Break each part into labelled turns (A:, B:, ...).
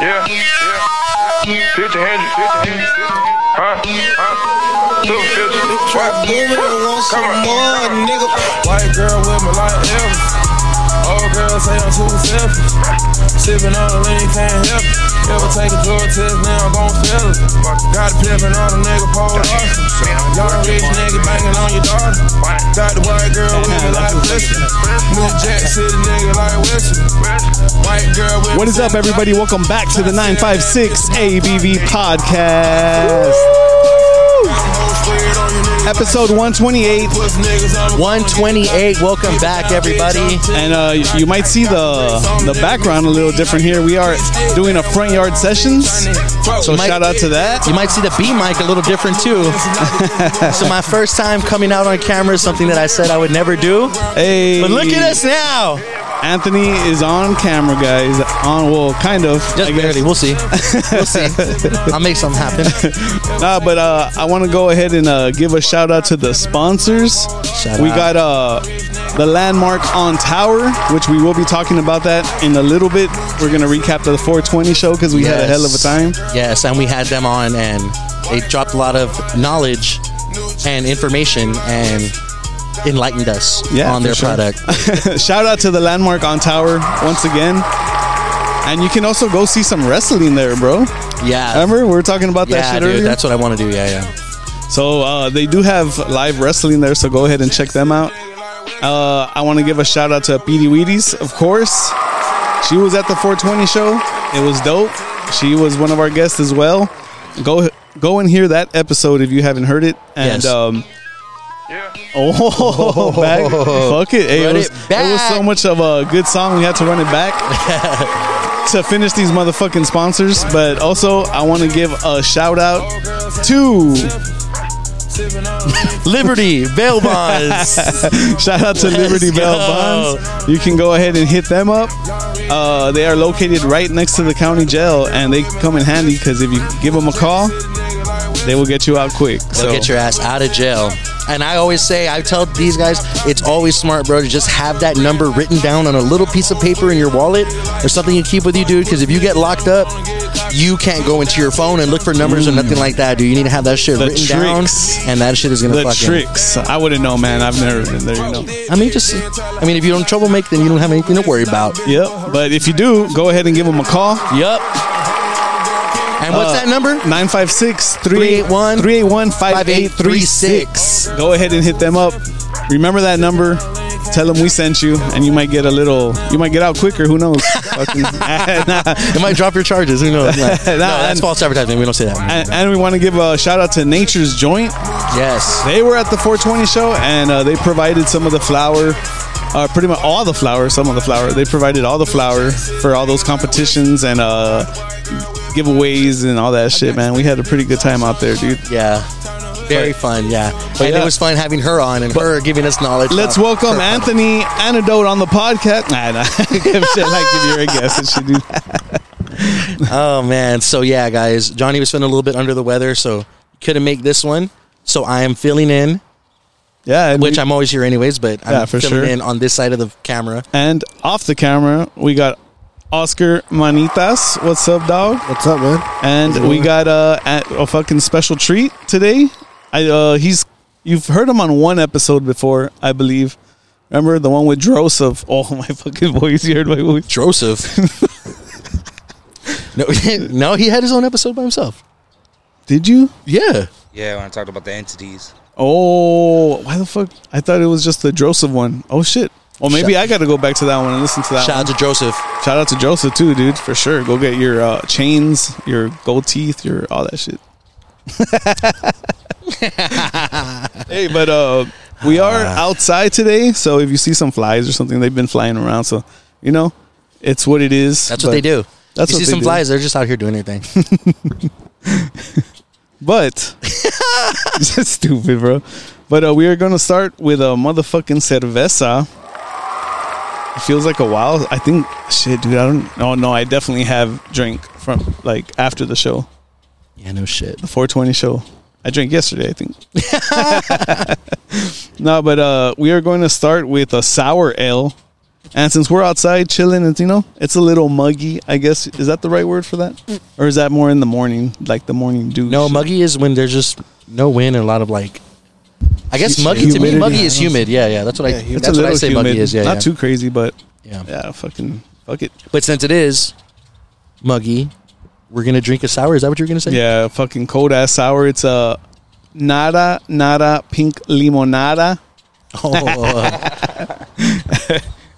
A: Yeah, yeah. 50 hundred, 50 hundred, 50, huh? Huh? Two fifty.
B: Try boomin' and want some
A: Come on.
B: more, nigga.
C: White girl with me like Elvis. Old girl say I'm too selfish. Sippin' on the lean, can't help it. Ever take a drug test, now I'm gon' fail it. Got a pimpin' on a nigga, pole hustle. Young rich nigga bangin' on your daughter. Got the white girl with me like Blister. New Jack City nigga like Wilson. White girl with
D: What is up, everybody? Welcome back to the 956 ABV podcast. Episode 128.
E: 128. Welcome back, everybody.
D: And uh, you might see the the background a little different here. We are doing a front yard sessions. So
E: Mike-
D: shout out to that.
E: You might see the B mic a little different too. so my first time coming out on camera is something that I said I would never do.
D: Hey.
E: But look at us now.
D: Anthony is on camera, guys. On well, kind of.
E: Just
D: I guess.
E: barely. We'll see. We'll see. I'll make something happen.
D: Nah, but uh, I want to go ahead and uh, give a shout out to the sponsors.
E: Shout
D: we
E: out.
D: got uh, the landmark on Tower, which we will be talking about that in a little bit. We're gonna recap the 420 show because we had a hell of a time.
E: Yes, and we had them on, and they dropped a lot of knowledge and information and enlightened us
D: Yeah,
E: on
D: for
E: their
D: sure.
E: product.
D: shout out to the landmark on Tower once again. And you can also go see some wrestling there, bro.
E: Yeah.
D: Remember, we were talking about that
E: Yeah,
D: shit
E: dude,
D: earlier.
E: that's what I want to do. Yeah, yeah.
D: So uh, they do have live wrestling there, so go ahead and check them out. Uh, I want to give a shout out to Petey Wheaties, of course. She was at the 420 show. It was dope. She was one of our guests as well. Go go and hear that episode if you haven't heard it. And
E: Yes.
D: um,
A: Yeah.
D: oh, back, fuck it. Hey, it,
E: Run
D: was,
E: it back.
D: it was so much of a good song. We had to run it back to finish these motherfucking sponsors. But also, I want to give a shout out to
E: Liberty bail bonds.
D: Shout out to
E: Let's
D: Liberty Bell
E: go.
D: Bonds. You can go ahead and hit them up. Uh, they are located right next to the county jail, and they come in handy because if you give them a call, they will get you out quick.
E: They'll
D: so
E: get your ass out of jail. And I always say, I tell these guys, it's always smart, bro, to just have that number written down on a little piece of paper in your wallet or something you keep with you, dude. Because if you get locked up, you can't go into your phone and look for numbers or nothing like that, dude. You need to have that shit
D: Mm. The
E: written
D: tricks.
E: down, and that shit is gonna
D: the
E: fucking.
D: tricks. I wouldn't know, man. I've never been there. You know.
E: I mean, just, I mean, if you don't troublemaker, then you don't have anything to worry about.
D: Yep. But if you do, go ahead and give them a call.
E: Yup. And
D: Uh.
E: what's that number?
D: 956
E: 381
D: 381 5836. Go ahead and hit them up. Remember that number. Tell them we sent you, and you might get a little, you might get out quicker. Who knows? Fucking- uh,
E: It might drop your charges. Who knows? no,
D: and-
E: that's false advertising. We don't say that.
D: And, and we want to give a shout out to Nature's Joint.
E: Yes.
D: They were at the 420 show and uh, they provided some of the flour, uh, pretty much all the flour, some of the flour. They provided all the flour for all those competitions and uh, giveaways and all that shit, man. We had a pretty good time out there, dude.
E: Yeah. Very
D: But-
E: fun, yeah.
D: but
E: and
D: yeah.
E: it was fun having her on and her giving us knowledge.
D: Let's
E: about
D: welcome
E: her product.
D: Anthony Antidote on the podcast. Nah, nah. Give shit like if you're a guest, it should do that.
E: Oh man, so yeah, guys, Johnny was feeling a little bit under the weather, so couldn't make this one. So I am filling in,
D: Yeah, and
E: which
D: we-
E: I'm always here anyways, but I'm
D: Yeah, for
E: filling
D: sure.
E: in on this side of the camera.
D: and off the camera we got Oscar Manitas. What's up, dog?
B: What's up, man?
D: And we got uh, a, a fucking special treat today. I uh, he's you've heard him on one episode before, I believe. Remember the one with Drosef? Oh my fucking voice! You heard my voice.
E: Drosef. no, no, he had his own episode by himself.
D: Did you?
E: Yeah.
F: Yeah, when I talked about the entities.
D: Oh, why the fuck? I thought it was just the Drosef one. Oh shit. Well, maybe
E: Shout-
D: I got to go back to that one and listen to that.
E: Shout out to Joseph.
D: one. Shout out to Joseph too, dude, for sure. Go get your uh, chains, your gold teeth, your all that shit. hey, but uh, we
E: Ah.
D: are outside today, so if you see some flies or something, they've been flying around. So you know, it's what it is.
E: That's what they
D: but-
E: do.
D: That's
E: you
D: what
E: see
D: they
E: some
D: do.
E: flies, they're just out here doing their thing.
D: But that's stupid, bro. But uh, we are gonna start with a motherfucking cerveza. It feels like a while. I think shit, dude. I don't. No, no. I definitely have drink from like after the show,
E: yeah, no shit.
D: the 420 show. I drank yesterday, I think. no, but uh, we are going to start with a sour ale And since we're outside chilling, it's you know, it's a little muggy. I guess is that the right word for that, or is that more in the morning, like the morning dew?
E: No,
D: shit?
E: muggy is when there's just no wind and a lot of like. I guess muggy to me,
D: Humidity.
E: muggy is humid. Yeah, yeah. That's what I.
D: Yeah, humid.
E: that's what I say. Muggy is yeah,
D: not
E: yeah.
D: too crazy, but
E: Yeah.
D: yeah, fucking fuck it.
E: But since it is muggy, we're gonna drink a sour. Is that what you're gonna say?
D: Yeah, fucking cold ass sour. It's a nada nada pink limonada.
E: Oh, uh,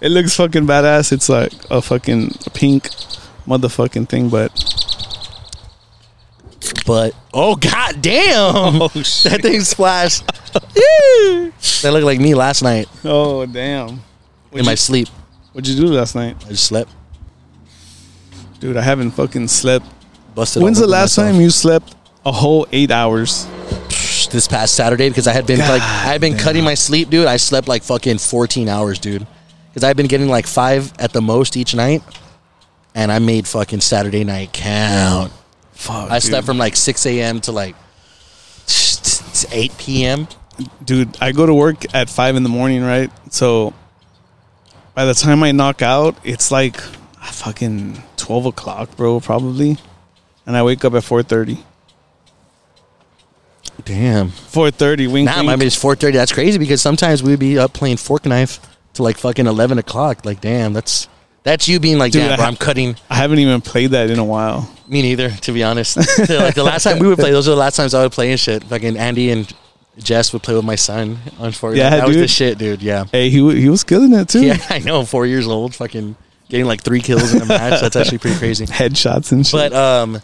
D: It looks fucking badass. It's like a fucking pink motherfucking thing, but
E: but oh god damn!
D: Oh,
E: that thing splashed. that looked like me last night
D: oh damn.
E: in my sleep.
D: What'd you do last night,
E: I just slept.
D: dude? I haven't fucking slept.
E: Busted.
D: When's the last time you slept a whole eight hours?
E: This past Saturday because I had been like I had been cutting my sleep, dude. I slept like fucking 14 hours, dude. Because I've been getting like five at the most each night, and I made fucking Saturday night count.
D: Fuck,
E: I
D: dude.
E: slept from like 6 a.m. to like 8 p.m.
D: dude, I go to work at five in the morning, right? So by the time I knock out, it's like ah, fucking twelve o'clock, bro, probably. And I wake up at four thirty.
E: Damn.
D: Four thirty, wink.
E: Nah,
D: wink.
E: I mean it's 4:30. That's crazy because sometimes we'd be up playing fork knife to like fucking 11 o'clock. Like, damn, that's that's you being like,
D: Dude, I
E: damn, bro,
D: have-
E: I'm cutting.
D: I haven't even played that in a while.
E: Me neither, to be honest. like the last time we would play, those are the last times I would play and shit. Fucking Andy and Jess would play with my son on Fortnite.
D: Yeah,
E: that was the
D: dude.
E: shit, dude. Yeah,
D: Hey, he wa- he was killing it too.
E: yeah, I know. Four years old, fucking getting like three kills in a match. That's actually pretty crazy.
D: Headshots and shit.
E: But um,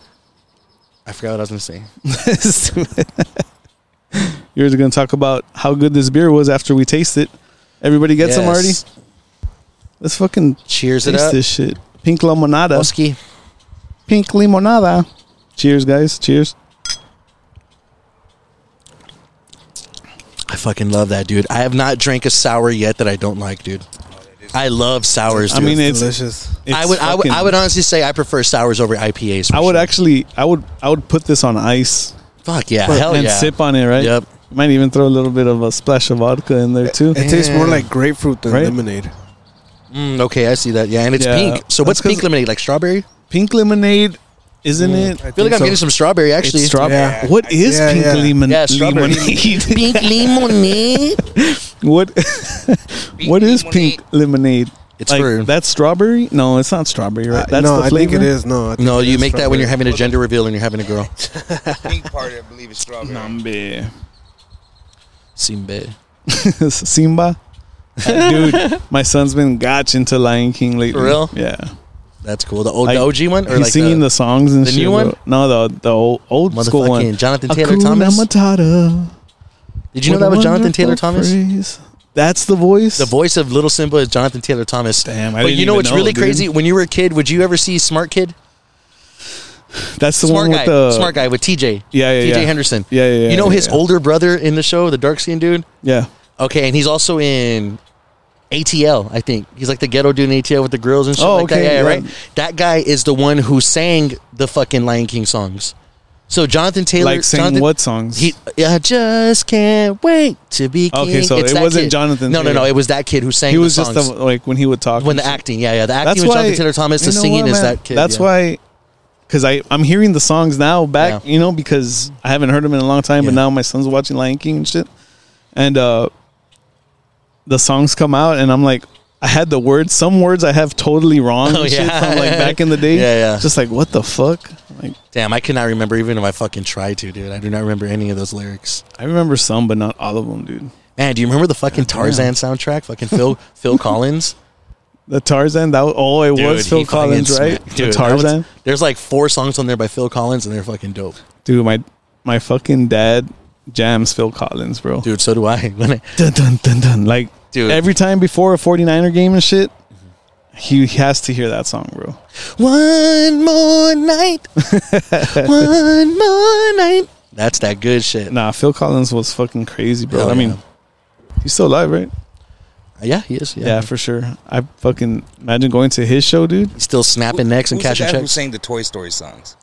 E: I forgot what I was gonna say. uh,
D: You're going to talk about how good this beer was after we taste it. Everybody get some already.
E: Yes.
D: Let's fucking
E: Cheers it
D: taste
E: up,
D: this shit. Pink limonada.
E: Oski.
D: Pink limonada. Cheers, guys. Cheers.
E: I fucking love that, dude. I have not drank a sour yet that I don't like, dude. I love sours.
D: I
E: Dude.
D: mean, it's,
B: delicious.
D: it's
E: I would, I would,
D: fucking-
E: I would honestly say I prefer sours over IPAs. for
D: I would
E: sure.
D: actually, I would, I would put this on ice
E: fuck yeah, hell
D: and
E: yeah.
D: sip on it, right?
E: Yep.
D: Might even throw a little bit of a splash of vodka in there too.
B: It tastes more
E: Yeah.
B: like grapefruit than
D: Right?
B: lemonade.
E: Mm, okay, I see that. Yeah, and it's
D: Yeah,
E: pink. So what's
D: that's 'cause-
E: pink lemonade? Like strawberry?
D: Pink lemonade, isn't it?
B: I
E: I feel like I'm getting some strawberry actually.
D: It's strawberry.
B: Yeah.
D: What is
B: Yeah,
D: pink
B: yeah.
D: lemon-
E: Yeah, strawberry.
D: lemonade?
E: pink lemonade.
D: what? what is
F: lemonade.
D: pink lemonade?
E: It's for-
D: that's strawberry. No, it's not strawberry, right? That's
B: Uh, no,
D: the
B: I
D: flavor.
B: think it is. No, I think
E: No,
B: it
E: you
B: is
E: make that when
B: strawberry.
E: you're having a gender reveal and you're having a girl.
F: Pink part, I believe, is strawberry.
D: Nambe.
E: Simbe.
D: Simba. Dude, my son's been gotch into Lion King lately.
E: For real?
D: Yeah.
E: That's cool. The, old,
D: Like,
E: Oh, the OG one or
D: he's
E: like
D: singing the,
E: the,
D: songs and
E: the
D: shit,
E: new one?
D: bro. No, the the old, old school one.
E: Motherfucking Jonathan Taylor
D: Hakuna
E: Thomas?
D: Matata.
E: Did you know
D: What a
E: that was Jonathan Taylor
D: wonderful
E: Thomas?
D: phrase. That's the voice.
E: The voice of Little Simba is Jonathan Taylor Thomas.
D: Damn, I
E: but
D: didn't
E: you know
D: even
E: what's
D: know,
E: really
D: dude.
E: crazy? When you were a kid, would you ever see Smart Kid?
D: That's the
E: Smart
D: one with
E: guy,
D: the
E: Smart guy with TJ.
D: Yeah, yeah,
E: TJ
D: yeah.
E: Henderson.
D: Yeah, yeah, yeah,
E: You know
D: yeah,
E: his
D: yeah.
E: older brother in the show, the dark skinned dude.
D: Yeah.
E: Okay, and he's also in ATL, I think. He's like the ghetto dude in ATL with the grills and shit
D: Oh,
E: like that.
D: okay,
E: Yeah, yeah,
D: yeah.
E: right? That guy is the one who sang the fucking Lion King songs. So Jonathan Taylor
D: Like sang
E: Jonathan,
D: what songs?
E: He, I just can't wait to be king.
D: Okay, so
E: It's
D: it
E: that
D: wasn't
E: kid.
D: Jonathan
E: No, no,
D: Taylor.
E: no. It was that kid who sang
D: he was
E: the
D: just
E: songs.
D: the, like when he would talk.
E: when the
D: and shit.
E: acting, yeah, yeah. The acting
D: That's
E: was
D: why
E: Jonathan Taylor Thomas. The
D: you know
E: singing
D: what,
E: is
D: man?
E: that kid.
D: That's
E: yeah.
D: why, because I I'm hearing the songs now back,
E: Yeah.
D: you know, because I haven't heard them in a long time. But
E: Yeah.
D: now my son's watching Lion King and shit, and uh, the songs come out, and I'm like. I had the words. Some words I have totally wrong.
E: Oh,
D: and shit
E: yeah.
D: from, like back in the day.
E: Yeah, yeah.
D: Just like what the fuck? Like
E: Damn, I cannot remember even if I fucking tried to, dude. I do not remember any of those lyrics.
D: I remember some, but not all of them, dude.
E: Man, do you remember the fucking Tarzan soundtrack? Fucking Phil Phil Collins.
D: The Tarzan. That was, oh, it
E: Dude,
D: was
E: he
D: Phil
E: fucking
D: Collins, right?
E: smacked-
D: the
E: Dude, that was-
D: Tarzan.
E: there's like four songs on there by Phil Collins, and they're fucking dope.
D: Dude, my my fucking dad jams Phil Collins, bro.
E: Dude, so do I. When I-
D: Dun, dun, dun, dun. Like
E: Dude.
D: every time before a 49er game and shit, he has to hear that song, bro.
E: One more night. One more night. That's that good shit.
D: Nah, Phil Collins was fucking crazy, bro.
E: Hell
D: I mean, he's still alive, right?
E: Yeah, he is. Yeah.
D: Yeah. for sure. I fucking imagine going to his show, dude.
E: He's still snapping necks and
F: Who's the
E: cashing
F: guy Who
E: checks.
F: sang the Toy Story songs?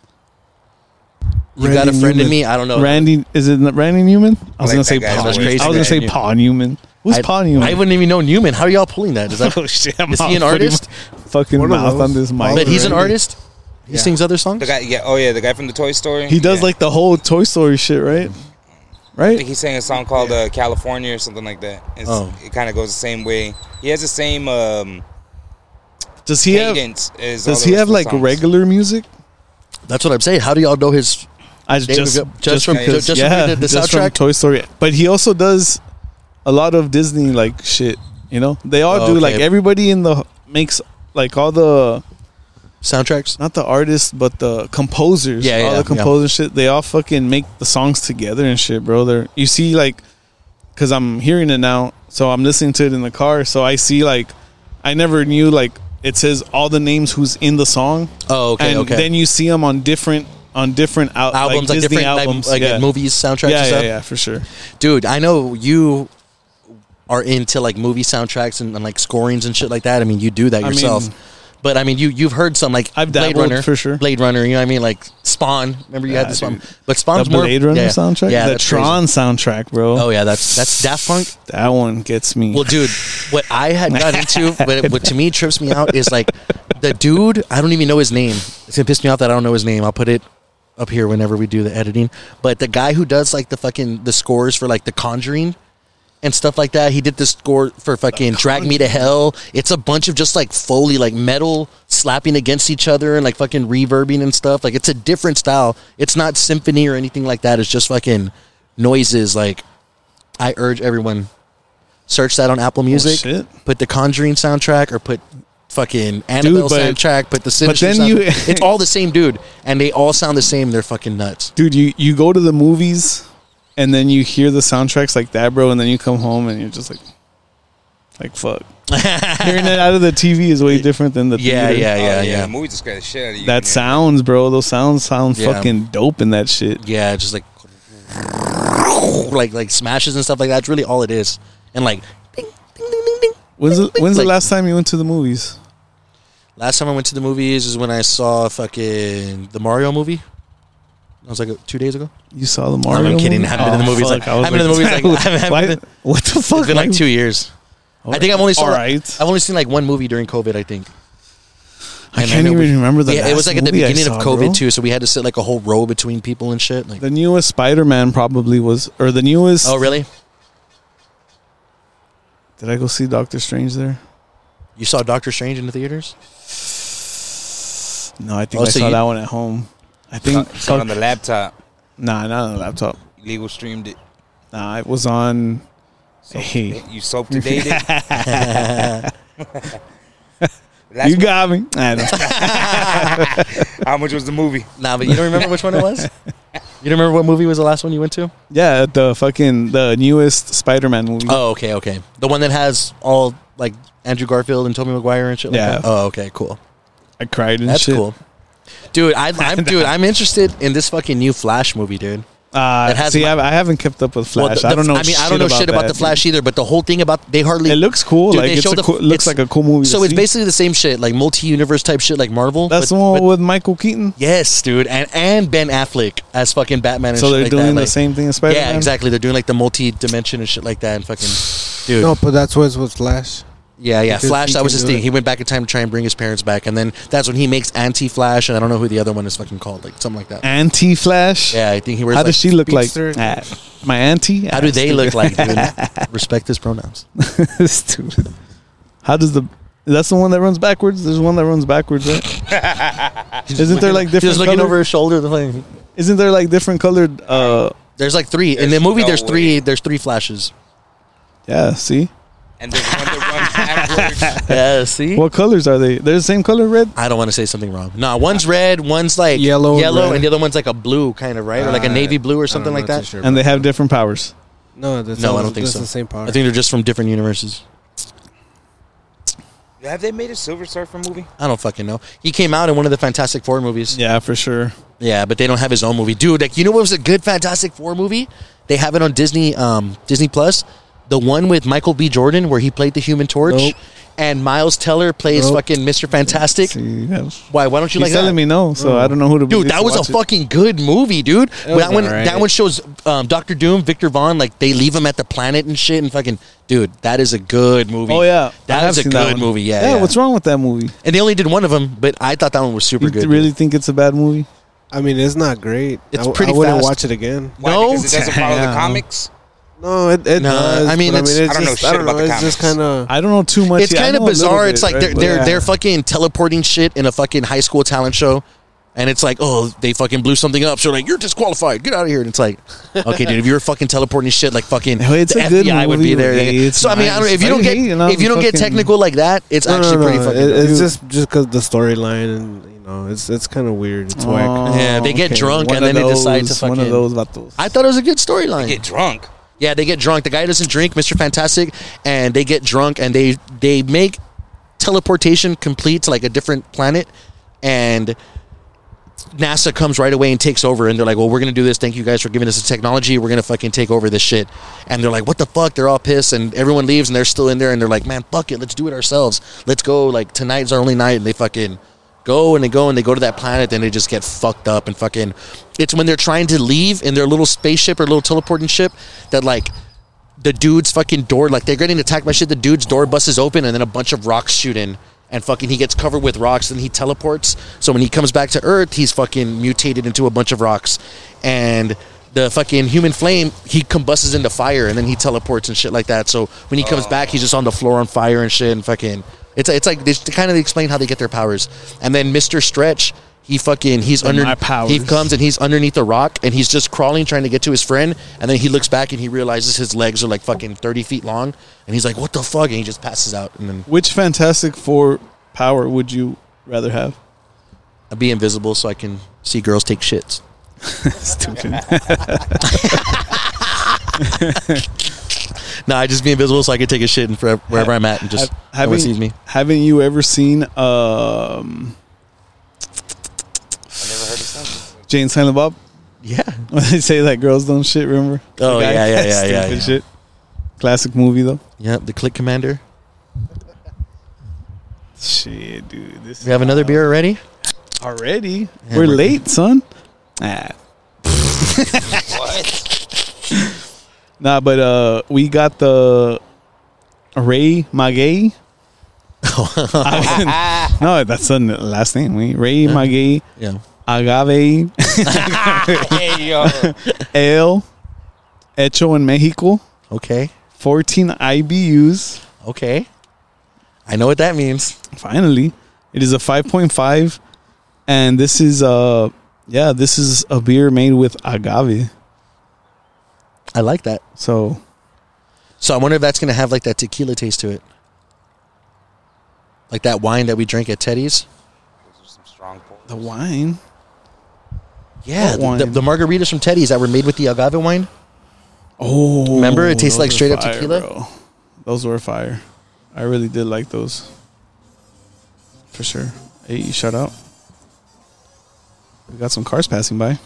E: You got a
D: Randy
E: friend in
D: Newman.
E: me? I don't know.
D: Randy is it Randy Newman? I was
F: like
D: gonna
F: that
D: say
F: guy's
D: Paul.
F: voice.
D: I was
E: Randy
D: gonna say
E: Newman.
D: Paul Newman. Who's
E: I,
D: Paul Newman?
E: I wouldn't even know Newman. How are y'all pulling that? Is that
D: Oh, shit, I'm
E: is he
D: out
E: an
D: pretty
E: artist?
D: much. Fucking
G: One of
D: mouth on
G: those.
D: this mic.
E: But he's an
G: Already.
E: artist. He
F: Yeah.
E: sings other songs.
F: The guy, yeah, oh yeah, the guy from the Toy Story.
D: He does
F: Yeah.
D: like the whole Toy Story shit, right?
F: I think
D: Right?
F: he sang a song called uh, California or something like that. It's,
E: Oh.
F: It kind of goes the same way. He has the same um,
D: Does he have
F: cadence as. all
D: Does
F: the
D: he
F: rest of
D: have
F: the
D: like
F: songs.
D: regular music?
E: That's what I'm saying. How do y'all know his?
D: I
E: David
D: just,
E: Gu- just from-
D: because-
E: just from
D: yeah,
E: the- the
D: just from
E: soundtrack?
D: Toy Story. But he also does a lot of Disney like shit. You know, they all
E: Oh,
D: do.
E: okay.
D: Like everybody in the makes like all the
E: Soundtracks.
D: not the artists but the composers.
E: Yeah,
D: all
E: yeah,
D: the composers shit. They all fucking make the songs together and shit, bro. They're you see like because I'm hearing it now, so I'm listening to it in the car. So I see like I never knew like it says all the names who's in the song.
E: Oh, okay,
D: and
E: okay.
D: Then you see them on different on different out,
E: Albums, like,
D: like, Disney
E: different like-
D: albums,
E: like,
D: yeah.
E: movies, soundtracks.
D: Yeah,
E: and
D: yeah,
E: stuff.
D: yeah, for sure.
E: dude i know you are into like movie soundtracks and, and, like scorings and shit like that i mean you do that
D: I
E: yourself
D: mean-
E: but i mean you you've heard some like
D: I've
E: blade
D: dabbled,
E: runner
D: for sure.
E: blade runner you know what i mean like spawn remember you had
D: Yeah,
E: this one
D: dude.
E: but spawn's
D: the
E: more
D: Blade Runner
E: yeah.
D: soundtrack,
E: yeah
D: the
E: that's crazy.
D: Tron soundtrack, bro.
E: oh yeah that's that's daft punk
D: that one gets me.
E: well dude what i had got into but it, what to me trips me out is like the dude i don't even know his name it's gonna piss me off that i don't know his name i'll put it up here whenever we do the editing but the guy who does like the fucking the scores for like the conjuring and stuff like that. He did the score for fucking Drag Me to Hell. It's a bunch of just like foley, like metal slapping against each other and like fucking reverbing and stuff. Like it's a different style. It's not symphony or anything like that. It's just fucking noises. Like I urge everyone search that on Apple Music.
D: Oh, shit.
E: Put the Conjuring soundtrack or put fucking Annabelle
D: but-
E: soundtrack. Put the Sinister
D: then you-
E: soundtrack. it's all the same dude, and they all sound the same. They're fucking nuts.
D: dude, you you go to the movies and then you hear the soundtracks like that, bro, and then you come home and you're just like, like fuck. Hearing it out of the TV is way different than the
E: Yeah,
D: theater.
E: yeah,
F: Oh,
E: yeah,
F: The
E: yeah,
F: movie just scared the shit out of you.
D: That
F: man.
D: sounds, bro. Those sounds sound
E: Yeah.
D: fucking dope in that shit.
E: yeah. Just like like like smashes and stuff like that. That's really all it is. And like ding, ding, ding, ding, ding.
D: When's the, when's
E: Like-
D: the last time you went to the movies?
E: last time I went to the movies is when I saw fucking the Mario movie. That was like uh, two days ago.
D: You saw the Mario?
E: I'm kidding.
D: movie? Oh,
E: I haven't been to the movies like-
D: I was
E: I haven't been to the movies like- I haven't- I haven't
D: Why-
E: been-
D: what the fuck?
E: It's been like
D: Why-
E: two years. I think I've only saw.
D: All
E: like-
D: right.
E: I've only seen like one movie during COVID. I think.
D: I
E: And
D: can't
E: know
D: even
E: we-
D: remember the
E: Yeah, it was
D: last
E: like at the
D: movie I
E: beginning of
D: saw,
E: COVID
D: bro.
E: too, so we had to sit like a whole row between people and shit. Like,
D: The newest Spider-Man probably was, or the newest.
E: oh really?
D: Did I go see Doctor Strange there?
E: You saw Doctor Strange in the theaters?
D: No, I think
E: Oh,
D: I
E: so
D: saw
E: you-
D: that one at home. I think.
F: It's on the laptop.
D: nah, not on the laptop.
F: Legal streamed it.
D: Nah, it was on. hey,
F: You soap to date it. Last
D: you got me. I know.
F: month, how much was the movie?
E: Nah, but you don't remember which one it was. You don't remember what movie was the last one you went to?
D: yeah, the fucking the newest Spider-Man movie.
E: Oh, okay, okay. The one that has all like Andrew Garfield and Tobey Maguire and shit.
D: Yeah.
E: Like that? Oh, okay, cool.
D: I cried and
E: That's
D: shit.
E: cool. Dude, I, I'm dude. I'm interested in this fucking new Flash movie, dude.
D: Uh,
E: That has
D: see,
E: my-
D: I've- I haven't kept up with Flash.
E: the-
D: I
E: the-
D: don't know.
E: I mean, I don't know shit about
D: that,
E: the
D: dude.
E: Flash either. But the whole thing about they hardly
D: It looks cool.
E: Dude,
D: like
E: they
D: it's
E: show
D: a
E: the-
D: cool, looks
E: it's-
D: like a cool movie.
E: So
D: to
E: it's
D: see.
E: basically the same shit, like multi-universe type shit, like Marvel.
D: that's
E: but-
D: the one
E: but-
D: with Michael Keaton.
E: yes, dude, and and Ben Affleck as fucking Batman. And
D: So
E: shit
D: they're
E: like
D: doing
E: that,
D: the
E: like-
D: same thing as Spider-Man.
E: Yeah, exactly. They're doing like the multi-dimension and shit like that, and fucking dude.
G: No, but that's what's with Flash.
E: Yeah, yeah.
G: Because
E: Flash,
G: he
E: that
G: can
E: was his
G: do
E: thing.
G: it.
E: He went back in time to try and bring his parents back, and then that's when he makes anti-Flash, and I don't know who the other one is fucking called, like something like that.
D: Anti-Flash.
E: Yeah, I think he wears.
D: How
E: like,
D: does she look like?
G: speedster.
D: Ah, my auntie.
E: How do they look like? Dude? Respect his pronouns.
D: Stupid. How does the? That's the one that runs backwards. There's one that runs backwards, right? Isn't there like different?
E: Just looking
D: colored-
E: over his shoulder. the thing.
D: Isn't there like different colored? Uh,
E: There's like three in the
F: There's
E: movie.
F: no
E: there's three.
F: way.
E: There's three flashes.
D: yeah. See,
F: And there's one that runs backwards.
E: Yeah, see.
D: what colors are they? They're the same color, red.
E: I don't want to say something wrong. Nah, one's red, one's like
G: Yellow and
E: yellow, and,
G: red.
E: the other one's like a blue kind of right, or like a
G: Uh,
E: navy blue or
G: I
E: something
G: don't
E: like
G: know
E: that.
G: too sure
D: And they
G: about
D: have different powers.
G: that. no, that's
E: No,
G: all-
E: I don't think
G: that's
E: so.
G: The same power.
E: I think they're just from different universes.
F: Have they made a Silver Surfer movie?
E: I don't fucking know. He came out in one of the Fantastic Four movies.
D: Yeah, for sure.
E: Yeah, but they don't have his own movie, dude. Like, you know what was a good Fantastic Four movie? They have it on Disney, um, Disney Plus. The one with Michael B. Jordan where he played the Human Torch,
G: Nope.
E: and Miles Teller plays
G: Nope.
E: fucking Mister Fantastic.
D: See, that's-
E: Why? Why don't you
D: He's
E: like that?
D: telling me no, so I don't know who to
E: Dude,
D: believe
E: that
D: to
E: was a
D: watch it.
E: fucking good movie, dude.
G: It was
E: That one,
G: alright.
E: that one shows um, Doctor Doom, Victor Vaughn, like they leave him at the planet and shit, and fucking, dude, that is a good movie.
D: Oh yeah, I
E: that
D: have
E: is a
D: seen
E: good
D: that one.
E: movie. Yeah,
D: yeah,
E: yeah.
D: What's wrong with that movie?
E: And they only did one of them, but I thought that one was super
D: You
E: good.
D: really think it's a bad movie?
G: I mean, it's not great.
E: It's
G: I, w-
E: pretty
G: I wouldn't
E: fast.
G: watch it again.
F: Why?
E: No.
F: Because it doesn't follow the
D: Damn.
F: comics.
G: No, it, it
E: Nah,
G: does.
E: I mean,
G: but
E: it's-
G: it's
F: I don't know
G: just,
F: shit
G: I don't
F: about
G: know.
F: the
G: It's just
F: comics.
G: kind of.
D: I don't know too much.
E: it's
D: Yeah, I
E: kind of
D: know a little
E: bizarre.
D: bit,
E: it's like
D: right,
E: they're
D: but-
E: they're
G: Yeah.
E: they're fucking teleporting shit in a fucking high school talent show, and it's like, oh, they fucking blew something up. So like, you're disqualified. Get out of here. And it's like, okay, dude, if you were fucking teleporting shit, like fucking
D: No, it's
E: the
D: a good
E: FBI would
D: movie,
E: be there.
D: Ray. It's
E: so I mean, I don't know
D: nice.
E: if you
D: I
E: don't get
D: hate it, I'm
E: if you don't get
D: fucking-
E: technical like that, it's
G: No, no,
E: actually
G: no,
E: pretty fucking.
G: it-
E: dope.
G: It's just just because the storyline and you know it's it's kind of weird. It's whack.
E: Yeah, Oh, they get drunk
D: One
E: and
D: of
E: then they decide to
D: those- One
E: fucking-
D: of those vatos.
E: I thought it was a good storyline.
F: Get drunk.
E: Yeah, they get drunk. The guy doesn't drink, Mr. Fantastic, and they get drunk and they they make teleportation complete to like a different planet and NASA comes right away and takes over and they're like, "Well, we're going to do this. Thank you guys for giving us the technology. We're going to fucking take over this shit." And they're like, "What the fuck?" They're all pissed and everyone leaves and they're still in there and they're like, "Man, fuck it. Let's do it ourselves. Let's go. Like tonight's our only night." And they fucking go and they go and they go to that planet and they just get fucked up and fucking it's when they're trying to leave in their little spaceship or little teleporting ship that like the dude's fucking door, like they're getting attacked by shit. The dude's door busts open, and then a bunch of rocks shoot in, and fucking he gets covered with rocks, and he teleports. So when he comes back to Earth, he's fucking mutated into a bunch of rocks, and the fucking human flame he combusts into fire, and then he teleports and shit like that. So when he comes back, he's just on the floor on fire and shit, and fucking it's it's like they kind of explain how they get their powers, and then Mister Stretch. He fucking he's under
D: my powers.
E: he comes comes and he's underneath a rock and he's just crawling trying to get to his friend and then he looks back and he realizes his legs are like fucking 30 feet long and he's like what the fuck and he just passes out and then
D: Which Fantastic Four power would you rather have?
E: i'll be invisible so i can see girls take shits
D: Stupid.
E: no i just be invisible so i can take a shit and forever, wherever i'm at and just no one sees me
D: Haven't you ever seen um,
F: I never heard of something.
D: Jane Silent Bob?
E: yeah
D: When they say that girls don't shit, remember?
E: Oh,
D: The guy-
E: yeah, yeah, yeah, yeah,
D: Stupid
E: yeah.
D: shit. Classic movie though.
E: yeah the click commander
D: Shit, dude. This
E: we have another beer already
D: already.
E: Yeah,
D: we're,
E: we're
D: late, son. Ah.
F: What?
D: Nah, but uh, we got the Ray Magay. I- no, that's the last name. We Ray Magay
E: yeah
D: Agave
F: hey yo.
D: Ale Hecho in Mexico.
E: okay
D: 14 IBUs.
E: okay i know what that means
D: Finally, it is a 5.5, and this is uh yeah, this is a beer made with agave.
E: i like that
D: So
E: so i wonder if that's gonna have like that tequila taste to it like that wine that we drink at teddy's
F: Those are some strong points.
D: the wine.
E: Yeah,
D: What
E: the,
D: wine?
E: the, the margaritas from Teddy's that were made with the agave wine.
D: Oh,
E: Remember, it tastes
D: those
E: like
D: were
E: straight up
D: fire,
E: tequila?
D: bro. Those were fire. I really did like those. For sure. Hey, you shout out. We got some cars passing by.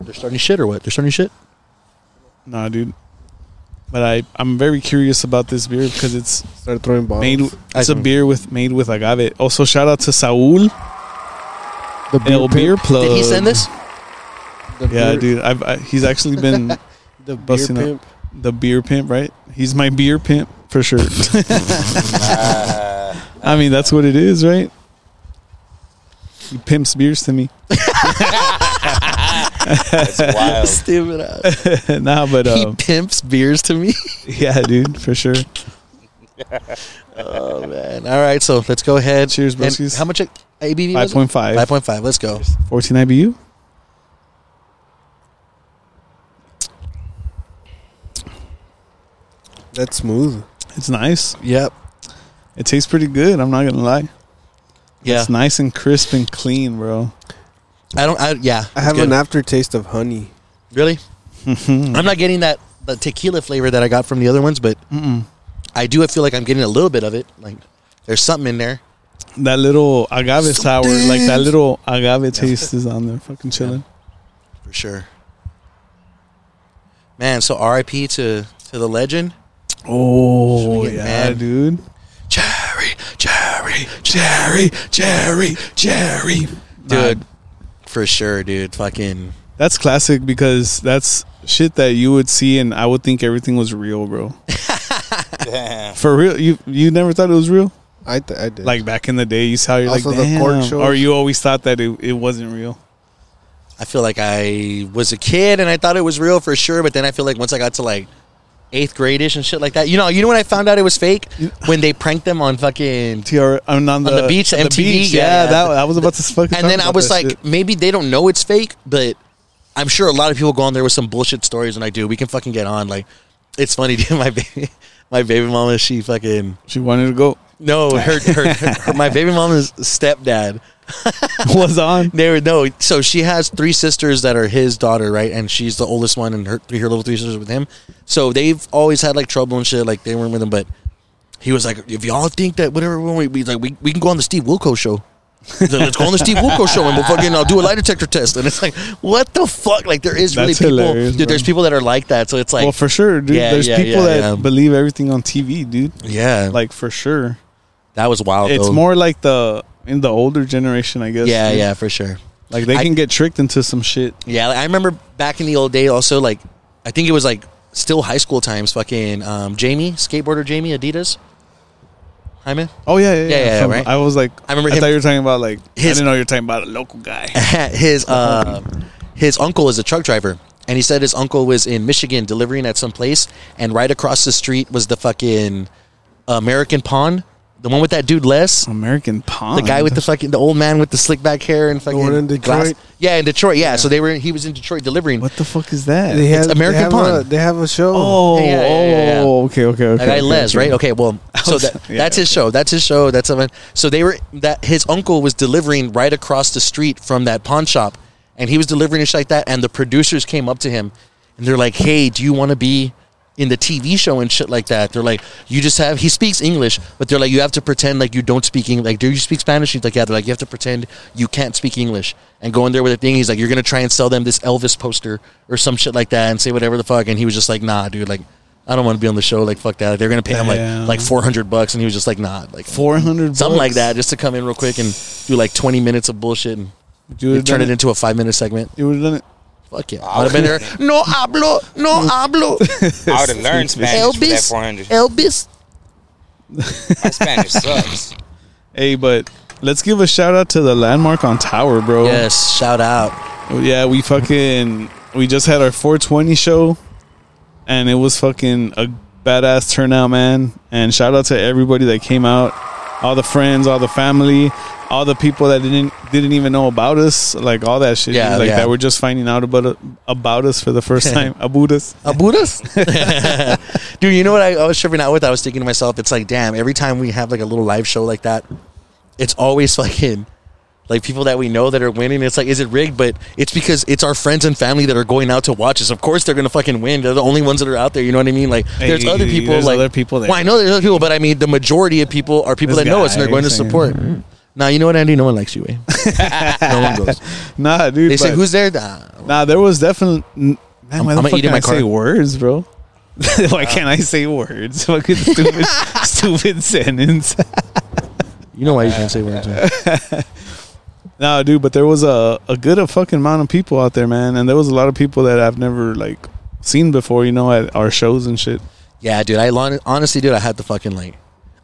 E: They're starting shit or what? They're starting shit.
D: Nah, dude. But I, I'm very curious about this beer because it's
G: Start throwing balls.
D: made.
E: I
D: It's a
E: can-
D: beer with made with agave. Also, shout out to Saul
G: the
D: El Beer Plug.
E: Did he send this?
G: The
D: Yeah,
G: beer,
D: dude. I've, I, he's actually been
G: The beer
D: busting up.
G: pimp.
D: the beer pimp, right? He's my beer pimp for sure. I mean, that's what it is, right? He pimps beers to me.
F: That's wild.
E: Stupid ass.
D: nah, but
E: He
D: uh,
E: pimps beers to me.
D: yeah, dude, for sure.
E: oh man! All right, so let's go ahead.
D: Cheers,
E: And
D: broskies.
E: How much ABV?
D: Five point five.
E: Five point five. Let's go.
D: 14 IBU.
G: That's smooth.
D: It's nice.
E: Yep.
D: It tastes pretty good. I'm not gonna lie.
E: Yeah.
D: It's nice and crisp and clean, bro.
E: I don't. I, yeah.
G: I
E: it's
G: have
E: good.
G: an aftertaste of honey.
E: Really? I'm not getting that the tequila flavor that I got from the other ones, but I do. I feel like I'm getting a little bit of it. Like there's something in there.
D: That little agave sour, like that little agave taste is on there. Fucking chilling.
E: For sure. Man, so RIP to to the legend.
D: Oh
E: Should've
D: yeah,
E: get mad.
D: dude.
E: Jerry, Jerry, Jerry, Jerry, Jerry. Dude, for sure, dude. Fucking.
D: That's classic because that's shit that you would see, and I would think everything was real, bro.
F: Damn.
D: For real, you you never thought it was real.
G: I th- I did.
D: Like back in the day, you saw you're
G: Also
D: like,
G: the
D: damn,
G: court shows.
D: or you always thought that it, it wasn't real.
E: I feel like I was a kid and I thought it was real for sure, but then I feel like once I got to like eighth gradish and shit like that, you know, you know when I found out it was fake when they pranked them on fucking.
D: TR uh, on, on, the,
E: the beach,
D: on
E: MTV,
D: yeah,
E: yeah, yeah.
D: That, I was about to fucking. talk
E: And then I
D: about
E: was
D: that
E: like,
D: shit.
E: maybe they don't know it's fake, but I'm sure a lot of people go on there with some bullshit stories, and I do. We can fucking get on. Like, it's funny, dude. My baby, my baby mama, she fucking.
D: she wanted to go.
E: No, her, her, her, her my baby mama's stepdad.
D: was on.
E: They were no. So she has three sisters that are his daughter, right? And she's the oldest one, and her three her little three sisters with him. So they've always had like trouble and shit. Like they weren't with him, but he was like, if y'all think that whatever, we we like we, we can go on the Steve Wilco show. He's like, Let's go on the Steve Wilco show and we'll fucking I'll do a lie detector test. And it's like, what the fuck? Like there is really
D: That's
E: people,
D: hilarious,
E: dude. There's
D: bro.
E: people that are like that. So it's like,
D: well, for sure, dude.
E: Yeah,
D: There's
E: yeah,
D: people
E: yeah,
D: that
E: yeah.
D: believe everything on TV, dude.
E: yeah, like
D: Like for sure,
E: that was wild.
D: it's
E: though.
D: more like the in the older generation, I guess.
E: yeah,
D: dude.
E: yeah, for sure.
D: Like they
E: I-
D: can get tricked into some shit.
E: Yeah, like, I remember back in the old day. Also, like I think it was like still high school times. Fucking um, Jamie, skateboarder Jamie, Adidas. Hyman.
D: Oh yeah, yeah, yeah.
E: Yeah, yeah,
D: Some-
E: right?
D: I was like,
E: I
D: I
E: remember
D: remember. I
E: him-
D: thought you were talking about like. I
E: His-
D: didn't know you were talking about a local guy.
E: his
G: Oh,
E: uh, his uncle is a truck driver, and he said his uncle was in Michigan delivering at some place, and right across the street was the fucking American Pawn, the one with that dude Les.
G: Oh,
D: American Pond.
E: The guy with the fucking the old man with the slick back hair and fucking
G: one in Detroit?
E: Yeah, in Detroit. Yeah. so they were he was in Detroit delivering.
D: What the fuck is that?
G: they have,
E: American
G: they have
E: Pond.
G: A, they have a show.
D: oh,
E: Yeah, yeah, yeah, yeah, yeah.
D: oh, okay, okay, okay.
E: That guy
D: okay,
E: Les,
D: okay.
E: right? Okay, well, so
D: was-
E: that,
D: yeah,
E: that's his show. That's his show. That's something. So they were that his uncle was delivering right across the street from that pawn shop, and he was delivering and shit like that. And the producers came up to him, and they're like, "Hey, do you want to be in the TV show and shit like that?" They're like, "You just have." He speaks English, but they're like, "You have to pretend like you don't speak English. Like, do you speak Spanish?" He's like, "Yeah." They're like, "You have to pretend you can't speak English." And go in there with a thing. He's like, "You're gonna try and sell them this Elvis poster or some shit like that, and say whatever the fuck." And he was just like, "Nah, dude. Like." I don't want to be on the show. Like fuck that. Like, they're gonna pay him
D: Damn.
E: like like four hundred bucks, and he was just like, nah, like
D: 400
E: something like
D: bucks.
E: that, just to come in real quick and do like twenty minutes of bullshit and
D: You would've
E: turn
D: done
E: it into a five minute segment.
D: You would have done it.
E: Fuck yeah, I'd have been there. No hablo, no hablo.
F: I would have learned Spanish for that
E: Elvis,
F: 400.
E: Elvis.
F: My Spanish sucks.
D: Hey, but let's give a shout out to the landmark on Tower, bro.
E: Yes, shout out.
D: Yeah, we fucking we just had our 420 show, and it was fucking a badass turnout, man. And shout out to everybody that came out, all the friends, all the family, all the people that didn't didn't even know about us, like all that shit,
E: Yeah,
D: dude, like
E: yeah.
D: that were just finding out about about us for the first time, about us.
E: Abudas? Dude, you know what I, I was tripping out with? I was thinking to myself, it's like, damn, every time we have like a little live show like that, it's always fucking like people that we know that are winning. It's like, is it rigged? But it's because it's our friends and family that are going out to watch us. Of course, they're gonna fucking win. They're the only ones that are out there. You know what I mean? Like, there's
D: Hey,
E: other people.
D: there's
E: like
D: other people that-
E: Well, I know there's other people, but I mean, the majority of people are people
D: This
E: that know us and
D: guy
E: they're going to
D: saying-
E: support. Now you know what, Andy? No one likes you, eh? no one goes.
D: Nah, dude.
E: They say,
D: but-
E: "Who's there?" Nah.
D: Nah, there was definitely. Man, why the
E: I'ma
D: fuck
E: eat in
D: can't
E: my
D: I say
E: car.
D: words, bro? why can't I say words? Fucking stupid, stupid sentence.
E: You know why you can't say words? man.
D: nah, dude, but there was a a good a fucking amount of people out there, man, and there was a lot of people that I've never like seen before, you know, at our shows and shit.
E: Yeah, dude. I lon- honestly, dude, I had to fucking like.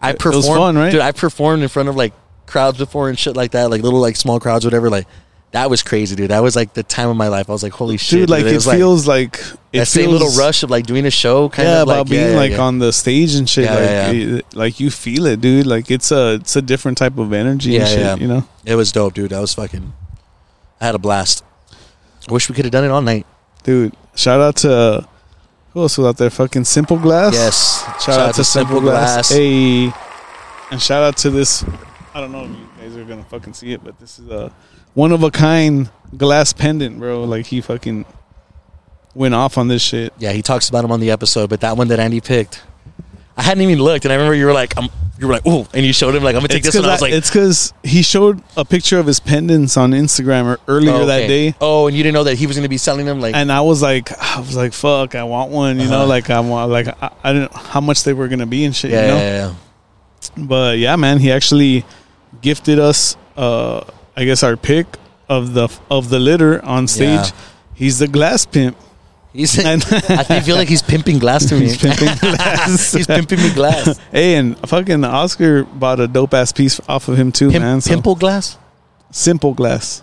E: I performed,
D: was fun, right?
E: dude. I performed in front of like crowds before and shit like that, like little like small crowds, whatever. Like that was crazy, dude. That was like the time of my life. I was like, holy shit,
D: Dude, like it,
E: was,
D: feels like it
E: that
D: feels,
E: same little rush of like doing a show, kind
D: yeah,
E: of like
D: about being
E: yeah,
D: like
E: yeah.
D: on the stage and shit.
E: Yeah,
D: like,
E: yeah, yeah.
D: It, like you feel it, dude. Like it's a it's a different type of energy
E: Yeah,
D: and shit.
E: yeah.
D: You know,
E: It was dope, dude. That was fucking. I had a blast. I wish we could have done it all night.
D: dude. Shout out to who else was out there? Fucking Simple Glass.
E: Yes.
D: Shout, out, to Simple Glass. Hey, and shout out to this. I don't know if you guys are gonna fucking see it, but this is a one of a kind glass pendant, bro. Like he fucking went off on this shit.
E: Yeah, he talks about him on the episode, but that one that Andy picked, I hadn't even looked, and I remember you were like, um, you You were like, ooh, and you showed him like, I'm gonna take
D: It's
E: this one. I was
D: because
E: like,
D: it's 'cause he showed a picture of his pendants on Instagram er, earlier
E: oh,
D: that
E: okay.
D: day,
E: Oh, and you didn't know that he was gonna be selling them like.
D: and I was like, I was like, fuck, I want one, you know, like I want, like I, I didn't know how much they were gonna be and shit,
E: Uh-huh. yeah,
D: you know.
E: yeah, yeah.
D: But yeah, man, he actually gifted us, uh, I guess, our pick of the of the litter on stage.
E: Yeah.
D: He's the glass pimp.
E: He's.
D: And-
E: I think- feel like he's pimping glass to me.
D: He's pimping glass.
E: He's pimping me glass.
D: Hey, and fucking Oscar bought a dope ass piece off of him too,
E: Pimp,
D: man. So,
E: Pimple glass?
D: simple glass.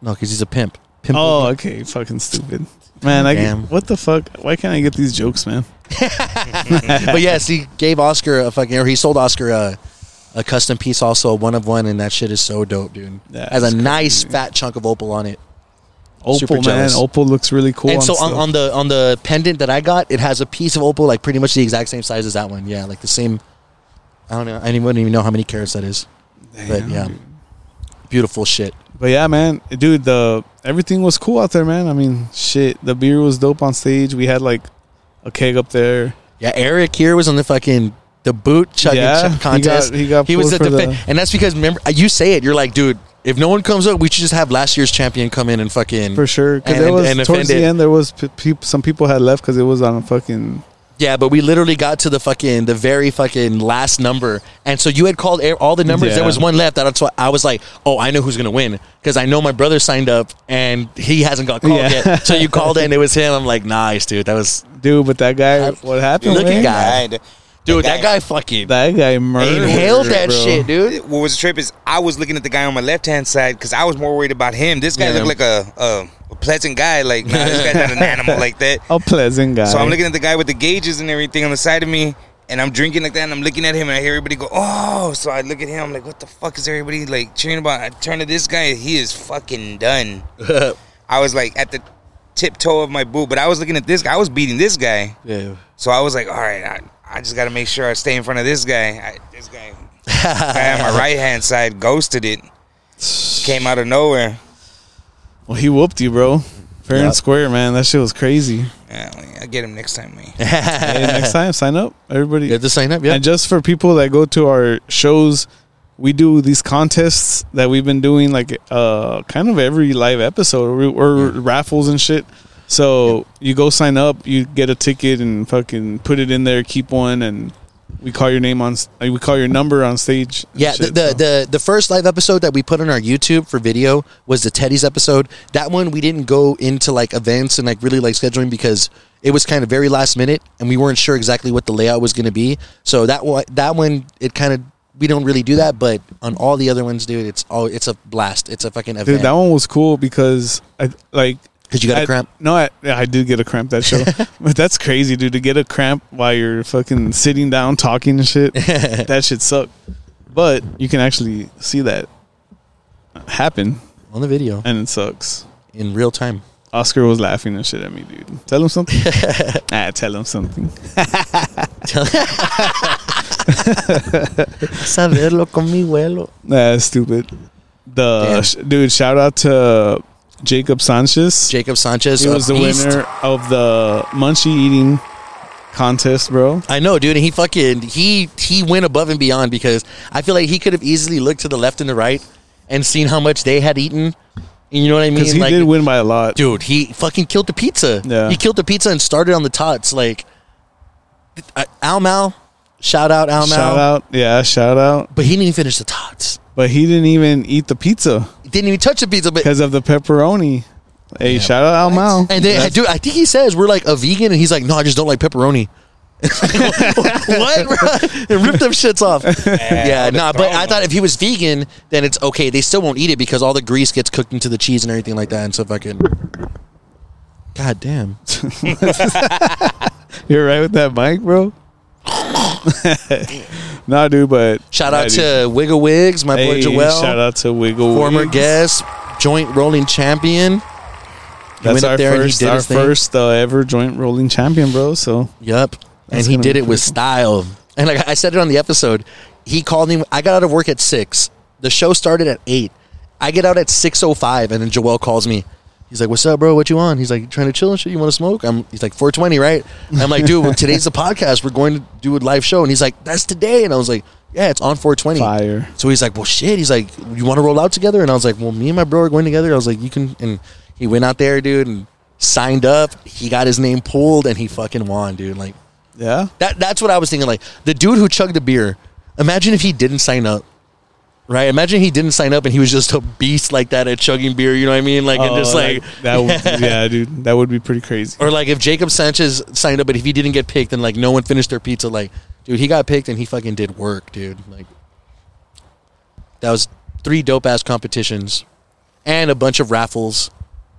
E: No, because he's a pimp. Pimple.
D: Oh, okay, fucking stupid, man. I
E: Damn.
D: get, what the fuck? Why can't I get these jokes, man?
E: but yes, he gave Oscar a fucking, or he sold Oscar a, a custom piece, also a one of one, and that shit is so dope, dude.
D: That's
E: Has a nice fat chunk of opal on it.
D: Opal,
E: Super
D: man.
E: jealous.
D: Opal looks really cool.
E: and so on,
D: stuff.
E: on the on the pendant that I got, it has a piece of opal, like pretty much the exact same size as that one. Yeah, like the same. I don't know. I don't even know how many carats that is, but yeah, beautiful shit.
D: But yeah, man, dude, the everything was cool out there, man. I mean, shit, the beer was dope on stage. We had like a keg up there.
E: Yeah, Eric here was on the fucking the boot chugging
D: Yeah,
E: ch-
D: he
E: contest.
D: got- he got
E: was
D: pulled
E: at
D: for
E: the, fa-
D: the-
E: and that's because remember you say it. You're like, dude, if no one comes up, we should just have last year's champion come in and fucking
D: For sure, because
E: Mm-hmm. and-
D: there was
E: and
D: towards
E: offend
D: the
E: it.
D: end there was p- peop some people had left because it was on a fucking
E: Yeah, but we literally got to the fucking the very fucking last number, and so you had called air- all the numbers. There
D: Yeah.
E: was one left. That's why I was like, "Oh, I know who's gonna win," because I know my brother signed up and he hasn't got called
D: Yeah.
E: yet. So you called in, it was him. I'm like, "Nice, dude. That was
D: dude. But that guy, what happened?
E: look at
D: man?
E: guy. dude. That guy, fucking
D: That guy murdered.
E: inhaled that
D: bro.
E: shit, dude."
F: What was the trip is I was looking at the guy on my left hand side because I was more worried about him. This guy
E: Yeah.
F: looked like a, a a pleasant guy. Like nah, this guy's not an animal like that.
D: A pleasant guy.
F: So I'm looking at the guy with the gauges and everything on the side of me, and I'm drinking like that, and I'm looking at him, and I hear everybody go, "Oh!" So I look at him, I'm like, "What the fuck is everybody like cheering about?" I turn to this guy, he is fucking done. I was like at the tiptoe of my boot, but I was looking at this guy. I was beating this guy,
E: yeah.
F: so I was like, "All right, I, I just got to make sure I stay in front of this guy." I, this guy, guy on my right hand side, ghosted it. Came out of nowhere.
D: Well, he whooped you, bro. Fair and square, man. That shit was crazy.
F: Yeah, I'm like, I'll get him next time, man.
D: hey, next time, sign up, everybody.
E: You had to sign up, yeah.
D: And just for people that go to our shows, we do these contests that we've been doing like uh kind of every live episode We- or raffles and shit. So you go sign up, you get a ticket and fucking put it in there, keep one, and we call your name on s- like, we call your number on stage. and
E: Yeah,
D: shit,
E: the, the,
D: so.
E: the the first live episode that we put on our YouTube for video was the Teddy's episode. That one we didn't go into like events and like really like scheduling because it was kind of very last minute and we weren't sure exactly what the layout was going to be. So that one that one it kind of we don't really do that, but on all the other ones, dude, it's all it's a blast. It's a fucking event.
D: Dude, that one was cool because I like
E: 'Cause you got a
D: I-
E: cramp?
D: No, I, yeah, I did get a cramp that show, but that's crazy, dude. To get a cramp while you're fucking sitting down talking and shit, that shit sucked. But you can actually see that happen,
E: on the video
D: and it sucks.
E: in real time.
D: Oscar was laughing and shit at me, dude. Tell him something. ah, tell him something.
E: Saberlo con mi vuelo.
D: Nah, that's stupid. The
E: Damn.
D: sh- dude, shout out to Jacob Sanchez.
E: Jacob Sanchez
D: he was the
E: uh, East.
D: winner of the munchie eating contest, bro.
E: I know, dude. And he fucking he he went above and beyond because I feel like he could have easily looked to the left and the right and seen how much they had eaten. And you know what I mean?
D: Because he
E: like,
D: did win by a lot.
E: dude. He fucking killed the pizza.
D: Yeah.
E: He killed the pizza and started on the tots. Like uh, Al Mal, shout out Al Mal.
D: shout out, yeah, shout out.
E: But he didn't even finish the tots.
D: But he didn't even eat the pizza
E: He didn't even touch the pizza. But
D: because of the pepperoni. Hey, shout out Al Mao.
E: and then, dude, I think he says we're like a vegan, and he's like, no, I just don't like pepperoni. what? bro? it ripped them shits off. yeah,
F: would've
E: nah, but
F: thrown
E: I thought if he was vegan, then it's okay. They still won't eat it because all the grease gets cooked into the cheese and everything like that. And so fucking. God damn.
D: You're right with that mic, bro. nah, dude. But
E: Shout out
D: Alrighty.
E: to Wiggle Wigs, my
D: hey,
E: boy
D: shout
E: Joel,
D: out to Wiggle.
E: former
D: Wigs.
E: guest, joint rolling champion. He
D: That's
E: went up
D: our
E: there and he
D: first,
E: did
D: our
E: his thing.
D: first uh, ever joint rolling champion, bro. So
E: Yep. and
D: That's
E: he
D: gonna
E: did
D: be
E: it with style. And like I said it on the episode, he called me. I got out of work at six. The show started at eight. I get out at six oh five, and then Joel calls me. He's like, "What's up, bro? What you on?" He's like, "Trying to chill and shit. You want to smoke?" I'm. He's like, "420, right?" I'm like, "Dude, well, today's the podcast. We're going to do a live show." And he's like, "That's today." And I was like, Yeah, it's on 420.
D: Fire.
E: So he's like, well, shit. He's like, you want to roll out together? And I was like, well, me and my bro are going together. I was like, you can. And he went out there, dude, and signed up. He got his name pulled, and he fucking won, dude. Like
D: Yeah.
E: that. That's what I was thinking. Like the dude who chugged the beer. Imagine if he didn't sign up. Right. Imagine he didn't sign up and he was just a beast like that at chugging beer. You know what I mean? Like and just
D: Oh,
E: like,
D: that. Would, yeah, dude, that would be pretty crazy.
E: or like if Jacob Sanchez signed up, but if he didn't get picked, then like no one finished their pizza. Like, dude, he got picked and he fucking did work, dude. Like, that was three dope ass competitions and a bunch of raffles.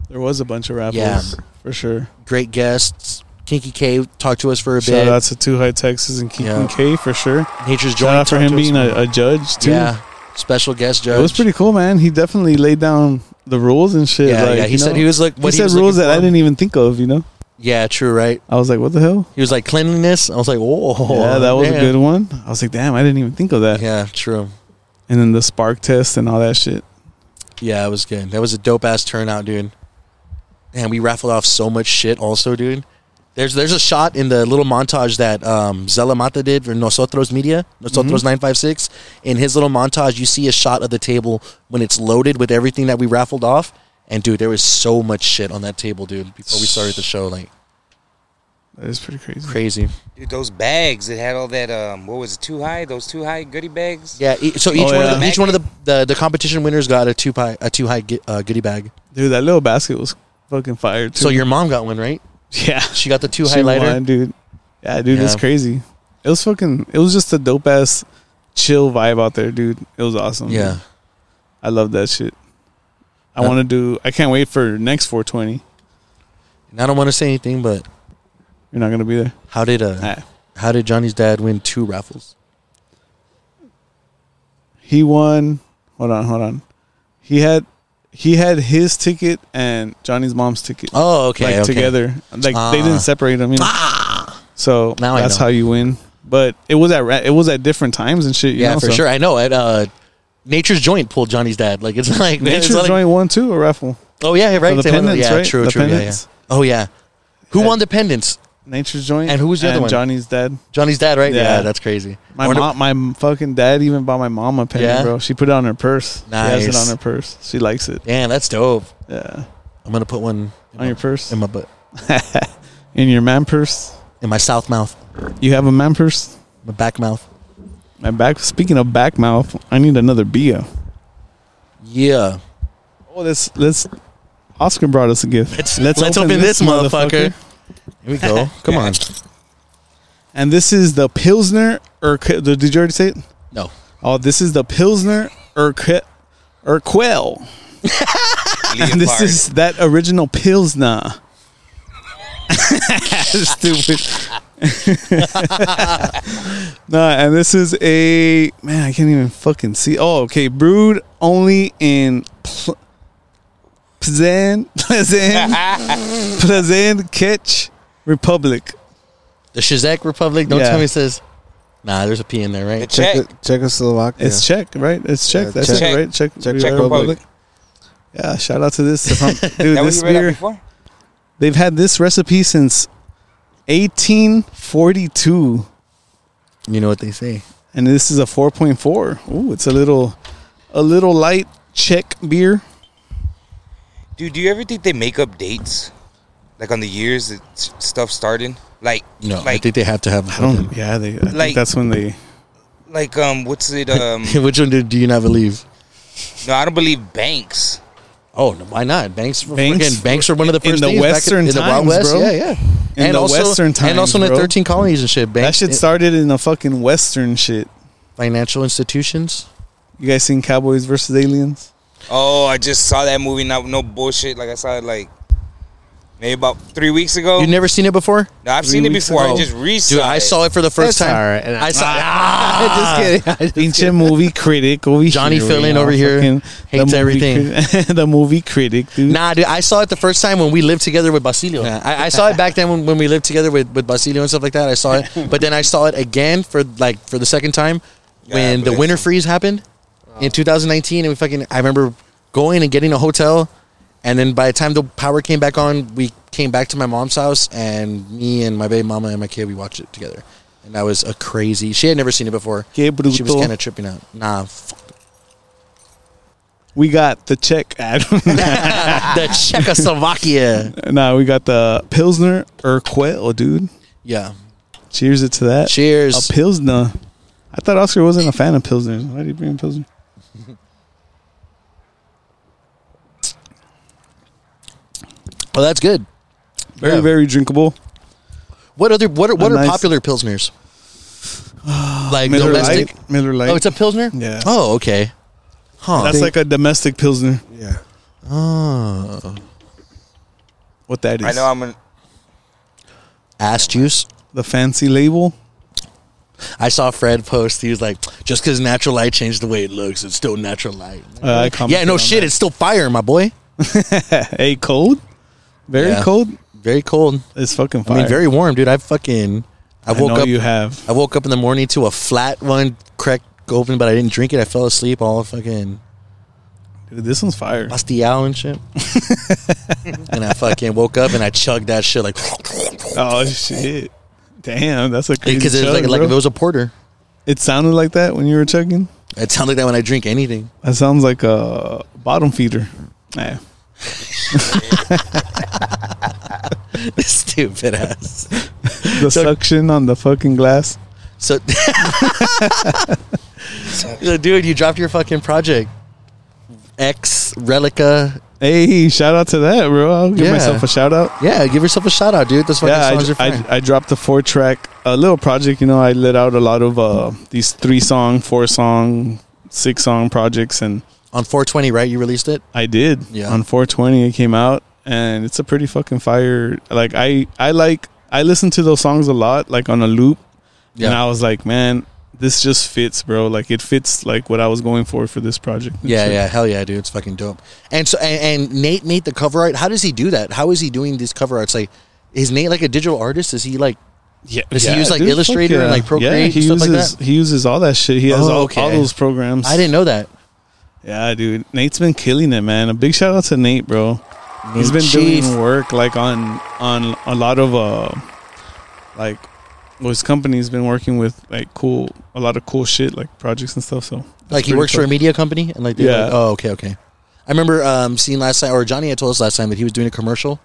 D: There was a bunch of raffles
E: Yeah.
D: for sure.
E: Great guests. Kinky K talked to us for a
D: Shout
E: bit.
D: out to Two High Texas and Keaton
E: Yeah.
D: K for sure.
E: Nature's
D: Shout
E: Joint
D: out for
E: talked
D: him
E: to us.
D: being a, a judge too.
E: yeah special guest judge.
D: It was pretty cool, man. He definitely laid down the rules and shit.
E: Yeah,
D: like,
E: yeah. He
D: you
E: said
D: know?
E: he was like
D: he
E: what he,
D: said
E: was
D: rules
E: looking
D: that I
E: for.
D: didn't even think of. You know,
E: Yeah, true, right?
D: I was like, what the hell?
E: He was like cleanliness. I was like, oh,
D: yeah, that was
E: damn.
D: a good one. I was like, damn, I didn't even think of that.
E: Yeah, true.
D: And then the spark test and all that shit.
E: Yeah, it was good. That was a dope ass turnout, dude. Man, we raffled off so much shit, also, dude. There's there's a shot in the little montage that um, Zela Mata did for Nosotros Media, Nosotros nine five six. In his little montage, you see a shot of the table when it's loaded with everything that we raffled off. And dude, there was so much shit on that table, dude. Before we started the show, like
D: That is pretty crazy.
E: crazy.
F: Dude, those bags that had all that um, what was it? Too high? Those too high goodie bags?
E: Yeah. e- So each
D: Oh,
E: one of the,
F: yeah.
E: each one of the, the the competition winners got a two pie a two high gi- uh, goodie bag.
D: Dude, that little basket was fucking fire too.
E: So your mom got one, right?
D: yeah,
E: She got the two
D: She
E: highlighter.
D: won, dude. Yeah, dude, it's
E: Yeah.
D: crazy. It was fucking. It was just a dope ass chill vibe out there, dude. It was awesome.
E: Yeah. Uh,
D: I love that shit. I
E: Yeah.
D: want to do. I can't wait for next 420.
E: And I don't want to say anything, but
D: You're not gonna be there.
E: how did uh,
D: Ah.
E: how did Johnny's dad win two raffles?
D: He won. Hold on, hold on. He had he had his ticket and Johnny's mom's ticket.
E: Oh, okay,
D: like
E: okay.
D: together. Like
E: Ah.
D: they didn't separate them. You know? So
E: Now I
D: that's
E: know.
D: how you win. But it was at ra- it was at different times and shit. You
E: Yeah,
D: know?
E: for
D: so-
E: sure. I know. At uh, Nature's Joint pulled Johnny's dad. Like it's like it's
D: Nature's
E: not like-
D: Joint won too a raffle.
E: Oh yeah, right.
D: the
E: they won-
D: pendants,
E: yeah,
D: right?
E: true,
D: The
E: true. yeah, Yeah,
D: pendants.
E: Oh yeah. Who
D: Yeah.
E: won the pendants?
D: Nature's Joint
E: And who was the other one?
D: Johnny's dad.
E: Johnny's dad, right? Yeah,
D: Yeah.
E: that's crazy. I
D: My
E: wonder-
D: mom, my fucking dad even bought my mom a pendant,
E: Yeah?
D: bro. She put it on her purse. She has
E: Nice.
D: it on her purse. She likes it.
E: Damn, that's dope.
D: Yeah,
E: I'm gonna put one in
D: on your
E: my-
D: purse,
E: in my butt,
D: in your man purse.
E: in my south mouth,
D: You have a man purse.
E: my back mouth.
D: My back. Speaking of back mouth, I need another beer.
E: Yeah.
D: Oh, let's let's. Oscar brought us a gift.
E: Let's let's, open, this, motherfucker. Here we go. Come on.
D: And this is the Pilsner or did you already say it?
E: No.
D: Oh, this is the Pilsner Urquell. Urquell.
F: Leopard.
D: And this is that original Pilsner. Stupid. nah, and this is a man. I can't even fucking see. Oh, okay. Brewed only in Pl- Pleasant, Pleasant, Pleasant Ketch Republic.
E: The Shazak Republic. Don't
D: Yeah.
E: tell me it says. Nah, there's a P in there,
F: the
E: right?
F: check.
G: Czech- Czechoslovakia.
D: It's Czech, right? It's Czech.
G: Yeah,
D: That's
G: Czech.
D: it, right? Czech,
G: Czech
D: Republic.
G: Republic.
D: Yeah. Shout out to this, uh, dude.
F: That was
D: this
F: you read that
D: beer.
F: before?
D: They've had this recipe since 1842,
E: You know what they say.
D: and this is a 4.4. Ooh, it's a little, a little light Czech beer.
F: Dude, do you ever think they make up dates? Like on the years that s- stuff started? Like
E: No, I
F: like
E: think they have to have. I
D: Yeah, they. I
F: Like-
D: think that's when they.
F: like um what's it um
E: Which one do, do you not believe?
F: No, I don't believe banks.
E: Oh, no, why not? Banks, were
D: Banks
E: freaking- banks were one of the
D: in
E: first
D: the
E: things back
D: Western
E: in the Wild
D: times,
E: West.
D: bro.
E: Yeah, yeah.
D: In the Western
E: and also in
D: times,
E: the
D: bro.
E: thirteen colonies and shit.
D: That
E: Banks,
D: shit started in the fucking Western shit.
E: financial institutions.
D: You guys seen Cowboys versus Aliens?
F: Oh, I just saw that movie. Not no bullshit. Like I saw it like maybe about three weeks ago.
E: You never seen it before,
F: no, I've seen it
D: weeks
F: before.
D: ago.
F: Oh. I just resaw
E: dude. I saw it for the first
G: That's
E: time.
G: all right. And I-
E: I saw.
G: Just
E: Ah,
G: kidding. I just
D: Pinche movie critic over
E: Johnny
D: here.
E: Fillin'
D: you know,
E: over here
D: fucking
E: hates
D: movie
E: everything.
D: crit- the movie critic, dude.
E: Nah, dude, I saw it the first time when we lived together with Basilio. I, I saw it back then when, when we lived together with, with Basilio and stuff like that. I saw it, but then I saw it again for like for the second time when
F: Yeah,
E: the
F: but
E: winter
F: it's- Oh.
E: freeze happened in 2019, and we fucking. I remember going and getting a hotel, and then by the time the power came back on, we came back to my mom's house, and me and my baby mama and my kid we watched it together. and that was a crazy. She had never seen it before.
D: Que bruto.
E: She was kind of tripping out. Nah, fuck
D: we got the Czech ad.
E: the Czechoslovakia.
D: nah, we got the Pilsner Urquell, dude.
E: Yeah.
D: Cheers it to that.
E: Cheers.
D: A Pilsner. I thought Oscar wasn't a fan of Pilsners. Why did he bring a Pilsner?
E: Well, Oh, that's good.
D: Very,
E: Yeah.
D: very drinkable.
E: What other what are, what
D: A
E: are
D: nice-
E: popular pilsners? Like
D: Miller
E: domestic.
D: Light. Miller Light.
E: Oh, it's a pilsner.
D: Yeah.
E: Oh, okay. Huh.
D: That's like a domestic Pilsner,
G: Yeah.
E: Ah.
D: what that is.
F: I know I'm gonna.
E: ass juice.
D: the fancy label.
E: I saw Fred post. He was like, "Just because natural light changed the way it looks, it's still natural light."
D: Uh, I
E: yeah,
D: commented
E: no
D: on
E: shit, it's still fire, my boy.
D: that. Hey, cold? Very
E: Yeah.
D: cold?
E: Very cold.
D: It's fucking
E: I
D: fire.
E: mean, very warm, dude. I fucking. I
D: I
E: woke
D: know
E: up.
D: you have.
E: I woke up in the morning to a flat one, cracked open, but I didn't drink it. I fell asleep, all fucking
D: Dude, this one's fire.
E: pastilao and shit. and I fucking woke up and I chugged that shit like
D: Oh, shit. Damn, that's a crazy
E: because it was like
D: chug,
E: like
D: bro.
E: if it was a porter.
D: It sounded like that when you were chugging?
E: It sounds like that when I drink anything.
D: That sounds like a bottom feeder. Yeah.
E: Stupid ass.
D: The suction on the fucking glass.
E: So, So, dude, you dropped your fucking project. X Relica.
D: Hey, shout out to that, bro. I'll give
E: Yeah.
D: myself a shout out.
E: Yeah, give yourself a shout out, dude. Those fucking
D: yeah,
E: songs are
D: I,
E: fire.
D: I, I dropped a four track, a little project. You know, I let out a lot of uh, these three song, four song, six song projects, and
E: On 420, right? You released it.
D: I did.
E: Yeah.
D: On 420, it came out, and it's a pretty fucking fire. Like I, I like I listen to those songs a lot, like on a loop. And I was like, man, this just fits, bro. Like it fits like what I was going for for this project. and
E: yeah,
D: shit.
E: yeah, hell yeah, dude. It's fucking dope. And so, and, and Nate made the cover art. How does he do that? How is he doing these cover arts? Like, is Nate like a digital artist? Is he like?
D: Yeah,
E: Does he
D: yeah,
E: use, like,
D: dude, fuck
E: Illustrator and, like, Procreate
D: Yeah, he
E: and stuff like
D: uses he uses all that shit. He has
E: Oh,
D: all, all
E: okay.
D: those programs.
E: I didn't know that.
D: Yeah, dude. Nate's been killing it, man. A big shout out to Nate, bro. He's been
E: Chief.
D: doing work like on on a lot of uh like well, his company's been working with like cool a lot of cool shit like projects and stuff. So that's
E: like he
D: pretty
E: works for a
D: cool.
E: media company and like, yeah.
D: Yeah.
E: like oh okay okay i remember um seeing last time or johnny had told us last time that he was doing a commercial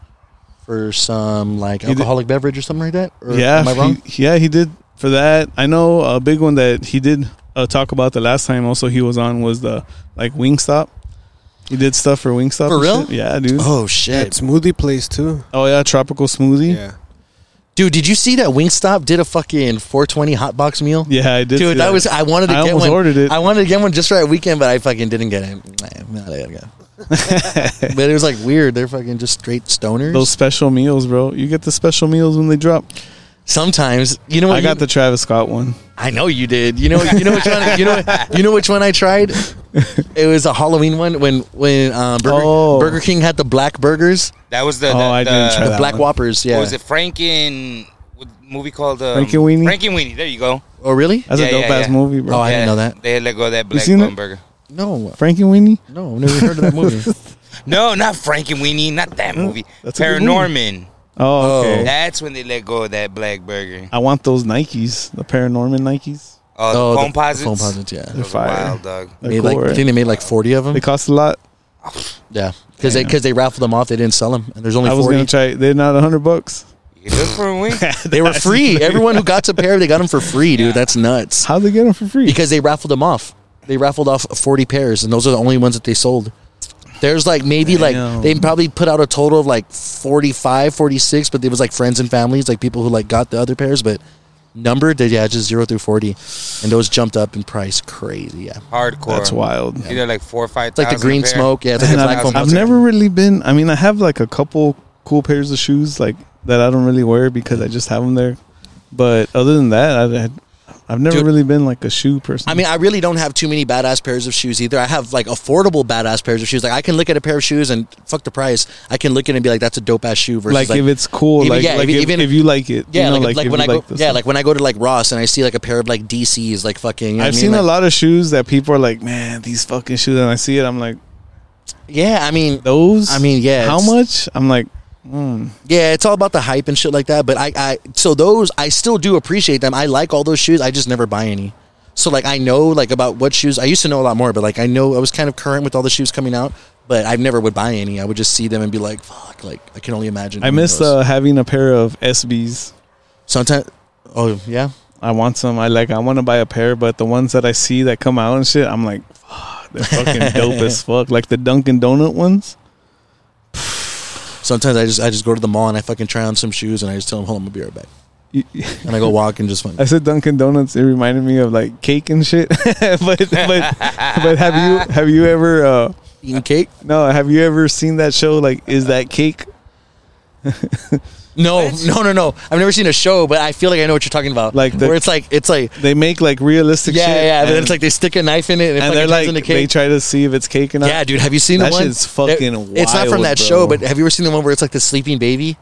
E: for some like
D: did-
E: alcoholic beverage or something like that or
D: Yeah,
E: am i wrong
D: He, yeah, he did for that. I know a big one that he did uh, talk about the last time. Also, he was on was the like Wingstop. He did stuff for Wingstop.
E: For
D: and
E: real?
D: shit. Yeah, dude.
E: oh shit
G: Smoothie place too.
D: Oh yeah, tropical smoothie. Yeah,
E: dude did you see that wingstop did a fucking 420 hot box meal
D: I did. see
E: Dude, that was I wanted to
D: I
E: get
D: almost
E: one.
D: ordered it.
E: I wanted to get one just for that weekend, but I fucking didn't get it. Nah, I gotta go. but it was like weird. They're fucking just straight stoners.
D: those special meals, bro. You get the special meals when they drop.
E: Sometimes you know what
D: I
E: Oh, you-
D: got the Travis Scott one.
E: I know you did. You know, you know which one. You know, you know which one I tried. It was a Halloween one when when uh, Burger,
D: Oh.
E: Burger King had the black burgers,
F: That was the.
D: Oh,
F: the,
D: I didn't
F: the-
D: try
E: the
D: That
E: black
D: one.
E: Whoppers. Yeah.
F: What was it Franken? What movie called? Um,
D: Frank and Weenie?
F: Frank and Weenie. There you go.
E: Oh, really?
D: That's a
F: Yeah,
D: dope
F: yeah,
D: ass
F: yeah.
D: movie, bro.
E: Oh, I didn't know that.
F: They had let go of that black
D: seen
F: bun
D: it?
F: burger.
E: No,
D: Frank and Weenie.
E: no, I've never heard of that movie.
F: No, not Frank and Weenie. Not that
E: Oh,
F: movie.
D: that's a good movie.
F: Paranorman.
D: Oh, okay.
F: That's when they let go of that black burger.
D: I want those Nikes, the Paranorman Nikes.
F: Oh,
E: Oh,
F: the
E: the-
F: foam posits.
E: the foam posits, yeah.
F: Those
D: They're
F: are
D: fire.
F: Wild dog.
D: They're
E: Made
D: cool,
E: like, I
D: right?
E: think they made like forty of them.
D: They cost a lot.
E: yeah, because they because they raffled them off. They didn't sell them, and there's only
D: I was
E: forty.
D: gonna try. They're not a hundred bucks.
F: You look for a wing.
E: they were free. Everyone who got to pair, they got them for free, dude. That's nuts.
D: How'd they get them for free?
E: Because they raffled them off. They raffled off forty pairs, and those are the only ones that they sold. There's like maybe
D: Damn.
E: like they probably put out a total of like 45, 46, but it was like friends and families, like people who like got the other pairs, but numbered, they, yeah, just zero through 40. And those jumped up in price crazy. Yeah.
F: Hardcore.
D: That's wild.
F: Either like four or five.
E: It's like the green smoke. Yeah. It's like the
D: And
E: black
D: I've,
E: foam.
D: I've never really been. I mean, I have like a couple cool pairs of shoes like that I don't really wear because I just have them there. But other than that, I've, had, I've never
E: Dude.
D: really been like a shoe person.
E: I mean, I really don't have too many badass pairs of shoes either. I have like affordable badass pairs of shoes. Like I can look at a pair of shoes and fuck the price. I can look at it and be like, that's a dope ass shoe. Versus
D: like, if it's cool,
E: even-
D: like,
E: yeah,
D: like
E: even-
D: if,
E: even-
D: if you like it,
E: Yeah,
D: you know,
E: like, like,
D: if
E: when
D: you
E: I go,
D: the
E: yeah,
D: stuff.
E: like when I go to like Ross and I see like a pair of like DCs, like fucking. You know what
D: I've
E: I mean?
D: seen
E: Like-
D: a lot of shoes that people are like, man, these fucking shoes, and I see it, I'm like,
E: Yeah, I mean,
D: those.
E: I mean, yeah,
D: how
E: it's-
D: much? I'm like,
E: Yeah, it's all about the hype and shit like that. But I, I so those I still do appreciate them. I like all those shoes. I just never buy any. So like I know like about what shoes I used to know a lot more, but like I know I was kind of current with all the shoes coming out, but I never would buy any. I would just see them and be like, fuck, like I can only imagine.
D: I miss uh, having a pair of SBs.
E: sometimes. Oh yeah,
D: I want some. I like. I want to buy a pair, but the ones that I see that come out and shit, I'm like, fuck, they're fucking dope as fuck. Like the Dunkin' Donut ones.
E: sometimes I just I just go to the mall and I fucking try on some shoes and I just tell them, hold on, I'm gonna be right back,
D: You-
E: and I go walk and just fucking.
D: I said Dunkin' Donuts. It reminded me of like cake and shit. but but but have you have you ever uh,
E: eating cake?
D: no have you ever seen that show like Is That Cake?
E: No, no, no, no. I've never seen a show, but I feel like I know what you're talking about.
D: Like the-
E: where it's like it's like
D: They make like realistic.
E: yeah,
D: shit,
E: yeah. But
D: and,
E: then it's like they stick a knife in it and, it
D: and
E: fucking
D: they're
E: turns
D: like
E: into cake.
D: they try to see if it's cake or not.
E: Yeah, dude. Have you seen
D: That
E: the one?
D: shit's fucking
E: It's not from
D: wild,
E: that
D: bro.
E: show, but have you ever seen the one where it's like the sleeping baby?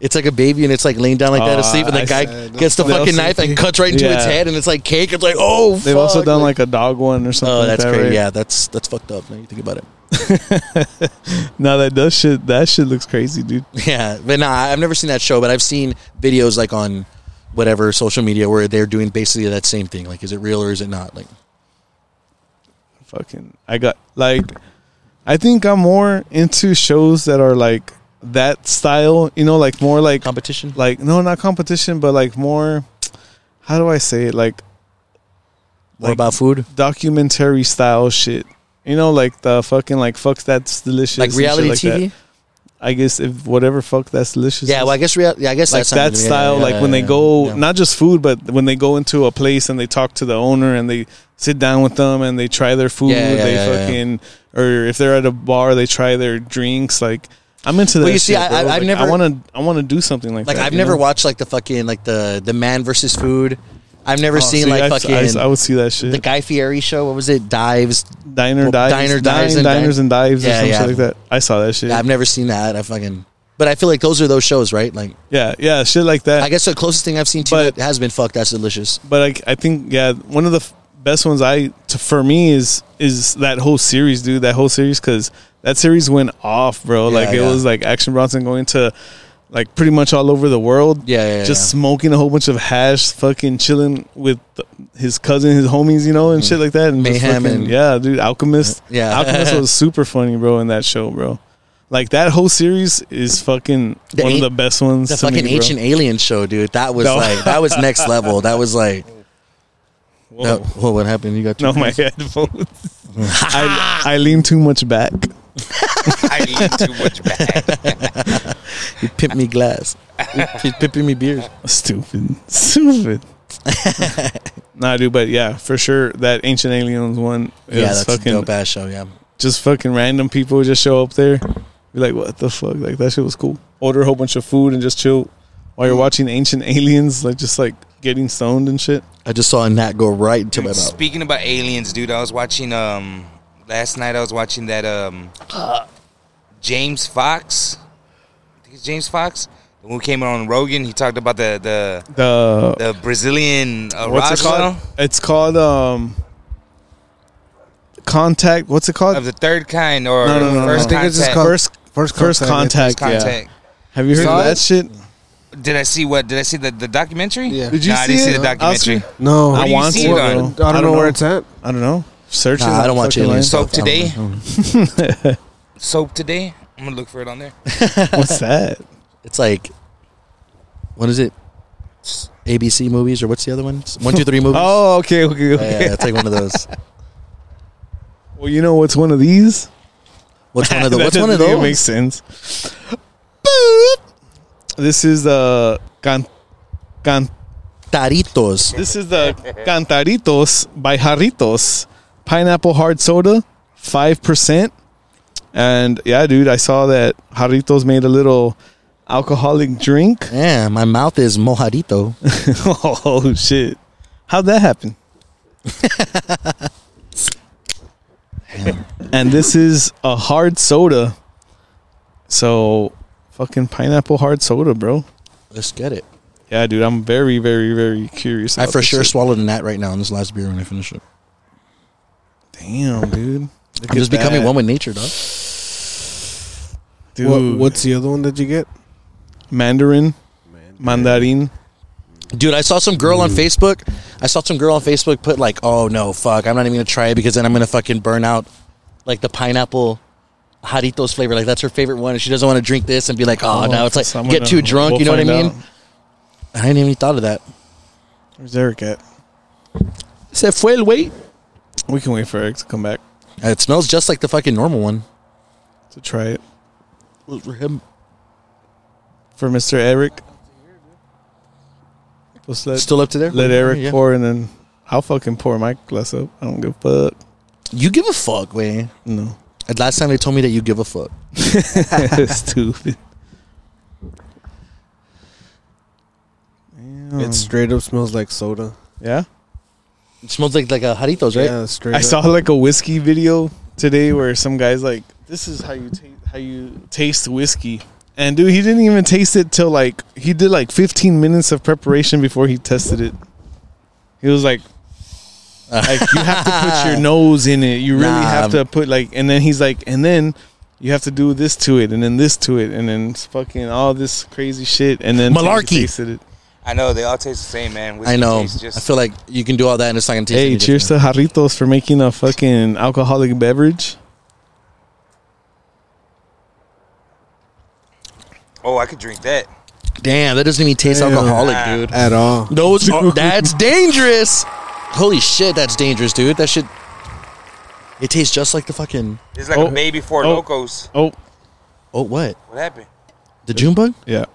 E: It's like a baby and it's like laying down like that
D: Uh,
E: asleep, and the
D: I
E: guy
D: said-
E: gets the
D: Little
E: fucking knife and
D: sleepy.
E: cuts right into its
D: Yeah.
E: head, and it's like cake. It's like oh,
D: They've also done like a dog one or something.
E: oh,
D: like
E: that's
D: that,
E: crazy.
D: right?
E: Yeah, that's that's fucked up. Now you think about it.
D: No, that does shit. That shit looks crazy, dude.
E: Yeah, but nah, I've never seen that show, but I've seen videos like on whatever social media where they're doing basically that same thing. Like, is it real or is it not? Like,
D: fucking I got like I think I'm more into shows that are like that style, you know, like more like
E: competition.
D: like no not competition, but like more how do I say it? Like
E: What about food?
D: documentary style shit. You know, like the fucking like fuck that's delicious. and
E: Like
D: shit
E: reality
D: like that.
E: TV?
D: I guess if whatever fuck that's delicious.
E: Yeah,
D: is-
E: well, I guess real. Yeah, I guess
D: like
E: that's something to
D: that
E: me. Yeah,
D: style,
E: yeah,
D: like
E: yeah,
D: when they
E: yeah,
D: go
E: yeah.
D: not just food, but when they go into a place and they talk to the owner and they sit down with them and they try their food,
E: Yeah, yeah,
D: they
E: yeah, yeah.
D: fucking or if they're at a bar, they try their drinks. Like I'm into that.
E: Well, you see,
D: shit,
E: I-
D: bro.
E: I- I've
D: Like, I
E: never-
D: want to. I want to do something like,
E: Like
D: that.
E: I've
D: you
E: never
D: know?
E: watched like the fucking like the the man versus food. I've never
D: Oh,
E: seen
D: see,
E: like
D: I-
E: fucking
D: I, I would see that shit.
E: the Guy Fieri show. What was it? Dives.
D: diner
E: well,
D: dives,
E: diner
D: dine,
E: dives and
D: diners
E: dine-
D: and dives, or
E: Yeah,
D: some
E: yeah.
D: shit like that. I saw that shit.
E: I've never seen that. I fucking. But I feel like those are those shows, right? Like
D: yeah, yeah, shit like that.
E: I guess the closest thing I've seen to
D: But-
E: it has been fuck. That's delicious.
D: but I, I think yeah, one of the f- best ones I to, for me is is that whole series, dude. That whole series because that series went off, bro.
E: Yeah,
D: like it
E: yeah.
D: was like Action Bronson going to like pretty much all over the world.
E: Yeah, yeah, yeah,
D: just
E: yeah.
D: smoking a whole bunch of hash, fucking chilling with th- his cousin, his homies, you know, and shit like that. And just
E: Mm. Mayhem
D: fucking-
E: and-
D: yeah, dude, Alchemist.
E: Yeah.
D: Alchemist was super funny, bro, in that show, bro. Like that whole series is fucking
E: The
D: one
E: an-
D: of the best ones.
E: The
D: to
E: fucking
D: me, bro.
E: ancient alien show, dude. That was
D: No.
E: like that was next level. That was like.
D: Whoa.
E: that- whoa, what happened? You got two
D: No, my
E: points?
D: headphones. I, I lean too much back.
F: I need too much back.
E: You pimp me glass. He's pimping me beers.
D: Stupid. Stupid. nah, dude, but yeah, for sure. That Ancient Aliens one is
E: Yeah, that's a
D: fucking
E: dope ass show. Yeah,
D: just fucking random people just show up there. Be like, what the fuck? Like that shit was cool. Order a whole bunch of food and just chill while you're watching Ancient Aliens, like just like getting stoned and shit.
E: I just saw a gnat go right into my mouth.
F: Speaking about aliens, dude, I was watching um last night. I was watching that um James Fox. I think it's James Fox. The one Who came on Rogan? He talked about the the
D: The
F: the Brazilian uh,
D: what's it
F: Roswell
D: called? It's called um Contact. What's it called?
F: of the third kind or
D: No, no, no, no. I
F: first
D: think
F: contact.
G: it's just called-
D: first
G: First
D: first
G: contact,
D: contact.
F: First contact.
D: Yeah. Have you heard
F: Saw
D: of that
F: it?
D: shit?
F: Did I see what? Did I see the, the documentary?
G: Yeah.
D: Did you
F: Nah, I didn't
D: see
F: see
D: it?
F: the documentary.
D: Oscar?
G: No,
F: What
D: I
F: do you
D: want
F: see
D: to.
F: it
D: bro.
F: on?
G: I don't, know where it's at.
D: I don't know. Search it.
E: Nah, I don't watch
D: fucking
E: alien
D: line.
E: stuff.
F: So
E: I don't
F: today,
E: know.
F: soap today. I'm gonna look for it on there.
D: What's that?
E: It's like, what is it? It's ABC movies or what's the other one? It's One, two, three movies.
D: Oh, okay, okay,
E: yeah,
D: okay.
E: yeah, it's like one of those.
D: Well, you know what's one of these?
E: What's one of the?
D: That
E: What's one of
D: doesn't even
E: those?
D: Make sense. Boop. This is the can, can,
E: Taritos.
D: This is the Cantaritos by Jarritos pineapple hard soda, five percent. And yeah, dude, I saw that Jarritos made a little alcoholic drink.
E: Yeah, my mouth is mojadito.
D: oh shit! How'd that happen? and this is a hard soda, so fucking pineapple hard soda, bro.
E: Let's get it.
D: Yeah, dude, I'm very, very, very curious.
E: I
D: about
E: for
D: this
E: sure
D: shit.
E: swallowed a gnat right now in this last beer when I finished it.
D: Damn, dude. Look
E: I'm
D: at
E: just becoming
D: that.
E: one with nature, dog.
D: Dude,
G: What, what's the other one that you get?
D: Mandarin, Mandarin.
E: Dude, I saw some girl on Facebook. I saw some girl on Facebook put like, "Oh no, fuck! I'm not even gonna try it because then I'm gonna fucking burn out." Like the pineapple Jaritos flavor, like that's her favorite one, and she doesn't want to drink this and be like, "Oh,
D: Oh,
E: now it's like
D: someone
E: get too
D: will-
E: drunk."
D: will
E: you know what I
D: find
E: mean?
D: out.
E: I didn't even thought of that.
D: Where's Eric at?
E: Se fue el wait.
D: We can wait for Eric to come back
E: It smells just like the fucking normal one.
D: to try it.
E: For him,
D: For Mr. Eric. Just let,
E: still up to there.
D: let Eric
E: Yeah.
D: pour and then I'll fucking pour my glass up. I don't give a fuck.
E: You give a fuck, way.
D: No.
E: And Last time they told me that you give a fuck.
D: Stupid.
G: It straight up smells like soda.
D: Yeah.
E: It smells like like a Jaritos, right?
G: Yeah, straight.
D: I
G: up.
D: saw like a whiskey video today where some guy's like, "This is how you ta- how you taste whiskey," and dude, he didn't even taste it till like he did like 15 minutes of preparation before he tested it. He was like, "Like you have to put your nose in it. You really
E: Nah.
D: have to put like," and then he's like, "And then." You have to do this to it, and then this to it, and then it's fucking all this crazy shit, and then
E: Malarkey.
D: he tasted it.
F: I know they all taste the same, man.
E: I
F: Whiskey
E: know.
F: tastes just-
E: I feel like you can do all that and it's not gonna taste.
D: Hey,
E: any
D: cheers
E: different.
D: to Jarritos for making a fucking alcoholic beverage.
F: oh, I could drink that.
E: Damn, that doesn't even taste
G: Damn.
E: alcoholic,
F: Ah.
E: dude.
G: at all.
E: Those are, that's dangerous. Holy shit, that's dangerous, dude. That shit. It tastes just like the fucking.
F: It's like
D: Oh.
F: a baby for
D: Oh.
F: locos.
D: Oh,
E: Oh what?
F: What happened?
E: The June bug?
D: yeah.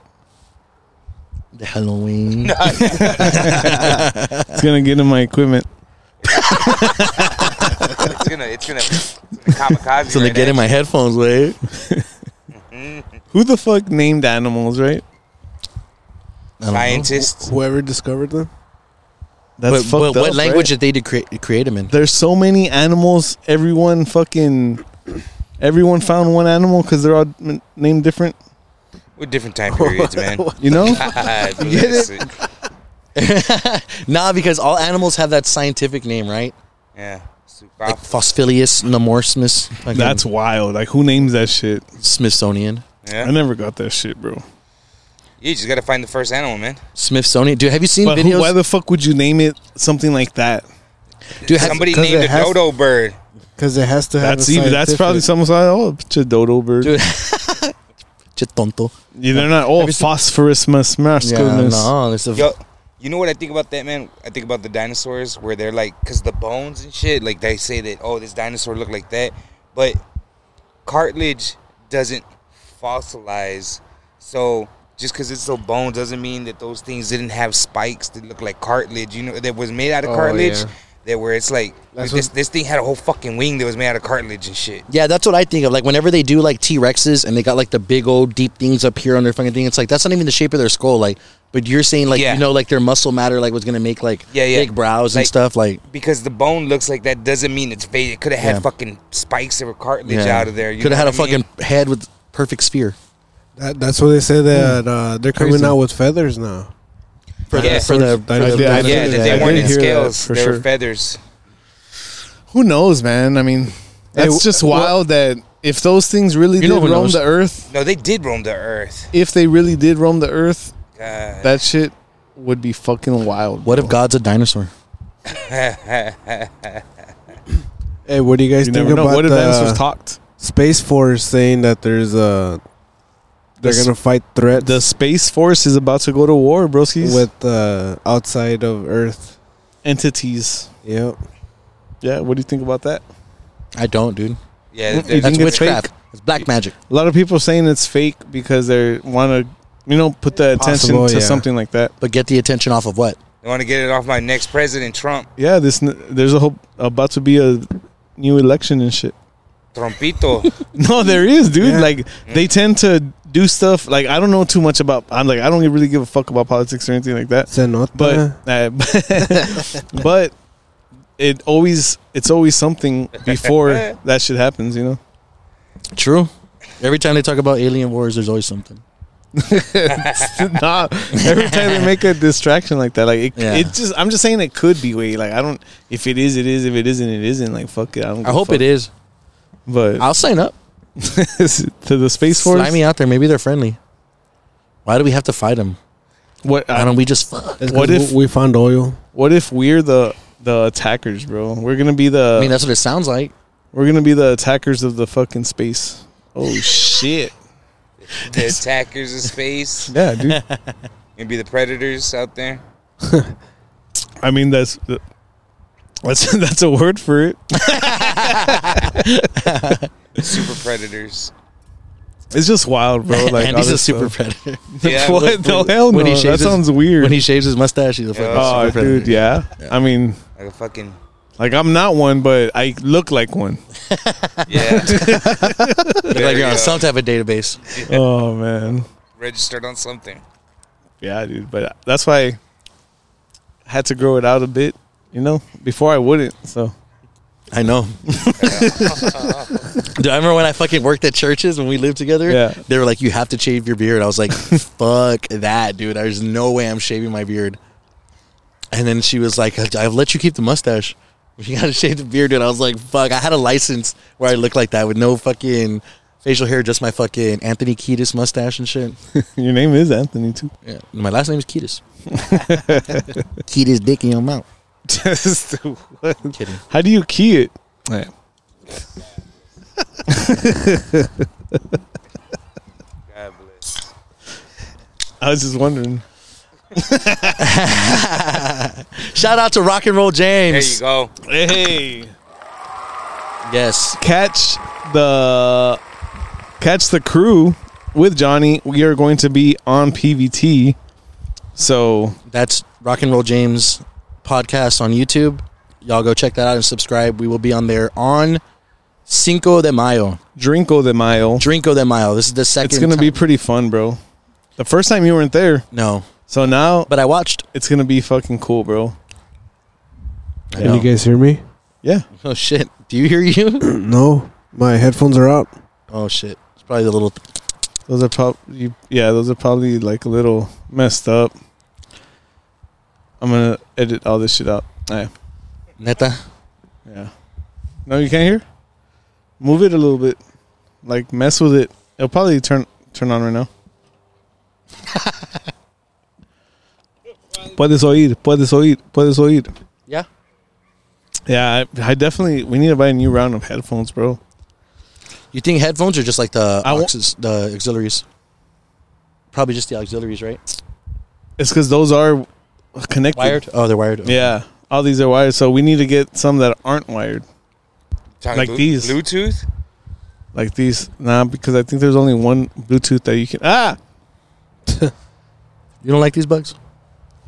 E: The Halloween.
D: It's gonna get in my equipment.
F: It's gonna, it's gonna, it's gonna kamikaze.
E: So they
F: right
E: get
F: at
E: in my headphones, wait.
D: Who the fuck named animals, right?
E: I don't know.
F: scientists.
G: Whoever discovered them.
E: But,
D: That's
E: but
D: fucked
E: what
D: up,
E: language
D: right?
E: did they de- create, create them in?
D: There's so many animals. Everyone fucking, everyone found one animal because they're all m- named different.
F: With different time periods, man.
D: You know?
F: you
D: get
E: Nah, because all animals have that scientific name, right?
F: Yeah.
E: Like Phosphilius nemorsmus. fucking
D: That's wild. Like, who names that shit?
E: Smithsonian.
D: I
F: yeah.
D: never got that shit, bro.
F: You just gotta find the first animal, man.
E: Smithsonian. Dude, have you seen
D: But who,
E: videos?
D: why the fuck would you name it something like that?
E: Dude, have-
F: Somebody
G: 'cause
F: named
G: it
F: a
G: has-
F: dodo bird.
G: Because it has to have.
D: That's
G: a
D: even. That's
G: scientific-
D: probably someone's like, oh, it's a dodo bird.
E: Dude. Che tonto.
D: Yeah, they're not. Oh, phosphorus mas- masculinus.
E: no, it's a,
F: Yo, you know what I think about that, man? I think about the dinosaurs where they're like, because the bones and shit, like they say that, oh, this dinosaur looked like that. But cartilage doesn't fossilize. So just because it's so bone doesn't mean that those things didn't have spikes that look like cartilage, you know, that was made out of
G: Oh,
F: cartilage.
G: yeah.
F: That where it's like
G: That's
F: this,
G: what-
F: this thing had a whole fucking wing that was made out of cartilage and shit.
E: Yeah, that's what I think of. Like whenever they do like T Rexes and they got like the big old deep things up here on their fucking thing, it's like that's not even the shape of their skull. Like, but you're saying like
F: Yeah.
E: you know like their muscle matter like was gonna make like
F: Yeah, yeah.
E: big brows and
F: Like-
E: stuff. Like
F: Because the bone looks like that doesn't mean it's faded. It could have had
E: Yeah.
F: fucking spikes or cartilage out of there. you
E: Could
F: know
E: have had a
F: what I mean?
E: fucking head with perfect sphere
G: That, that's what they say that uh, they're coming
E: Crazy.
G: out with feathers now.
E: for
F: Yeah.
E: the for the. For
G: Dinosaurs-
E: the
D: did- I
G: dinosaurs-
F: Yeah,
D: did-
F: that
D: I
F: they
D: did
F: weren't in
D: hear that
F: scales.
D: for
F: They
D: sure.
F: were feathers.
D: Who knows, man? I mean, that's
G: Hey,
D: just
G: wh-
D: wild that if those things really did
E: know who
D: roam
E: knows.
D: the earth,
F: No, they did roam the earth. Uh,
D: if they really did roam the earth,
F: God.
D: that shit would be fucking wild.
E: what if God's a dinosaur?
G: Hey, what do you guys
D: You
G: think
D: never know.
G: about
D: What if
G: the
D: dinosaurs talked?
G: space force saying that there's a they're
D: The s-
G: gonna fight threats
D: The space force is about to go to war, broskies. With
G: with uh, outside of Earth?
D: entities.
G: Yep.
D: Yeah, what do you think about that?
E: I don't, dude.
F: yeah,
D: You
F: they're-
E: That's
D: think it's
E: witchcraft.
D: fake?
E: It's black magic.
D: A lot of people saying it's fake because they want to, you know, put the attention
G: Possible,
D: to
G: yeah.
D: something like that.
E: But get the attention off of what?
F: I want to get it off my next president, Trump.
D: Yeah, this n- there's a whole about to be a new election and shit.
F: Trumpito.
D: No, there is, dude.
G: Yeah.
D: Like they tend to do stuff. Like I don't know too much about. I'm like I don't really give a fuck about politics or anything like that.
G: Zenota.
E: Uh-huh.
D: But uh, but it always it's always something before that shit happens. You know,
E: True. Every time they talk about alien wars, there's always something.
D: nah, every time they make a distraction like that, like it,
E: Yeah.
D: it just I'm just saying it could be way. Like I don't if it is it is if it isn't it isn't. Like fuck it. I don't.
E: I hope it is.
D: But
E: I'll sign up.
D: to the space force.
E: Fly me out there. Maybe they're friendly. Why do we have to fight him?
D: What
E: Why
D: I
E: don't
D: don't.
E: we just fuck?
G: It's
D: What
G: 'cause
D: if-
G: we found oil?
D: What if we're the the attackers, bro? We're gonna be the
E: I mean, that's what it sounds like.
D: we're gonna be the attackers of the fucking space. Oh shit!
F: The attackers of space
D: Yeah, dude.
F: and be the predators out there.
D: I mean that's that's that's a word for it.
F: Super predators.
D: It's just wild, bro. Like all
E: Andy's a
D: this
E: super
D: stuff.
E: predator.
F: Yeah,
D: what?
F: like-
D: no hell no.
E: when he
D: that
E: shaves his-
D: sounds weird.
E: When he shaves his mustache, he's a fucking
F: Yeah.
D: oh,
E: super predator.
D: dude, yeah. I mean,
F: Like a fucking
D: like I'm not one, but I look like one.
F: yeah.
E: Look like you're on
F: Yeah.
E: some type of database.
D: Oh man.
F: registered on something.
D: Yeah, dude. But that's why I had to grow it out a bit, you know. Before I wouldn't. So
E: I know. Dude, I remember when I fucking worked at churches when we lived together.
D: Yeah.
E: They were like, you have to shave your beard. I was like, fuck that, dude. There's no way I'm shaving my beard. And then she was like, I've let you keep the mustache. but You gotta shave the beard, dude. I was like, fuck. I had a license where I looked like that with no fucking facial hair, just my fucking Anthony Kiedis mustache and shit.
D: your name is Anthony too.
E: Yeah. My last name is Kiedis. Kiedis dick in your mouth.
D: Just what?
E: Kidding.
D: How do you key it? Right.
F: God bless.
D: I was just wondering.
E: Shout out to Rock and Roll
F: There
E: James.
F: you go.
D: Hey,
E: Yes.
D: catch the catch the crew with Johnny. We are going to be on PVT. So
E: That's Rock and Roll James podcast on YouTube. Y'all go check that out and subscribe. We will be on there on Cinco de Mayo,
D: Drinko de Mayo.
E: Drinco de Mayo. This is the second.
D: It's gonna be
E: ti-
D: pretty fun, bro. The first time you weren't there,
E: no,
D: so now
E: but I watched.
D: it's gonna be fucking cool, bro.
E: I
G: Can you
E: know.
G: guys hear me?
D: Yeah,
E: oh shit! Do you hear you?
G: No, my headphones are out.
E: oh shit! It's probably the little.
D: those are probably yeah, those are probably like a little messed up. I'm gonna edit all this shit out. Yeah,
E: Neta.
D: yeah. No, you can't hear. Move it a little bit, like mess with it. It'll probably turn turn on right now. puedes oír, puedes oír, puedes oír.
E: Yeah.
D: Yeah, I, I definitely we need to buy a new round of headphones, bro.
E: You think headphones are just like the
D: I wa-
E: aux- the auxiliaries? Probably just the auxiliaries, right?
D: It's because those are connected.
E: Wired. Oh, they're wired. Okay.
D: Yeah, all these are wired. So we need to get some that aren't wired,
F: Talking
D: Like
F: blu-
D: these.
F: Bluetooth?
D: like these. Nah, because I think there's only one Bluetooth that you can. Ah,
E: You don't like these bugs?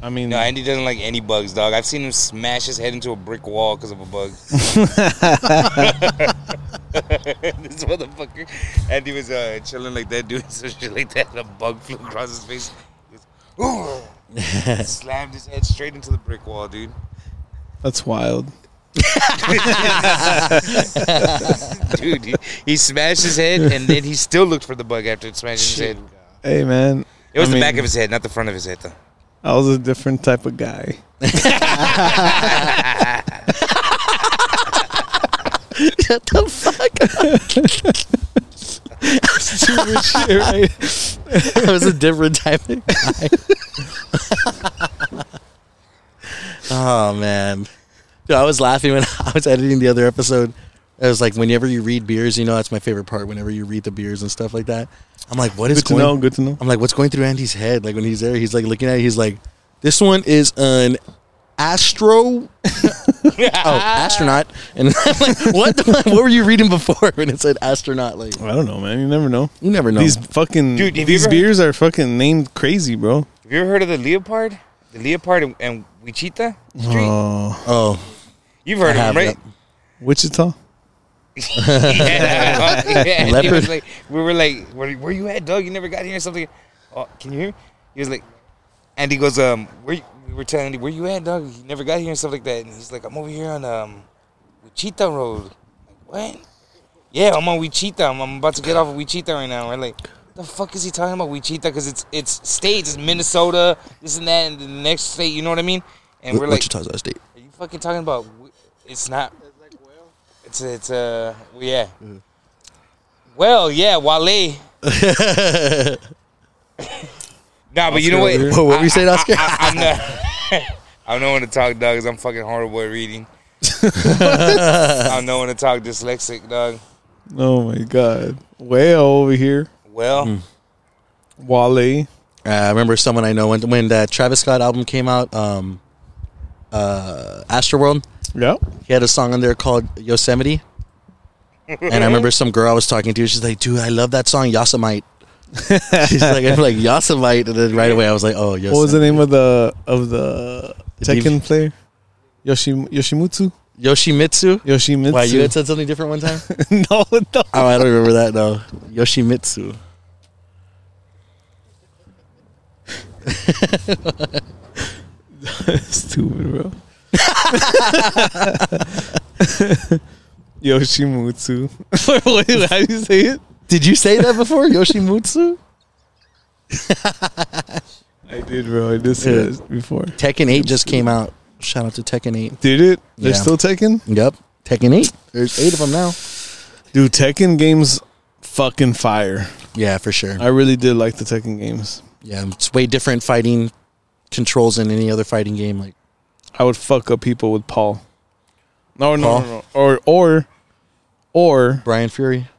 D: I mean,
F: No, Andy doesn't like any bugs, dog. I've seen him smash his head into a brick wall because of a bug. this motherfucker. Andy was uh, chilling like that, doing some shit like that, and a bug flew across his face. He was, "Ooh!" Slammed his head straight into the brick wall, dude.
D: that's wild.
F: Dude, he, he smashed his head, and then he still looked for the bug after it smashed his head.
D: Hey man,
F: It
D: I
F: was the
D: mean,
F: back of his head, not the front of his head, though.
D: I was a different type of guy.
E: What the fuck?
D: Stupid shit, right?
E: that was a different type of guy. oh man, dude, I was laughing when I was editing the other episode. It was like whenever you read beers, you know that's my favorite part. Whenever you read the beers and stuff like that, I'm like, what is
D: Good to
E: going?
D: know. Good to know.
E: I'm like, what's going through Andy's head? Like when he's there, he's like looking at it. He's like, this one is an astro. oh, astronaut. And I'm like, what? The, fuck? what were you reading before when it said astronaut? Like,
D: I don't know, man. You never know.
E: you never know.
D: These fucking
F: Dude, have you
D: these
F: ever-
D: beers are fucking named crazy, bro.
F: Have you ever heard of the leopard? The leopard and, and Wichita Street?
D: Oh,
E: oh,
F: You've heard
E: I have
F: of him, right?
D: Wichita.
F: yeah, yeah. And he
E: Leopard.
F: was like, we were like, where, where you at, dog? You never got here or something. Oh, can you hear me? He was like, Andy goes, um, where you, we were telling Andy, where you at, dog? You never got here and stuff like that. And he's like, I'm over here on um, Wichita Road. Like, what? Yeah, I'm on Wichita. I'm, I'm about to get off of Wichita right now. We're like, the fuck is he talking about Wichita? Because it's it's states, it's Minnesota, this and that, and the next state. You know what I mean? And we're like,
E: Wichita's our state.
F: are you fucking talking about? w- It's not. It's it's uh well, yeah.
D: Mm-hmm.
F: Well, yeah, Wale. Nah, but you know what?
E: What were you saying, Oscar?
F: I, am not. I'm not one to talk, dog. Cause I'm fucking horrible at reading. I'm not one to talk dyslexic, dog.
D: Oh my god. Well over here.
F: Well,
D: Mm. Wale.
E: Uh, I remember someone I know when when that Travis Scott album came out, um, uh, Astroworld.
D: Yep.
E: He had a song on there called Yosemite, and I remember some girl I was talking to. She's like, "Dude, I love that song, Yosemite." She's like, "I'm like Yosemite," and then right away I was like, "Oh, Yosemite."
D: What was the name of the of the
E: div-
D: Tekken player? Yoshim Yoshimutsu?
E: Yoshimitsu.
D: Yoshimitsu.
E: Why you had said something different one time?
D: no, no.
E: oh, I don't remember that though. Yoshimitsu.
D: Stupid, bro. Yoshimutsu. Wait, how do you say it?
E: Did you say that before? Yoshimitsu.
D: I did, bro. I did say
E: Yeah.
D: that before.
E: Tekken Eight just came out. Shout out to Tekken Eight.
D: Did it? They're
E: Yeah.
D: still Tekken?
E: Yep. Tekken 8. There's eight of them now.
D: Dude, Tekken games fucking fire.
E: Yeah, for sure.
D: I really did like the Tekken games.
E: Yeah, it's way different fighting controls than any other fighting game. Like,
D: I would fuck up people with Paul. No, no,
E: Paul?
D: no, no. Or or or
E: Brian Fury.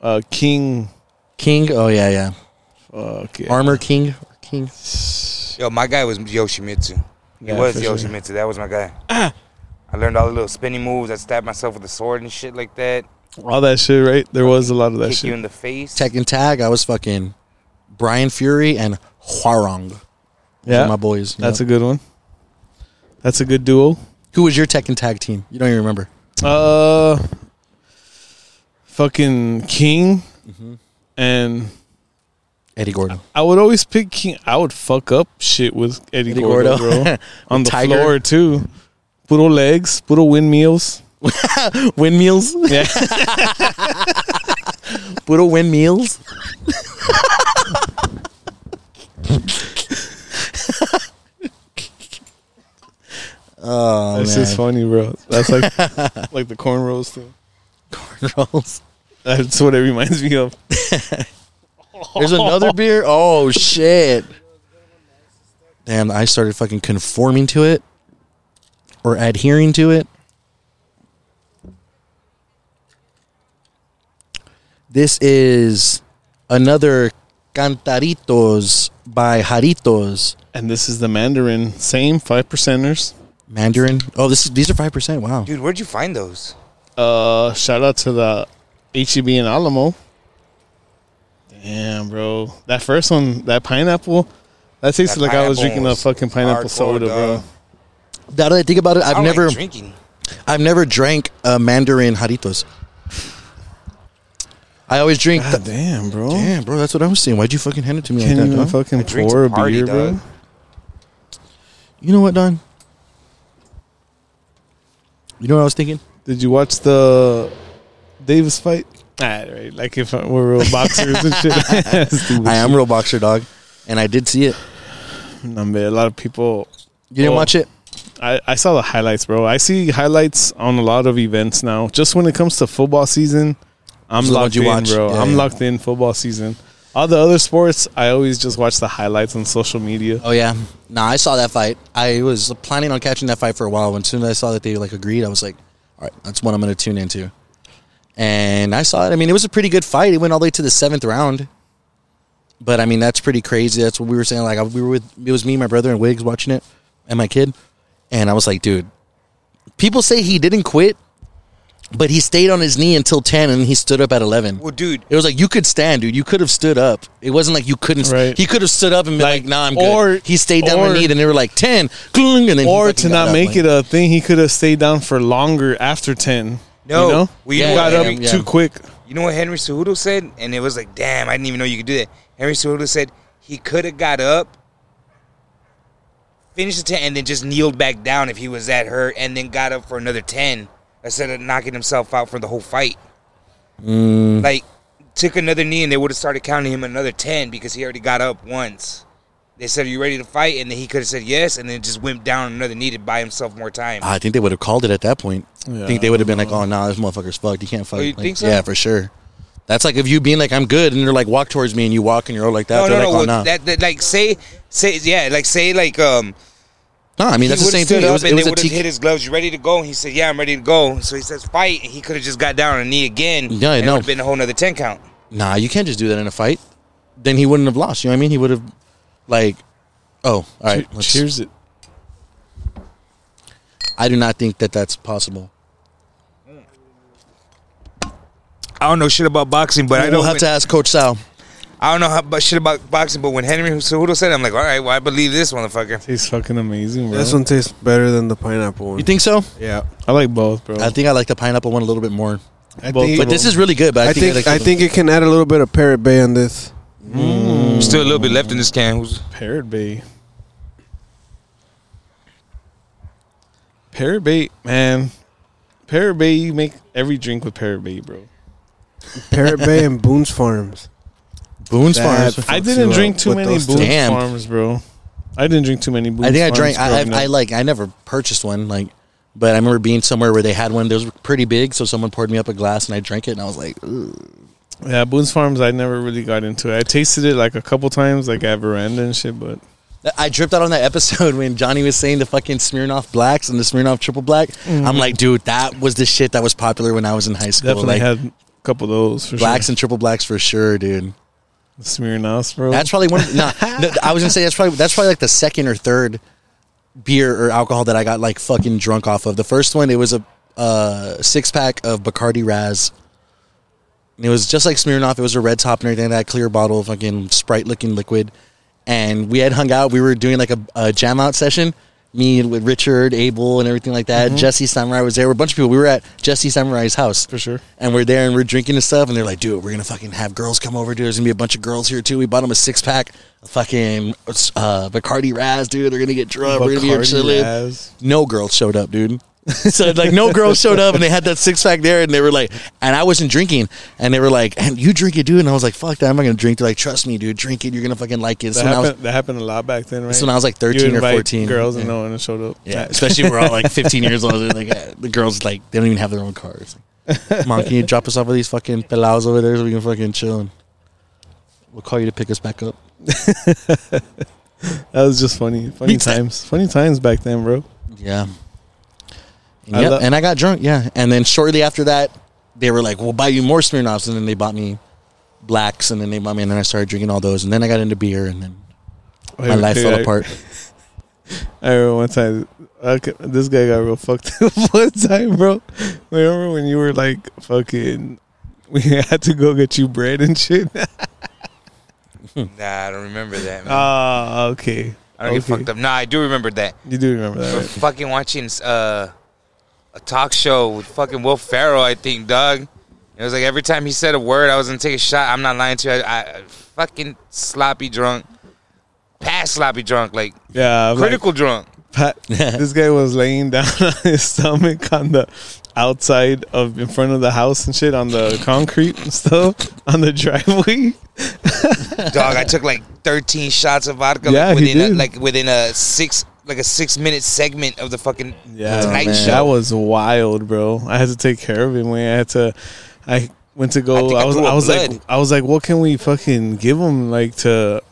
D: uh King
E: King. Oh, yeah, yeah.
D: fuck yeah.
E: Armor King. King.
F: yo, my guy was Yoshimitsu. He
D: Yeah,
F: was
D: for sure. Ah.
F: Yoshimitsu. That was my guy. I learned all the little spinning moves. I stabbed myself with a sword and shit like that.
D: All that shit, right? There was a lot of that
F: Kick you
D: shit.
F: in the face.
E: Tekken Tag. I was fucking Brian Fury and Huarong. Those are
D: Yeah.
E: my boys.
D: That's a good one. That's a good duo.
E: Who was your Tekken Tag team? You don't even remember.
D: Uh fucking King
E: Mm-hmm.
D: and
E: Eddie Gordo.
D: I would always pick King. I would fuck up shit with Eddie,
E: Eddie
D: Gordo,
E: Gordo.
D: bro. On the
E: Tiger.
D: floor too. Puro legs, puro windmills.
E: Windmills.
D: Yeah.
E: Puro windmills. oh,
D: That's
E: man.
D: just funny, bro. That's like like the cornrows thing.
E: rolls.
D: That's what it reminds me of.
E: There's another beer. Oh shit! Damn, I started fucking conforming to it or adhering to it. This is another Cantaritos by Jaritos
D: And this is the Mandarin, same five percenters.
E: Mandarin. Oh, this is these are five percent. Wow.
F: Dude, where'd you find those?
D: Uh, shout out to the HEB in Alamo. Damn, bro, that first one, that pineapple, that tasted
F: That
D: like I was
F: pineapple
D: drinking a
F: was
D: fucking pineapple
F: hardcore,
D: soda, bro.
F: dog.
E: Now that I think about it, I've
F: Oh, I don't
E: never
F: like drinking.
E: I've never drank uh, Mandarin Jaritos. I always drink. the-
D: God damn, bro.
E: Damn, bro, that's what I was saying. Why'd you fucking hand it to me
D: Can't
E: like that,
D: even
E: dog?
D: fucking
F: drink's
D: pour a
F: a party,
D: beer, bro.
F: dog.
E: You know what, Don? You know what I was thinking?
D: Did you watch the Davis fight? Ah, right. Like if we're real boxers and shit. Stupid
E: I am real boxer dog, and I did see it.
D: shit. Nah, man, a lot of people
E: You didn't
D: Oh.
E: watch it?
D: I, I saw the highlights, bro. I see highlights on a lot of events now. Just when it comes to football season, I'm
E: Those are the
D: locked
E: ones you
D: in,
E: watch.
D: bro.
E: Yeah,
D: I'm
E: yeah.
D: locked in football season. All the other sports, I always just watch the highlights on social media.
E: Oh yeah. Nah, I saw that fight. I was planning on catching that fight for a while. When soon as I saw that they like agreed, I was like, all right, that's one I'm going to tune into. And I saw it. I mean, it was a pretty good fight. It went all the way to the seventh round. But I mean, that's pretty crazy. That's what we were saying. Like I, we were with it was me, my brother, and Wiggs watching it, and my kid. And I was like, dude, people say he didn't quit, but he stayed on his knee until ten, and he stood up at eleven.
F: Well, dude,
E: It was like you could stand, dude. You could have stood up. It wasn't like you couldn't. st-
D: Right.
E: He could have stood up and been like,
D: Like,
E: "Nah, I'm
D: or-
E: good." He stayed down
D: or-
E: on need, and they were like ten, Gling, and then he
D: Or
E: fucking
D: to
E: got
D: not
E: up,
D: make
E: like-
D: it a thing, he could have stayed down for longer after 10.
F: No.
D: You know?
F: We
E: Yeah,
D: got
E: yeah,
D: up
E: yeah.
D: too quick.
F: You know what Henry Cejudo said? And it was like, damn, I didn't even know you could do that. Henry Cejudo said he could have got up, finished the 10, and then just kneeled back down if he was that hurt, and then got up for another 10 instead of knocking himself out for the whole fight.
E: Mm.
F: Like, took another knee, and they would have started counting him another 10 because he already got up once. They said, Are you ready to fight? And then he could have said yes, and then just went down another knee to buy himself more time.
E: I think they would have called it at that point. I
D: Yeah,
E: think they would have been like, "Oh, nah, this motherfucker's fucked. He can't fight."
F: you
E: Like,
F: think so?
E: Yeah, for sure. That's like if you being like I'm good, and they're like walk towards me, and you walk, and you're all like that.
F: No,
E: they're
F: no, no.
E: like, oh,
F: well,
E: no.
F: That, that, like, say, say, yeah, like, say, like, um,
E: no, I mean that's
F: he
E: the
F: would have
E: same
F: stood
E: thing.
F: up
E: It was,
F: and
E: it was a
F: they would have hit
E: TK.
F: his gloves. You ready to go? He said, "Yeah, I'm ready to go." So he says, "Fight!" And he could have just got down on a knee again.
E: Yeah, I
F: and
E: know.
F: It would have been a whole nother ten count.
E: Nah, you can't just do that in a fight. Then he wouldn't have lost. You know what I mean? He would have like, oh, all right. let's-
D: Cheers it.
E: I do not think that that's possible.
F: I don't know shit about boxing, but I
E: I
F: know
E: will have
F: when-
E: to ask Coach Sal.
F: I don't know how, about shit about boxing, but when Henry Cejudo said, it, "I'm like, all right, well, I believe this motherfucker."
D: Tastes fucking amazing, bro.
G: This one tastes better than the pineapple one.
E: You think so?
G: Yeah,
D: I like both, bro.
E: I think I like the pineapple one a little bit more.
G: I
D: Both
G: think.
E: But this is really good. But I,
G: I
E: think,
G: think.
E: like
G: I
E: the-
G: think it can add a little bit of Parrot Bay on this.
F: Still a little bit left in this can. Who's-
D: Parrot bait. Parrot bait, man. Parrot bait, you make every drink with parrot bait, bro.
G: Parrot Bay and Boone's Farms.
E: Boone's
G: That
E: Farms.
D: I
G: fucks
D: didn't
G: you
D: drink
G: up
D: too
G: with
D: many
G: those
D: Boone's
G: two.
E: Damn.
D: Farms, bro. I didn't drink too many Boone's
E: I think I
D: Farms
E: drank. I,
D: growing
E: I, I
D: up.
E: like. I never purchased one. Like, but I remember being somewhere where they had one. Those were pretty big. So someone poured me up a glass and I drank it, and I was like, "Ugh."
D: Yeah, Boone's Farms, I never really got into it. I tasted it like a couple times, like at Veranda and shit, but
E: I dripped out on that episode when Johnny was saying the fucking Smirnoff Blacks and the Smirnoff Triple Black.
D: Mm-hmm.
E: I'm like, dude, that was the shit that was popular when I was in high school.
D: definitely
E: like,
D: had a couple of those for
E: blacks
D: sure.
E: and triple blacks for sure, dude.
D: Smirnoffs, bro.
E: That's probably one. Of, nah, no, I was gonna say that's probably that's probably like the second or third beer or alcohol that I got like fucking drunk off of. The first one it was a uh, six pack of Bacardi Raz. And it was just like Smirnoff. It was a red top and everything. That clear bottle of fucking Sprite looking liquid. And we had hung out. We were doing like a, a jam out session. Me and with Richard, Abel, and everything like that. Jesse Samurai was there. We're a bunch of people. We were at Jesse Samurai's house
D: For sure.
E: and we're there and we're drinking and stuff, and they're like, dude, we're gonna fucking have girls come over, dude. There's gonna be a bunch of girls here too. We bought them a six pack, of fucking uh, Bacardi Raz, dude. They're gonna get drunk. we're gonna be here
D: Bacardi
E: chilling.
D: Raz.
E: No girls showed up, dude. so like, no girls showed up, and they had that six pack there, and they were like, and I wasn't drinking, and they were like, and you drink it, dude, and I was like, fuck that, I'm not gonna drink. They're like, trust me, dude, drink it, you're gonna fucking like it. So
D: That
E: when I
D: happened,
E: was,
D: that happened a lot back then, right?
E: when I was, like,
D: You
E: 13 or
D: invite
E: 14.
D: Girls and
E: Yeah.
D: no one showed up.
E: yeah, especially we're all like 15 years old, and like uh, the girls like they don't even have their own cars. Mom, can you drop us off with these fucking pelados over there so we can fucking chill? And we'll call you to pick us back up.
D: That was just funny. Funny
E: Me too.
D: times. Funny times back then, bro.
E: Yeah. And,
D: I
E: yep,
D: love-
E: and I got drunk, yeah. And then shortly after that, they were like, we'll buy you more Smirnoffs. And then they bought me blacks, and then they bought me, and then I started drinking all those. And then I got into beer, and then my
D: Like,
E: life
D: dude,
E: fell
D: I-
E: apart.
D: I remember one time, okay, this guy got real fucked up one time, bro. Remember when you were like fucking, we had to go get you bread and shit?
F: Nah, I don't remember that. Man.
D: Ah, okay.
F: I don't
D: okay.
F: get fucked up. Nah, I do remember that.
D: You do remember that,
F: For
D: right?
F: fucking watching uh, a talk show with fucking Will Ferrell, I think, Doug. It was like every time he said a word, I was gonna take a shot. I'm not lying to you. I, I fucking sloppy drunk, past sloppy drunk, like
D: Yeah. I'm like,
F: critical drunk.
D: Pat, this guy was laying down on his stomach on the outside of in front of the house and shit on the concrete and stuff on the driveway.
F: Dog, I took like 13 shots of vodka
D: Yeah,
F: like,
D: he
F: within a,
D: did.
F: like within a six like a six minute segment of the fucking Tonight
E: man.
F: Show.
D: that was wild, bro. I had to take care of him. When I had to, I went to
F: I
D: go.
F: think
D: I,
F: I
D: was,
F: threw
D: I
F: up
D: was
F: blood.
D: like, I was like, what can we fucking give him? Like to,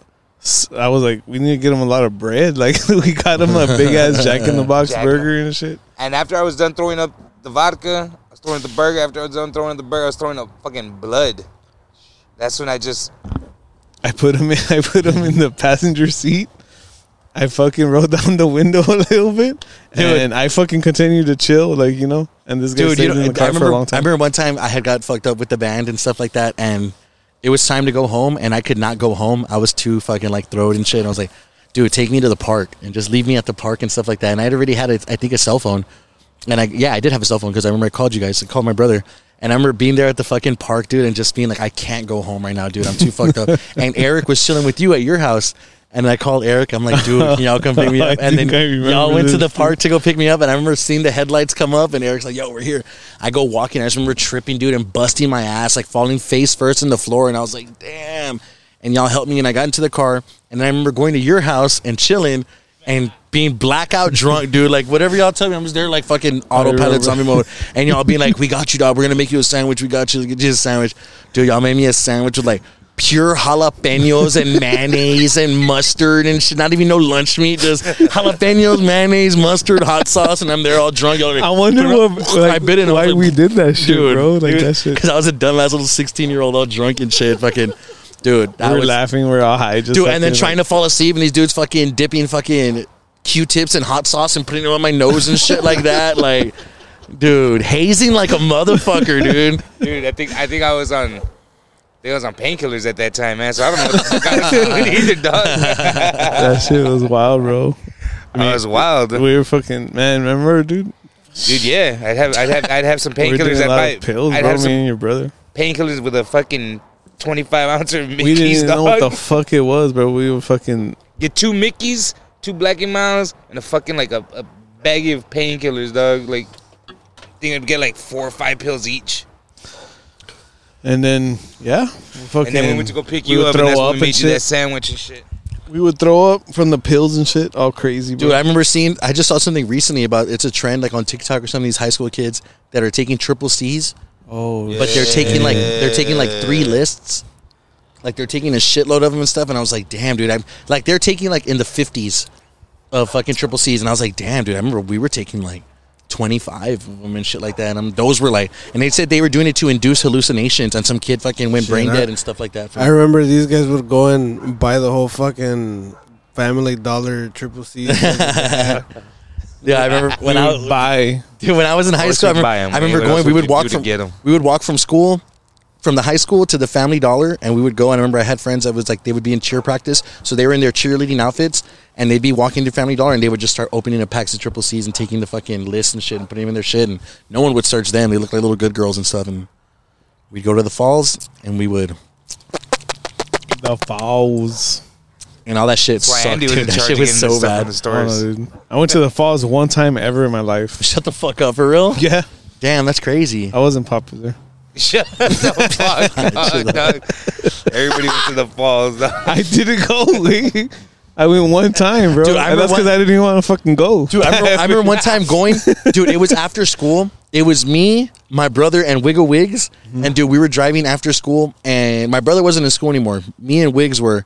D: s- I was like, we need to get him a lot of bread. Like we got him a big ass Jack in the Box
F: Jack-
D: burger and shit.
F: And after I was done throwing up the vodka, I was throwing up the burger. After I was done throwing up the burger, I was throwing up fucking blood. That's when I just
D: I put him in. I put him in the passenger seat. I fucking rolled down the window a little bit, and I fucking continued to chill, like you know. And this guy
E: Dude,
D: stayed
E: you know,
D: in the
E: I
D: car
E: remember,
D: for a long time.
E: I remember one time I had got fucked up with the band and stuff like that, and it was time to go home, and I could not go home. I was too fucking like throat and shit. And I was like, dude, take me to the park and just leave me at the park and stuff like that. And I had already had, a, I think, a cell phone, and I yeah, I did have a cell phone because I remember I called you guys. I called my brother. And I remember being there at the fucking park, dude, and just being like, I can't go home right now, dude. I'm too fucked up. And Eric was chilling with you at your house. And I called Eric. I'm like, dude, can y'all come pick me
D: I
E: up? And then
D: think I remember
E: y'all went to
D: this.
E: the park to go pick me up, and I remember seeing the headlights come up, and Eric's like, "Yo, we're here." I go walking. I just remember tripping, dude, and busting my ass, like falling face first in the floor, and I was like, "Damn!" And y'all helped me, and I got into the car, and I remember going to your house and chilling, and being blackout drunk, dude. Like whatever y'all tell me, I'm just there like fucking autopilot zombie mode. And y'all being like, "We got you, dog. We're gonna make you a sandwich. We got you. Get you a sandwich, dude. Y'all made me a sandwich with like." Pure jalapenos and mayonnaise and mustard and shit. Not even no lunch meat, just jalapenos, mayonnaise, mustard, hot sauce, and I'm there all drunk. Y'all are like,
H: I wonder what like,
E: I bit it.
H: why we did that shit,
E: Dude,
H: bro. Like that shit.
E: because I was a dumbass little 16 year old all drunk and shit. Fucking dude, I
D: We're
E: was
D: laughing. We're all high. Just
E: dude, and then trying
D: to.
E: to fall asleep, and these dudes fucking dipping fucking Q-tips and hot sauce and putting it on my nose and shit like that. Like, dude, hazing like a motherfucker, dude.
F: dude. I think I think I was on. I think I was on painkillers at that time, man. So I don't know what the fuck I was doing either, dog.
D: That shit was wild, bro.
F: I was wild, dude.
D: We were fucking man. Remember, dude?
F: Yeah, I'd have I'd have I'd have some
D: We were doing
F: painkillers.
D: a
F: I'd,
D: lot
F: buy,
D: of pills,
F: I'd
D: bro.
F: have
D: me
F: some
D: and your brother.
F: painkillers with a fucking twenty-five ounce of Mickey's.
D: We didn't even
F: dog.
D: know what the fuck it was, bro. We were fucking.
F: Get two Mickeys, two Black and Miles, and a fucking like a, a baggie of painkillers, dog. Like, I think I'd get like four or five pills each.
D: And then yeah, fucking.
F: And then we went to go pick
D: we
F: you
D: would
F: up, and
D: throw
F: that's
D: up
F: when we
D: and
F: made you
D: shit.
F: that sandwich and shit.
D: We would throw up from the pills and shit, all crazy, bro.
E: Dude, I remember seeing. I just saw something recently about it's a trend like on TikTok or some of these high school kids that are taking triple C's,
D: oh,
E: but they're taking like they're taking like three lists. Like they're taking a shitload of them and stuff, and I was like, "Damn, dude!" I'm like, they're taking like in the fifties of fucking triple C's, and I was like, "Damn, dude!" I remember we were taking like twenty five of them and shit like that, and um, those were like, and they said they were doing it to induce hallucinations, and some kid fucking went brain
G: I-
E: dead and stuff like that.
G: I remember these guys would go and buy the whole fucking Family Dollar triple C.
E: yeah, I remember when I was,
D: buy.
E: Dude, when I was in high
F: What'd
E: school, I
F: you
E: remember,
F: buy 'em?
E: I remember
F: What
E: going.
F: else
E: We
F: would
E: would
F: you
E: walk
F: do to
E: from
F: get 'em?
E: we would walk from school, from the high school to the Family Dollar, and we would go. And I remember I had friends that was like they would be in cheer practice, so they were in their cheerleading outfits, and they'd be walking to Family Dollar, and they would just start opening the packs of triple C's and taking the fucking list and shit and putting them in their shit, and no one would search them. They looked like little good girls and stuff, and we'd go to the falls, and we would.
D: The falls.
E: And all that shit
F: why
E: sucked,
F: Andy was in
E: dude. That
F: charge
E: shit
F: of
E: was so
F: getting this stuff
E: bad.
F: in the
D: I don't
F: stores.
D: know, Oh, dude. I went to the falls one time ever in my life.
E: Shut the fuck up, for real?
D: Yeah,
E: Damn, that's crazy.
D: I wasn't popular.
F: Shut the fuck up, dog. Everybody went to the falls. Dog.
D: I didn't go. Lee. I went one time, bro.
E: Dude, I
D: and that's
E: remember
D: because
E: one-
D: I didn't even want to fucking go.
E: Dude, I remember, I remember one time going, dude, it was after school. It was me, my brother, and Wiggle Wigs. And dude, we were driving after school, and my brother wasn't in school anymore. Me and Wigs were.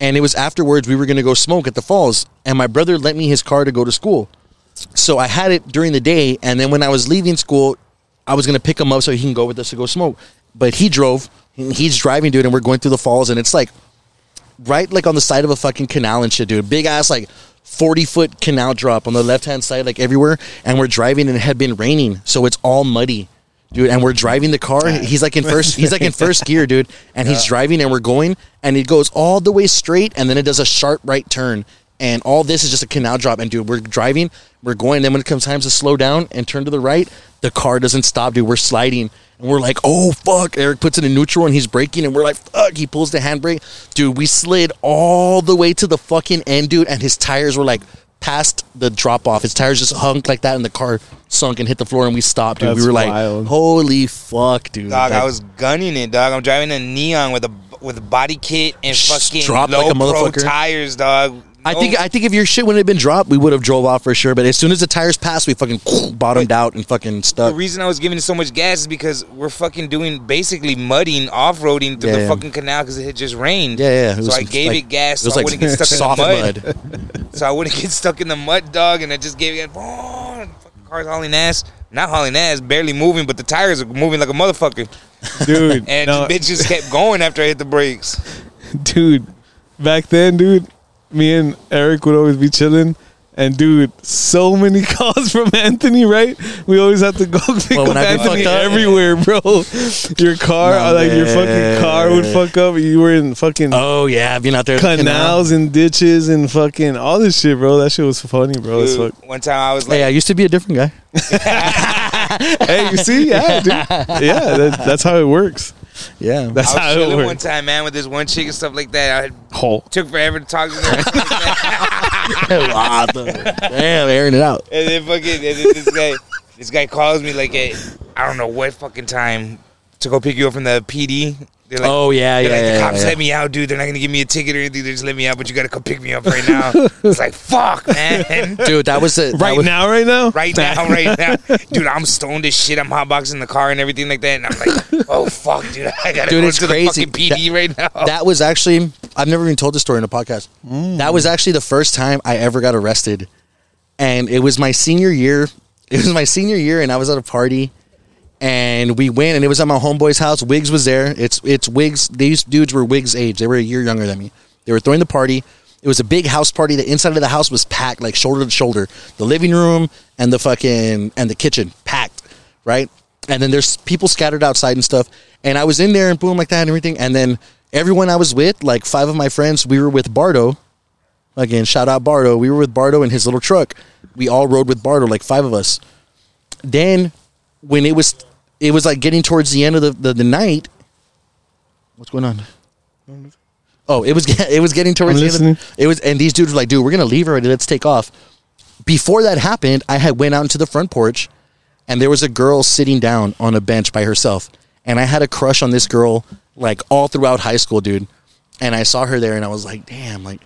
E: And it was afterwards we were going to go smoke at the falls. And my brother lent me his car to go to school. So I had it during the day. And then when I was leaving school, I was going to pick him up so he can go with us to go smoke. But he drove, and he's driving, dude, and we're going through the falls, and it's like right like on the side of a fucking canal and shit, dude. Big ass like forty foot canal drop on the left hand side, like everywhere. And we're driving and it had been raining, so it's all muddy. Dude, and we're driving the car. He's like in first. He's like in first gear, dude. And he's driving, and we're going, and it goes all the way straight, and then it does a sharp right turn, and all this is just a canal drop. And dude, we're driving, we're going. Then when it comes time to slow down and turn to the right, the car doesn't stop, dude. We're sliding, and we're like, oh fuck. Eric puts it in neutral and he's braking, and we're like, fuck. He pulls the handbrake. Dude, we slid all the way to the fucking end, dude, and his tires were like past the drop off. His tires just hung like that, and the car sunk and hit the floor, and we stopped, dude. we
D: That's
E: were
D: wild.
E: like, holy fuck, dude.
F: Dog,
E: Like,
F: I was gunning it, dog. I'm driving a neon with a with a body kit and
E: Sh-
F: fucking
E: dropped
F: low
E: like a
F: pro
E: motherfucker.
F: tires, dog.
E: I
F: No-
E: think I think if your shit wouldn't have been dropped, we would have drove off for sure. But as soon as the tires passed, we fucking bottomed out and fucking
F: the
E: stuck.
F: reason I was giving it so much gas is because we're fucking doing basically mudding, off roading through
E: Yeah,
F: the
E: yeah.
F: fucking canal because it had just rained.
E: Yeah, yeah. it
F: so
E: was
F: I gave
E: like-
F: it gas
E: It
F: so
E: was
F: I
E: like
F: wouldn't get stuck
E: soft
F: in the mud.
E: mud.
F: So I wouldn't get stuck in the mud, dog. And I just gave it. Oh, and fucking car's hauling ass. Not hauling ass, barely moving, but the tires are moving like a motherfucker.
D: dude.
F: And
D: no,
F: the bitch just kept going after I hit the brakes.
D: dude, back then, dude, me and Eric would always be chilling. And dude, so many calls from Anthony, right? We always have to go pick
E: Well, when
D: up
E: I'd be
D: Anthony
E: fucked up.
D: everywhere, bro. Your car,
E: Nah,
D: like your fucking
E: man.
D: car would fuck up. You were in fucking
E: Oh yeah, being out there at the
D: canals and ditches and fucking all this shit, bro. That shit was funny, bro. as
F: Dude,
D: fuck.
F: one time I was like,
E: Hey, I used to be a different guy.
D: Hey, you see, yeah, dude, yeah, that, that's how it works.
E: Yeah,
D: That's
F: I was
D: how it
F: chilling one
D: works.
F: time, man, with this one chick and stuff like that. I
D: Whole
F: took forever to talk to her.
E: damn, airing it out.
F: and then fucking and then this guy, this guy calls me like at I don't know what fucking time to go pick you up from the PD. They're like,
E: oh yeah, yeah,
F: they're like,
E: yeah,
F: the cops
E: yeah.
F: let me out, dude. They're not gonna give me a ticket or anything. They just let me out, but you gotta come pick me up right now. it's like, fuck, man.
E: dude. That was it.
D: Right now, right now,
F: Right now, right now, dude. I'm stoned as shit. I'm hotboxing the car and everything like that, and I'm like, oh fuck, dude. I gotta
E: Dude,
F: go
E: it's
F: to
E: crazy.
F: the fucking PD right now.
E: That was actually I've never even told this story in a podcast. That was actually the first time I ever got arrested. And it was my senior year. It was my senior year and I was at a party and we went and it was at my homeboy's house. Wigs was there. It's it's Wigs. These dudes were Wigs age. They were a year younger than me. They were throwing the party. It was a big house party. The inside of the house was packed, like shoulder to shoulder. The living room and the fucking and the kitchen packed, right? And then there's people scattered outside and stuff. And I was in there and boom like that and everything. And then everyone I was with, like five of my friends, we were with Bardo. Again, shout out Bardo. We were with Bardo in his little truck. We all rode with Bardo, like five of us then when it was it was like getting towards the end of the, the, the night what's going on oh it was it was getting
H: I'm
E: towards the end
H: listening.
E: of, it was and these dudes were like dude we're gonna leave already let's take off before that happened i had went out into the front porch and there was a girl sitting down on a bench by herself and i had a crush on this girl like all throughout high school dude and i saw her there and i was like damn like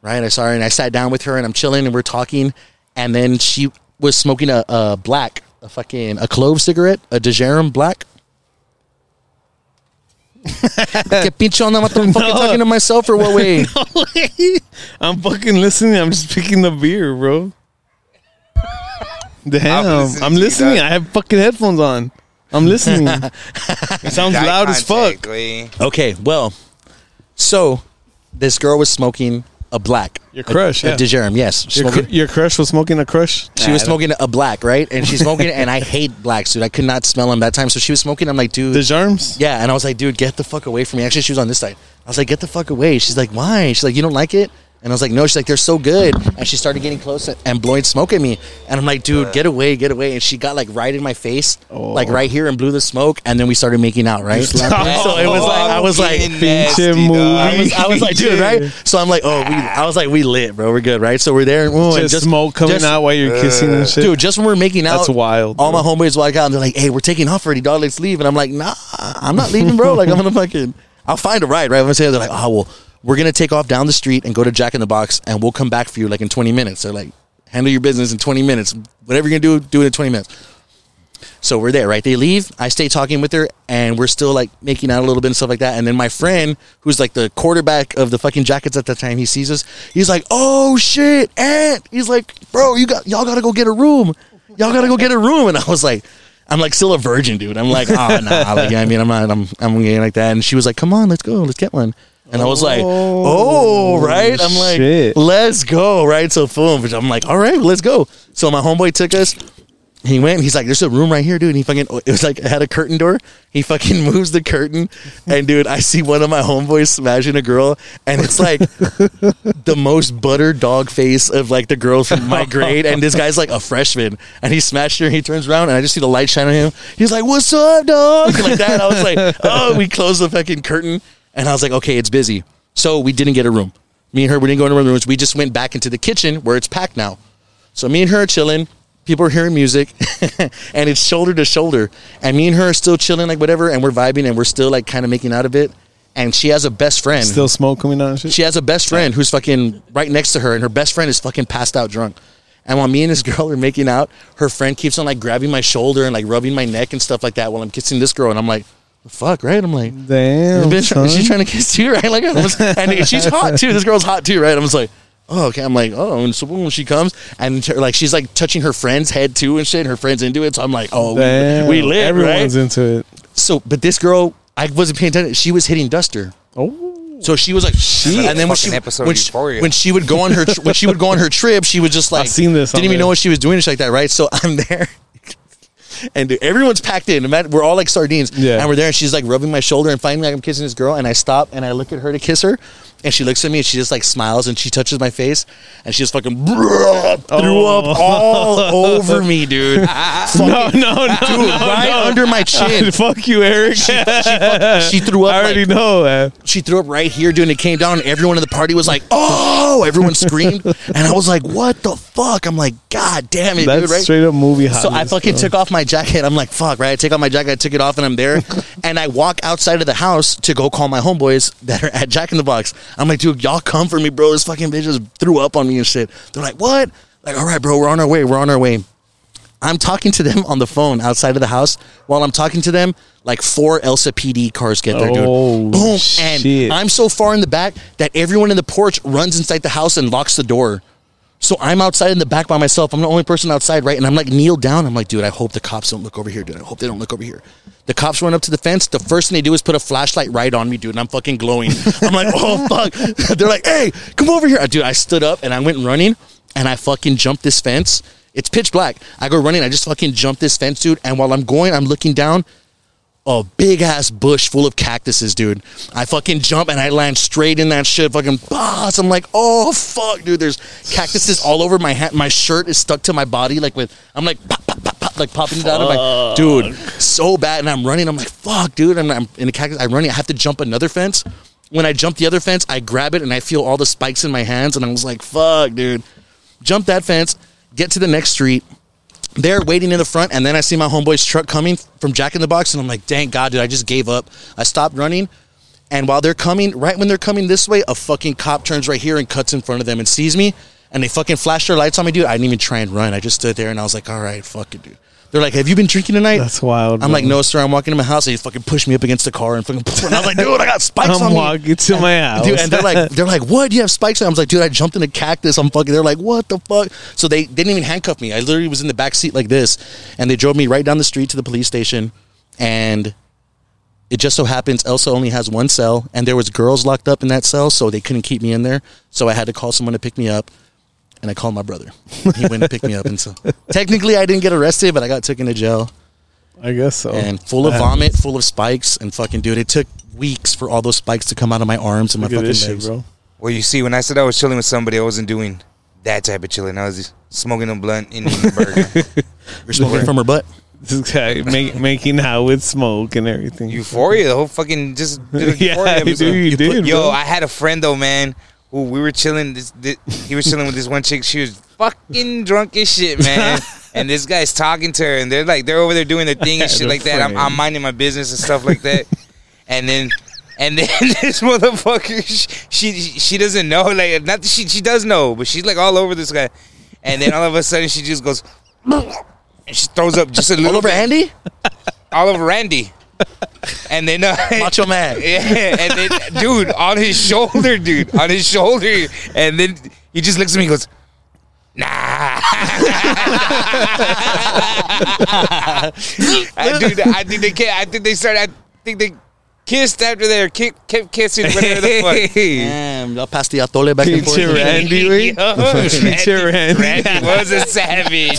E: right? I saw her and I sat down with her and I'm chilling and we're talking. And then she was smoking a, a black, a fucking, a clove cigarette, a DeJerum black. Que pinche onda, what the fuck am I talking to myself or what way?
H: I'm fucking listening. I'm just picking the beer, bro. Damn,
F: I'll
H: I'm,
F: listen to you,
H: listening.
F: dog.
H: I have fucking headphones on. I'm listening. it sounds
F: Eye
H: loud as fuck.
F: contact, like,
E: Okay, well, so this girl was smoking a black.
D: Your crush,
E: A,
D: yeah.
E: a DeJerum, yes.
H: Your,
E: Smoking-
H: cr- your crush was smoking a crush.
E: She was smoking a black, right? And she's smoking, and I hate blacks, dude. I could not smell them that time. So she was smoking. I'm like, dude,
H: The germs.
E: Yeah, and I was like, dude, get the fuck away from me. Actually, she was on this side. I was like, get the fuck away. She's like, why? She's like, you don't like it? And I was like, no. She's like, they're so good. And she started getting close and blowing smoke at me. And I'm like, dude, get away, get away. And she got like right in my face,
H: Oh.
E: like right here, and blew the smoke. And then we started making out, right? so it was like, I was like,
F: fucking nasty,
H: pinche
F: dog.
H: movie.
E: I was, I was like, dude, right? So I'm like, oh, we, I was like, we lit, bro. We're good, right? So we're there. Ooh, and
H: Just, smoke coming
E: just-
H: out while you're kissing
F: Uh,
H: and shit.
E: Dude, just when we're making out,
H: That's wild,
E: All
H: bro.
E: my homeboys walk out and they're like, "Hey, we're taking off already, dog. Let's leave." And I'm like, "Nah, I'm not leaving, bro. Like, I'm gonna fucking, I'll find a ride, right?" I'm saying they're like, "Oh, well, we're gonna take off down the street and go to Jack in the Box, and we'll come back for you like in 20 minutes." They're like, "Handle your business in 20 minutes. Whatever you're gonna do, do it in 20 minutes." So we're there, right? They leave. I stay talking with her, and we're still like making out a little bit and stuff like that. And then my friend, who's like the quarterback of the fucking Jackets at that time, he sees us. He's like, "Oh shit, Ant!" He's like, "Bro, you got y'all gotta go get a room. Y'all gotta go get a room." And I was like, "I'm like still a virgin, dude. I'm like, oh nah, like I mean, I'm not, I'm, I'm gay like that." And she was like, "Come on, let's go, let's get one." And I was like, "Oh, right." I'm like,
H: shit.
E: "Let's go, right?" So boom, I'm like, "All right, let's go." So my homeboy took us. He went. He's like, "There's a room right here, dude." And he fucking it was like it had a curtain door. He fucking moves the curtain, and dude, I see one of my homeboys smashing a girl, and it's like the most butter dog face of like the girls from my grade. And this guy's like a freshman, and he smashed her. And he turns around, and I just see the light shine on him. He's like, "What's up, dog?" Like that. And I was like, "Oh, we closed the fucking curtain," and I was like, "Okay, it's busy." So we didn't get a room. Me and her, we didn't go into rooms. We just went back into the kitchen where it's packed now. So me and her are chilling. People are hearing music, and it's shoulder to shoulder. And me and her are still chilling, like whatever, and we're vibing, and we're still like kind of making out of it. And she has a best friend.
H: Still smoke coming out and shit.
E: She has a best friend who's fucking right next to her, and her best friend is fucking passed out drunk. And while me and this girl are making out, her friend keeps on like grabbing my shoulder and like rubbing my neck and stuff like that while I'm kissing this girl. And I'm like, the fuck, right? I'm like,
H: Damn,
E: Bitch,
H: son.
E: she's trying to kiss too, right? Like, I was, and she's hot too. This girl's hot too, right? I'm just like, oh, okay. I'm like, oh, and so when she comes, and t- like she's like touching her friend's head too and shit. And her friend's into it, so I'm like, oh,
H: Damn.
E: we, we live,
H: Everyone's
E: right?
H: into it.
E: so, but this girl, I wasn't paying attention. She was hitting duster.
H: Oh,
E: So she was like, and then when she,
F: Fucking episode
E: when
F: of
E: she
F: Euphoria.
E: when she would go on her tr- when she would go on her trip, she was just like
H: seen this
E: Didn't
H: on
E: even
H: there.
E: know what she was doing, and shit like that, right? So I'm there, and dude, everyone's packed in. Imagine- We're all like sardines,
H: Yeah.
E: And we're there, and she's like rubbing my shoulder, and finally I'm kissing this girl, and I stop and I look at her to kiss her, and she looks at me, and she just like smiles, and she touches my face, and she just fucking threw
H: Oh.
E: up all over me, dude. Fucking-
H: no, no, no,
E: dude,
H: no,
E: right
H: no.
E: under my chin.
H: Fuck you, Eric.
E: She threw up.
H: I already
E: like,
H: know, man.
E: she threw up right here, dude, and it came down, and everyone in the party was like, "Oh!" go. Everyone screamed. And I was like, what the fuck? I'm like, God damn it,
D: That's
E: dude, right?
D: straight up movie hot.
E: So I fucking took off my jacket. I'm like, fuck, right? I take off my jacket, I took it off, and I'm there. and I walk outside of the house to go call my homeboys that are at Jack in the Box. I'm like, dude, y'all come for me, bro. This fucking bitch just threw up on me and shit. They're like, what? Like, all right, bro, we're on our way. We're on our way. I'm talking to them on the phone outside of the house. While I'm talking to them, like four Elsa PD cars get there,
D: Oh,
E: dude. Boom.
D: shit.
E: And I'm so far in the back that everyone in the porch runs inside the house and locks the door. So I'm outside in the back by myself. I'm the only person outside, right? And I'm like kneeled down. I'm like, dude, I hope the cops don't look over here, dude. I hope they don't look over here. The cops run up to the fence. The first thing they do is put a flashlight right on me, dude, and I'm fucking glowing. I'm like, oh fuck. They're like, hey, come over here. Dude, I stood up and I went running and I fucking jumped this fence. It's pitch black. I go running, I just fucking jumped this fence, dude. And while I'm going, I'm looking down a big ass bush full of cactuses, dude. I fucking jump and I land straight in that shit, fucking boss. I'm like, oh fuck, dude. There's cactuses all over my hat. My shirt is stuck to my body, like with I'm like pop, pop, pop, pop, like popping it out. I'm like, dude, so bad. And I'm running. I'm like, fuck, dude. I'm, I'm in a cactus. I'm running. I have to jump another fence. When I jump the other fence, I grab it and I feel all the spikes in my hands. And I was like, fuck, dude. Jump that fence. Get to the next street they're waiting in the front, and then I see my homeboy's truck coming from Jack in the Box, and I'm like, dang God, dude, I just gave up. I stopped running. And while they're coming, right when they're coming this way, a fucking cop turns right here and cuts in front of them and sees me, and they fucking flash their lights on me, dude. I didn't even try and run. I just stood there and I was like, all right, fuck it, dude. They're like, have you been drinking tonight?
D: That's wild,
E: I'm
D: bro.
E: like, no, sir. I'm walking to my house. And he fucking pushed me up against the car and fucking. And I was like, dude, I got spikes on
D: I'm
E: me.
D: walking to my house.
E: Dude, and they're like, they're like, what? You have spikes? on you?" I was like, dude, I jumped in a cactus. I'm fucking. They're like, what the fuck? So they didn't even handcuff me. I literally was in the back seat like this, and they drove me right down the street to the police station, and it just so happens Elsa only has one cell, and there was girls locked up in that cell, so they couldn't keep me in there. So I had to call someone to pick me up. And I called my brother. He went and picked me up, and so technically I didn't get arrested, but I got taken to jail
D: I guess so.
E: and full of
D: That
E: vomit, full of spikes, and fucking dude, it took weeks for all those spikes to come out of my arms and my
D: Look at
E: fucking
D: this
E: legs.
D: shit, bro.
F: Well, you see, when I said I was chilling with somebody, I wasn't doing that type of chilling. I was just smoking a blunt and eating a burger.
E: You're smoking from her butt.
D: This guy make, making out with smoke and everything.
F: Euphoria, the whole fucking just did a Euphoria
D: yeah, dude,
F: episode.
D: you, did,
F: Yo,
D: bro.
F: I had a friend though, man. Who we were chilling. This, this he was chilling with this one chick. She was fucking drunk as shit, man. and this guy's talking to her, and they're like, they're over there doing their thing and
D: Had
F: shit
D: a
F: like that. I'm,
D: friend.
F: I'm minding my business and stuff like that. and then, and then this motherfucker, she she, she doesn't know. Like, not that she she does know, but she's like all over this guy. And then all of a sudden, she just goes. And she throws up just a little
E: All over
F: bit-
E: Andy,
F: all over Randy. And then uh,
E: Macho Man.
F: yeah, and then, dude, on his shoulder, dude, on his shoulder, and then he just looks at me, and goes, "Nah." I, dude, I think they can I think they started. I think they kissed after they kept, kept kissing. Whatever the fuck.
E: Damn, y'all pass the atole back and forth.
D: Pinche Randy, wey.
F: Yo,
D: Pinche Randy.
F: Randy was a savage.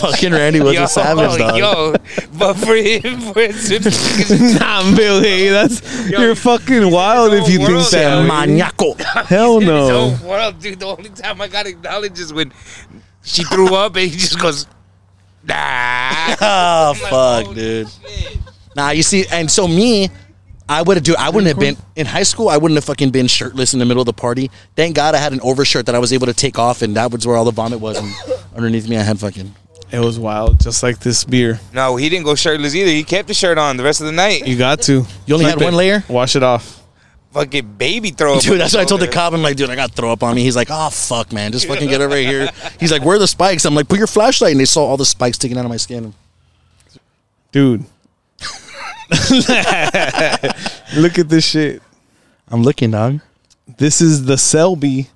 E: Fucking Randy was a savage dog.
F: Yo, but for him, for him,
D: Nah, Billy, that's you're fucking wild
F: his
D: if you
F: own
D: think
F: world,
D: that. way.
E: Maniaco.
D: Hell
F: So
D: no.
F: world, dude. The only time I got acknowledged is when she threw up and he just goes, nah.
E: Oh
F: I'm like,
E: fuck,
F: "Holy
E: dude.
F: shit."
E: Nah, you see, and so me, I would have, dude, I wouldn't have been in high school. I wouldn't have fucking been shirtless in the middle of the party. Thank God I had an overshirt that I was able to take off, and that was where all the vomit was. And underneath me, I had fucking.
D: It was wild, just like this beer.
F: No, he didn't go shirtless either. He kept the shirt on the rest of the night.
D: You got to.
E: You only had
D: Flip
E: one
D: it.
E: layer?
D: Wash it off.
F: Fucking baby throw up.
E: Dude, that's what I told the
F: Over.
E: cop. I'm like, dude, I got throw up on me. He's like, oh fuck, man, just fucking get over here. He's like, where are the spikes? I'm like, put your flashlight. And they saw all the spikes sticking out of my skin.
D: Dude. Look at this shit.
E: I'm looking, dog.
D: This is the Selby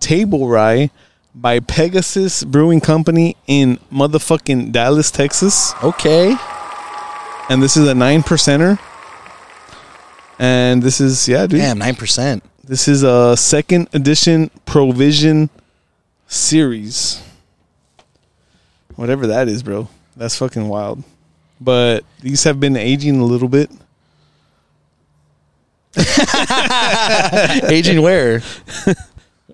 D: Table Rye by Pegasus Brewing Company in motherfucking Dallas, Texas.
E: Okay.
D: And this is a nine percenter. And this is yeah, dude.
E: Damn, nine percent.
D: This is a second edition provision series. Whatever that is, bro. That's fucking wild. But these have been aging a little bit.
E: Aging where?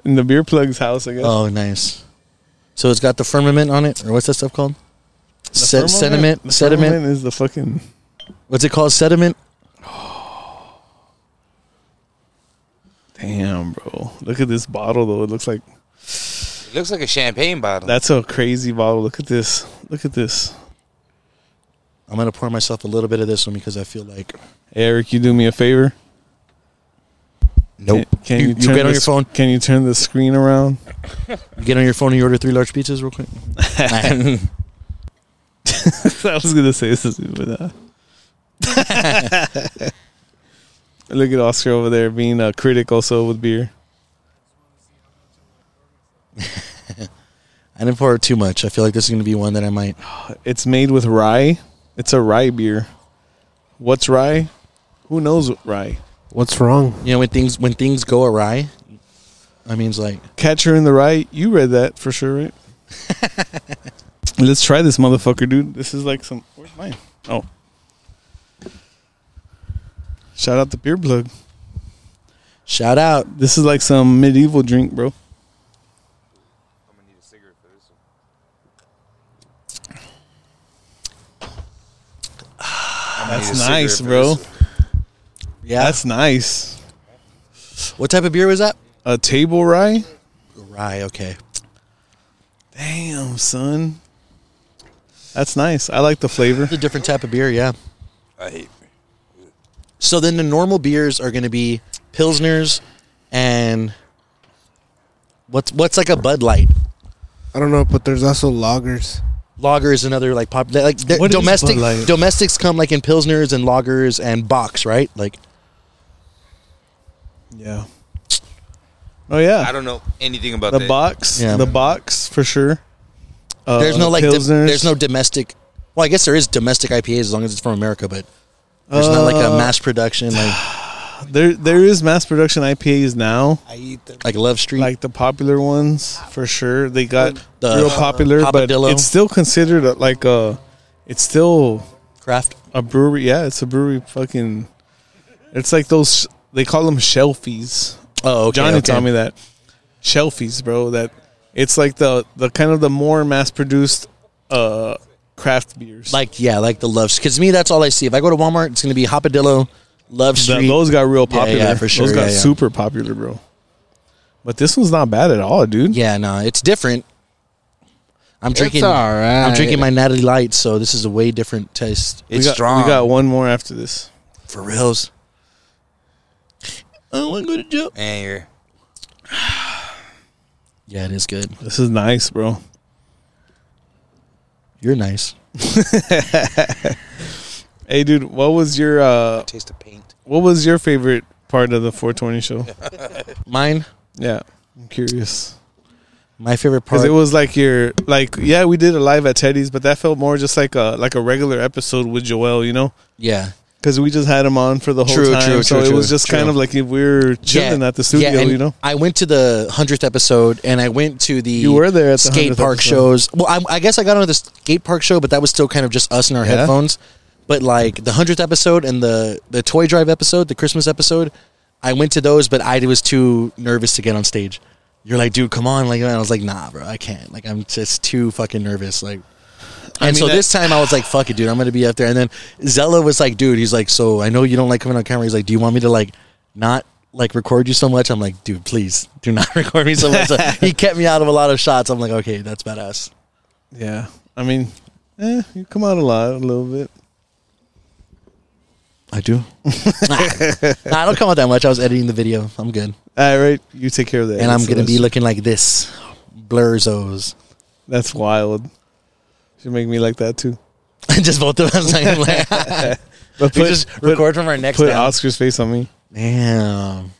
D: In the beer plug's house, I guess.
E: Oh, nice. So it's got the firmament on it, or what's that stuff called?
D: The
E: Se-
D: firmament-
E: sediment,
D: the
E: sediment.
D: firmament is the fucking
E: What's it called? Sediment.
D: damn, bro. Look at this bottle though. It looks like
F: It looks like a champagne bottle.
D: That's a crazy bottle. Look at this. Look at this.
E: I'm gonna pour myself a little bit of this one because I feel like
D: Eric, you do me a favor.
E: nope.
D: Can
E: you,
D: you,
E: you
D: turn
E: get on
D: the
E: your
D: sc-
E: phone.
D: Can you turn the screen around?
E: You get on your phone and you order three large pizzas real quick.
D: I was gonna say this is but uh Look at Oscar over there being a critic also with beer.
E: I didn't pour it too much. I feel like this is gonna be one that I might.
D: It's made with rye. It's a rye beer. What's rye? Who knows what rye?
G: What's wrong?
E: You know, when things when things go awry, I mean, it's like
D: Catcher in the Rye. You read that for sure, right? Let's try this motherfucker, dude. This is like some. Where's mine? Oh. Shout out the beer plug.
E: shout out.
D: This is like some medieval drink, bro. That's nice, bro.
E: Yeah.
D: That's nice.
E: what type of beer was that?
D: A table rye?
E: Rye. Okay.
D: Damn, son. That's nice. I like the flavor.
E: It's a different type of beer. Yeah. So then the normal beers are gonna be pilsners, and what's what's like a Bud Light.
G: I don't know, but there's also loggers.
E: Lager is another like pop like they're-
D: What is
E: domestic
D: Bud Light?
E: domestics come like in pilsners and lagers and box right like
D: Yeah. Oh yeah.
F: I don't know anything about
D: the
F: that.
D: box,
E: Yeah.
D: the box for sure. Uh,
E: there's no like dom-
D: Pilsners.
E: there's no domestic well I guess there is domestic IPAs as long as it's from America but there's not like a
D: Uh,
E: mass production like
D: there there is mass production IPAs now,
E: like Love Street
D: like the popular ones for sure. They got
E: The
D: real popular, but
E: Papadillo.
D: it's still considered a, like a, it's still
E: craft
D: a brewery. Yeah, it's a brewery. Fucking, it's like those they call them shelfies.
E: oh okay,
D: Johnny
E: okay.
D: taught me that shelfies, bro. That it's like the the kind of the more mass produced uh craft beers.
E: like yeah like the Love because me that's all I see if I go to Walmart it's gonna be Hopadillo Love
D: The-
E: Street
D: those got real popular.
E: yeah, for sure,
D: Those got
E: yeah, yeah.
D: super popular, bro. But this one's not bad at all, dude.
E: yeah no it's different I'm drinking
G: alright.
E: I'm drinking my Natalie Light so this is a way different taste
D: we
F: It's
D: got,
F: strong.
D: We got one more after this.
E: For reals. I want to go to jail.
F: Man, you're
E: Yeah, it is good.
D: This is nice, bro.
E: You're nice.
D: Hey, dude, what was your uh,
F: taste of paint.
D: what was your favorite part of the 420 show?
E: Mine,
D: yeah, I'm curious
E: my favorite part.
D: because it was like your like yeah we did a live at Teddy's, but that felt more just like a like a regular episode with Joel, you know.
E: yeah,
D: Because we just had him on for the whole
E: True,
D: time,
E: true,
D: so
E: true,
D: it
E: true,
D: was just
E: true.
D: kind of like if we were chilling
E: yeah,
D: at the studio,
E: yeah, and
D: you know.
E: I went to the hundredth episode, and I went to the
D: You were there at the
E: skate
D: 100th
E: park
D: episode.
E: shows. Well, I, I guess I got on the skate park show, but that was still kind of just us and our
D: Yeah?
E: headphones. But like the hundredth episode and the the toy drive episode, the Christmas episode, I went to those, but I was too nervous to get on stage. You're like, dude, come on! Like, and I was like, nah, bro, I can't. Like, I'm just too fucking nervous. Like, And
D: mean,
E: so
D: that-
E: this time I was like, fuck it, dude. I'm going to be up there. And then Zella was like, dude, he's like, so I know you don't like coming on camera. He's like, do you want me to like not like record you so much? I'm like, dude, please do not record me so much. So he kept me out of a lot of shots. I'm like, okay, that's badass.
D: Yeah, I mean, eh, you come out alive a little bit.
E: I do. nah, I don't come out that much. I was editing the video. I'm good.
D: All right, you take care of that.
E: And I'm
D: So
E: going to be
D: that's-
E: looking like this. Blurzos.
D: that's wild. Should make me like that too.
E: just both of us. Like,
D: But
E: we
D: put,
E: just
D: put-
E: record from our next
D: put
E: down.
D: Oscar's face on me.
E: Damn.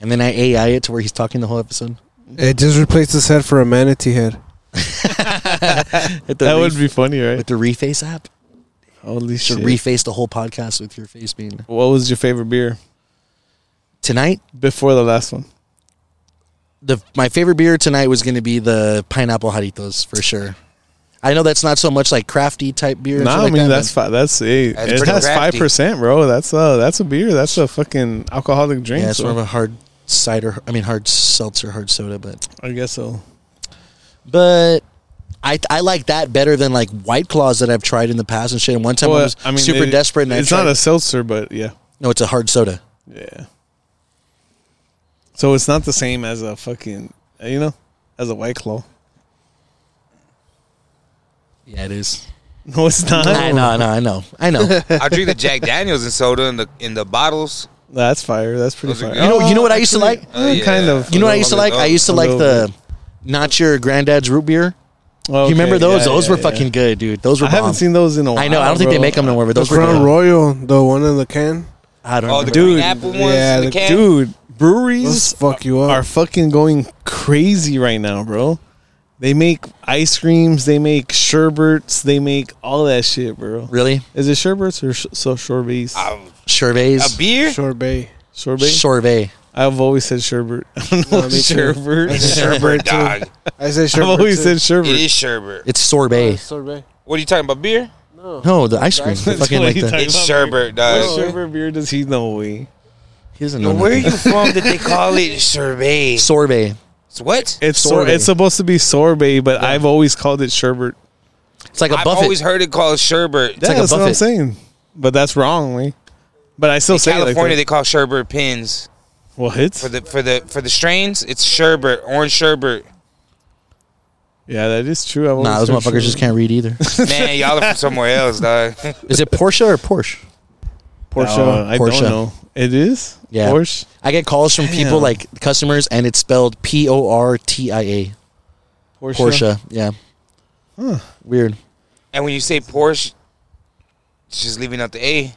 E: And then I AI it to where he's talking the whole episode.
G: It just replaced his head for a manatee head.
E: With the
D: That
E: re-
D: would be funny, right?
E: with the reface app.
D: Holy
E: to
D: shit!
E: reface the whole podcast with your face being
D: what was your favorite beer
E: tonight.
D: before the last one?
E: The my favorite beer tonight was going to be the pineapple jarritos for sure. I know that's not so much like crafty type beer. and
D: No,
E: shit
D: I
E: like
D: mean
E: that,
D: that's
E: but
D: fi- that's hey,
F: That's
D: it
F: pretty
D: has five
F: crafty.
D: percent, bro. That's a that's a beer. That's a fucking alcoholic drink.
E: yeah, it's
D: so-
E: more of a hard cider. I mean hard seltzer, hard soda, but
D: I guess so.
E: but. I, I like that better than like White Claws that I've tried in the past and shit. And one time I
D: Well,
E: was super
D: it-
E: desperate and
D: It's
E: I tried,
D: not a seltzer, but yeah,
E: no, it's a hard soda.
D: yeah. So it's not the same as a fucking you know. as a white claw.
E: Yeah, it is.
D: No, it's not.
E: I know, I know, I know, I know.
F: I drink the Jack Daniels and soda in the in the bottles.
D: That's fire. That's pretty
F: Those are
D: fire.
F: good. You
E: know- you know what I used to like?
F: Oh, yeah.
D: Kind of.
E: You know what I used to like? I used to like the not your granddad's root beer. You remember those? those were fucking good, dude. Those were.
D: I haven't
E: bomb.
D: seen those in a while.
E: I know. I don't think they
D: bro.
E: make them no more, but
G: The
E: those were.
G: Crown
E: good.
G: Royal, the one in the can.
E: I don't.
F: Oh, the
E: remember.
F: green
D: Dude.
F: apple ones.
G: Yeah,
F: in the
G: the-
F: can.
D: Dude,
G: Those
D: breweries
G: fuck you up.
D: are fucking going crazy right now, bro. They make ice creams, they make sherbets, they make all that shit, bro.
E: Really?
D: Is it sherbets or sh- so sorbets?
F: Um, a
E: Sherbets.
F: beer.
G: Sorbet.
D: Sorbet.
E: Sorbet.
D: I've always said sherbet. I don't know
G: No, me too.
D: sherbet.
F: Sherbet, dog.
G: I say
D: I've
G: sherbet.
D: always
G: too.
D: said
F: It
D: sherbet.
F: is sherbet.
E: It's sorbet.
G: sorbet.
F: What are you talking about? Beer?
E: No, the ice cream. The fucking
D: what
E: like
D: he
E: the.
D: typed.
F: It's
D: What
F: sherbet, dog.
D: sherbet beer does he know? We
E: He doesn't know
F: Where are you
E: nothing.
F: from that they call it sherbet?
E: Sorbet.
F: What?
D: it's sor-
E: Sorbet.
D: it's supposed to be sorbet, but I've always called it sherbet.
E: It's like a
F: I've
E: buffet.
F: always heard it called sherbet.
E: like a
D: that's what I'm
E: buffet.
D: saying. But that's wrong, we. But I still
F: In
D: say
F: California,
D: it like
F: they call sherbet pins
D: that. Well, hits.
F: for the for the for the strains. It's sherbet, orange sherbet.
D: Yeah, that is true. I've
E: nah, those
D: always heard
E: motherfuckers
D: sherbet.
E: just can't read either.
F: Man, y'all are from somewhere else, dog.
E: Is it Porsche or Porsche?
D: Porsche.
E: No,
D: Oh, I
E: Porsche.
D: don't know. It is.
E: Yeah.
D: Porsche.
E: I get calls from people
D: Damn.
E: like customers, and it's spelled P O R T I A.
D: Porsche.
E: Porsche. Yeah. Weird.
F: And when you say Porsche, it's just leaving out the A.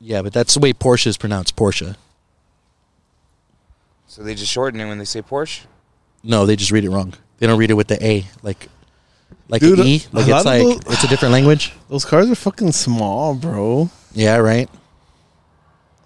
E: Yeah, but that's the way Porsche is pronounced. Porsche.
F: So they just shorten it when they say Porsche.
E: No, they just read it wrong. They don't read it with the A, like, like
D: Dude,
E: an E.
D: a
E: Like
D: lot
E: it's
D: of
E: like
D: those-
E: it's a different language.
D: Those cars are fucking small, bro.
E: Yeah, right.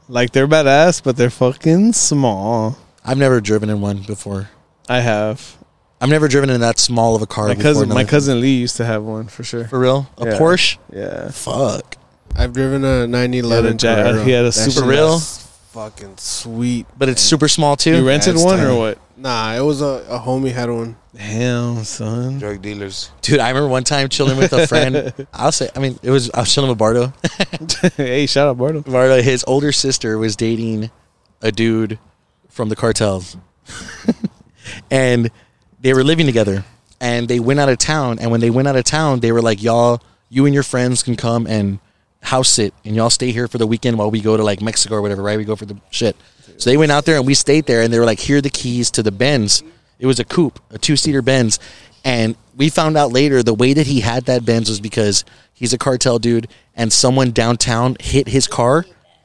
D: Like they're badass, but they're fucking small.
E: I've never driven in one before.
D: I have.
E: I've never driven in that small of a car.
D: My
E: before
D: cousin, my
E: another-
D: cousin Lee used to have one for sure.
E: for real, a
D: Yeah.
E: Porsche.
D: Yeah.
E: Fuck.
G: I've driven a 911
D: He had a Jag-
G: Camaro.
D: he had a
G: That
D: Super-
G: shit
E: For real?
G: was Fucking sweet.
E: But it's super small too.
D: You rented
G: That's
D: one or
G: tiny.
D: what?
G: Nah, it was a, a homie had one.
D: Damn, son.
F: Drug dealers.
E: Dude, I remember one time chilling with a friend. I'll say, I mean, it was I was chilling with Bardo.
D: hey, shout out Bartle.
E: Bardo, his older sister was dating a dude from the cartels, and they were living together. And they went out of town. And when they went out of town, they were like, "Y'all, you and your friends can come and house sit, and y'all stay here for the weekend while we go to like Mexico or whatever, right? We go for the shit." So they went out there and we stayed there. And they were like, "Here are the keys to the Benz." It was a coupe, a two-seater Benz, and we found out later the way that he had that Benz was because he's a cartel dude, and someone downtown hit his car.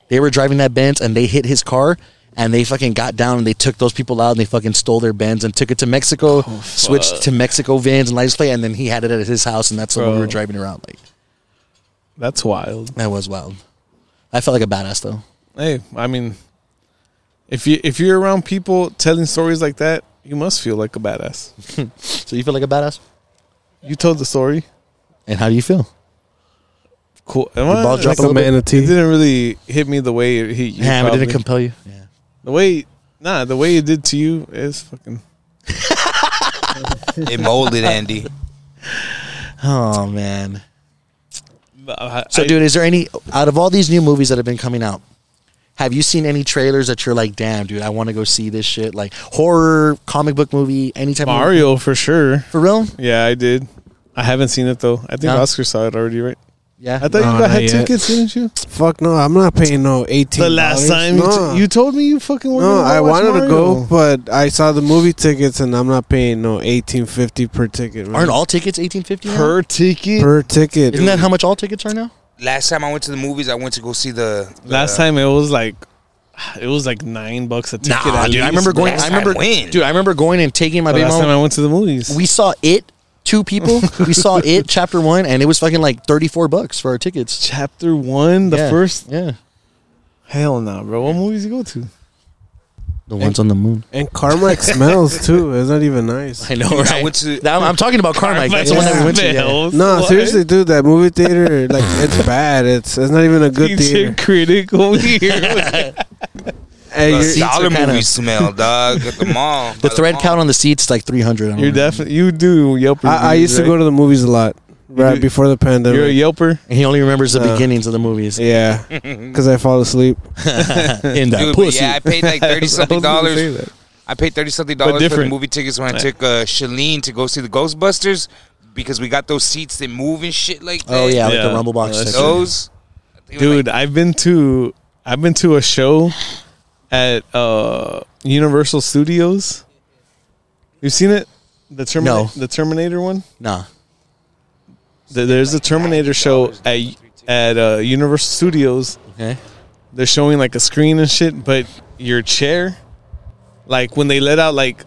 E: They were driving that Benz and they hit his car and they fucking got down and they took those people out and they fucking stole their Benz and took it to Mexico,
D: Oh,
E: switched to Mexico vans and lights play, and then he had it at his house and that's when we
D: Bro.
E: were driving around. Like
D: That's wild.
E: that was wild. I felt like a badass though.
D: Hey, I mean, if you if you're around people telling stories like that, you must feel like a badass.
E: So you feel like a badass?
D: You told the story.
E: And how do you feel?
D: Cool.
E: ball
D: Well,
E: drop
D: it
E: a little bit?
G: manatee.
D: didn't really hit me the way it hit you.
E: Yeah, but
D: probably.
E: did it compel you? Yeah.
D: the way, nah, the way it did to you is fucking.
F: It molded Andy.
E: Oh man.
D: uh, I-
E: So,
D: I-
E: dude, is there any out of all these new movies that have been coming out? Have you seen any trailers that you're like, damn, dude, I want to go see this shit? Like horror, comic book movie, any type of
D: Mario for sure.
E: for real?
D: Yeah, I did. I haven't seen it though. I think
E: No?
D: Oscar saw it already, right?
E: Yeah.
D: I thought
G: No,
D: you got
G: not
D: had
G: yet.
D: tickets, didn't you?
G: Fuck no, I'm not paying no eighteen.
D: The last time
G: no,
D: you, t- you told me you fucking wanted
G: no,
D: to go
G: I
D: watch
G: wanted
D: Mario.
G: to go, but I saw the movie tickets, and I'm not paying no eighteen fifty per ticket. man.
E: Aren't all tickets eighteen fifty?
D: per ticket.
G: per ticket?
E: Isn't that how much all tickets are now?
F: Last time I went to the movies, I went to go see the. the-
D: Last time it was like, it was like nine bucks a ticket. at
E: I
D: least,
E: remember
D: bro.
E: going. I
F: Last
E: remember,
F: time when?
E: dude. I remember going and taking my
D: The
E: baby
D: last time
E: mom.
D: I went to the movies.
E: We saw it. Two people. we saw it. Chapter one, and it was fucking like thirty four bucks for our tickets.
D: Chapter one, the
E: Yeah,
D: first.
E: Yeah.
D: Hell no, bro. What movies you go to?
E: The ones on the moon.
G: And Carmack smells too. It's not even nice.
E: I know,
F: Dude,
E: right?
F: I went to-
E: That- I'm, I'm talking about Carmike. That's the one that we went to. Yeah.
D: Smells.
G: No,
D: What?
G: seriously, dude, that movie theater, like, it's bad. It's it's not even a good
D: It's
G: theater.
D: a critical here.
G: Hey,
F: the
G: you're-
E: seats
F: dollar
E: are kinda-
F: movie smell, dog. At the mall.
E: The thread count on the seats is like three hundred.
D: You're definitely you do Yelp.
G: I, I
D: reviews,
G: used to
D: right?
G: go to the movies a lot right
D: do-
G: before the
D: You're a
G: pandemic.
D: Yelper.
E: He only remembers the
G: Uh,
E: beginnings of the movies.
G: Yeah, because I fall asleep.
E: In that
F: Dude, but
E: pussy.
F: yeah, I paid like thirty
D: I was
F: something
D: gonna
F: dollars
D: say that.
F: I paid thirty something dollars for the
D: different.
F: movie tickets when I
D: Yeah.
F: took uh, Shalene to go see the Ghostbusters because we got those seats that move and shit like that.
E: Oh yeah, like
D: Yeah.
E: the rumble box.
D: Yeah, that's
E: section.
F: those. I think it was
D: dude. I've been to I've been to a show at uh Universal Studios. You've seen it? The Terminator,
E: No.
D: the Terminator one.
E: Nah.
D: There- There's a Terminator show at at uh, Universal Studios.
E: Okay.
D: They're showing like a screen and shit, but your chair, like when they let out like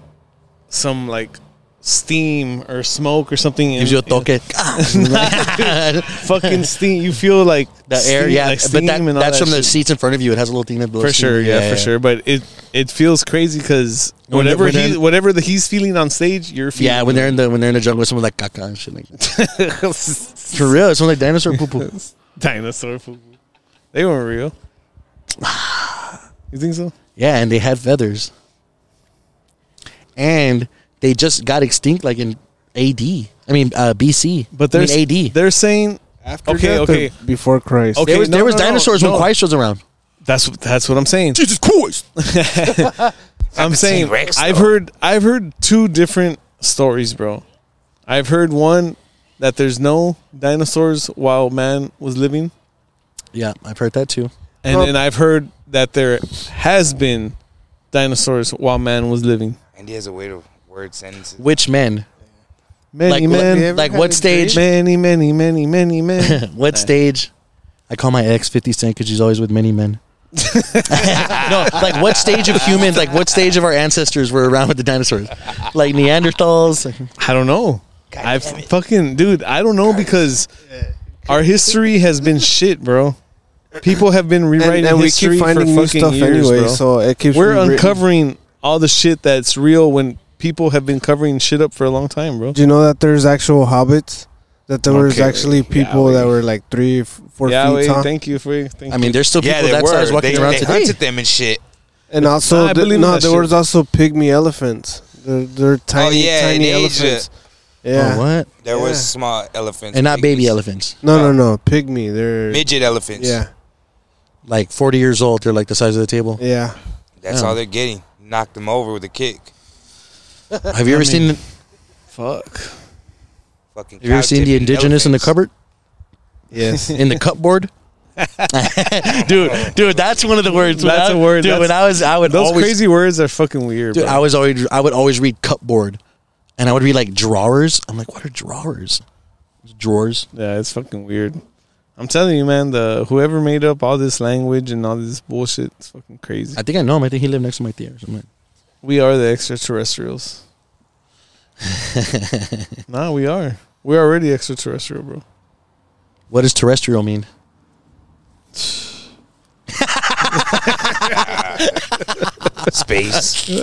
D: some like steam or smoke or something,
E: Gives
D: in-
E: you a toque. Ah.
D: fucking steam. You feel like
E: the air,
D: steam-
E: yeah.
D: like
E: but that,
D: steam and all
E: that's
D: that
E: from the
D: shit.
E: seats in front of you. It has a little thing that blows.
D: for sure,
E: steam.
D: yeah, for sure. But it it feels crazy because
E: When the-
D: whatever
E: when
D: he
E: they're-
D: whatever the he's feeling on stage, you're feeling.
E: Yeah, when they're in the when they're in the jungle, someone like caca and shit like that. For real, it sounds like dinosaur poo poo.
D: dinosaur food. They weren't real. You think so?
E: Yeah, and they had feathers. And they just got extinct like in AD. I mean uh, BC.
D: But there's
E: I mean, AD.
D: They're saying
G: After
D: Okay,
G: death or
D: okay.
G: before Christ.
D: Okay.
E: there was,
D: no,
E: there was
D: no, no,
E: dinosaurs
D: no.
E: when Christ was around.
D: that's that's what I'm saying.
E: Jesus Christ.
D: I'm saying
F: T-Rex,
D: I've
F: though.
D: heard I've heard two different stories, bro. I've heard one that there's no dinosaurs while man was living,
E: Yeah, I've heard that too.
D: and then I've heard that there has been dinosaurs while man was living.
F: And he has a way to word sentences.
E: Which men?
D: Many
E: Like,
D: men,
E: like, like what stage?
D: many, many, many, many men.
E: what stage? I call my ex 50 Cent because she's always with many men. no, like what stage of humans, like what stage of our ancestors were around with the dinosaurs? Like Neanderthals?
D: I don't know. I fucking dude, I don't know because our history has been shit, bro. People have been
G: And,
D: rewriting
G: and we
D: history
G: keep finding
D: for
G: new
D: fucking
G: stuff
D: years,
G: anyway,
D: bro.
G: so it keeps.
D: We're
G: rewritten.
D: uncovering all the shit that's real when people have been covering shit up for a long time, bro.
G: Do you know that there's actual hobbits? That there was
D: Okay,
G: actually people that were like three, f- four
D: Yeah,
G: feet
D: wait,
G: tall,
D: thank you for thank
E: I mean, there's still people that size walking
F: they
E: around
F: they
E: today.
F: hunted them and shit.
G: and also
D: Nah, I
G: th-
D: believe in
G: no,
D: that
G: there
D: shit. Oh,
G: was also pygmy elephants. They're, they're tiny,
F: yeah, in
G: tiny
F: Asia.
G: elephants. Yeah.
E: Oh, what?
F: There
G: Yeah.
F: was small elephants
E: And not baby
F: pygmies,
E: elephants.
G: No, no, no, pygmy. They're
F: midget elephants.
G: yeah,
E: Like 40 years old, they're like the size of the table.
G: yeah.
F: that's
E: Yeah.
F: all they're getting. Knocked them over with a kick.
E: Have you ever seen the,
D: fuck.
F: Fucking.
E: Have you ever seen the
F: cow-tipping
E: indigenous in the
F: elephants.
E: cupboard?
G: Yes.
E: In the cupboard? dude, dude, that's one of the words. When
D: That's
E: I-
D: a word,
E: Dude,
D: that's-
E: when I was, I would
D: Those
E: always
D: crazy words are fucking weird,
E: Dude,
D: bro.
E: I was always I would always read cupboard, and I would read like drawers. I'm like, what are drawers? Drawers.
D: yeah, it's fucking weird. I'm telling you, man, the whoever made up all this language and all this bullshit, it's fucking crazy.
E: I think I know him. I think he lived next to my theater. I'm like,
D: We are the extraterrestrials. nah, we are. We're already extraterrestrial, bro.
E: what does terrestrial mean?
F: space.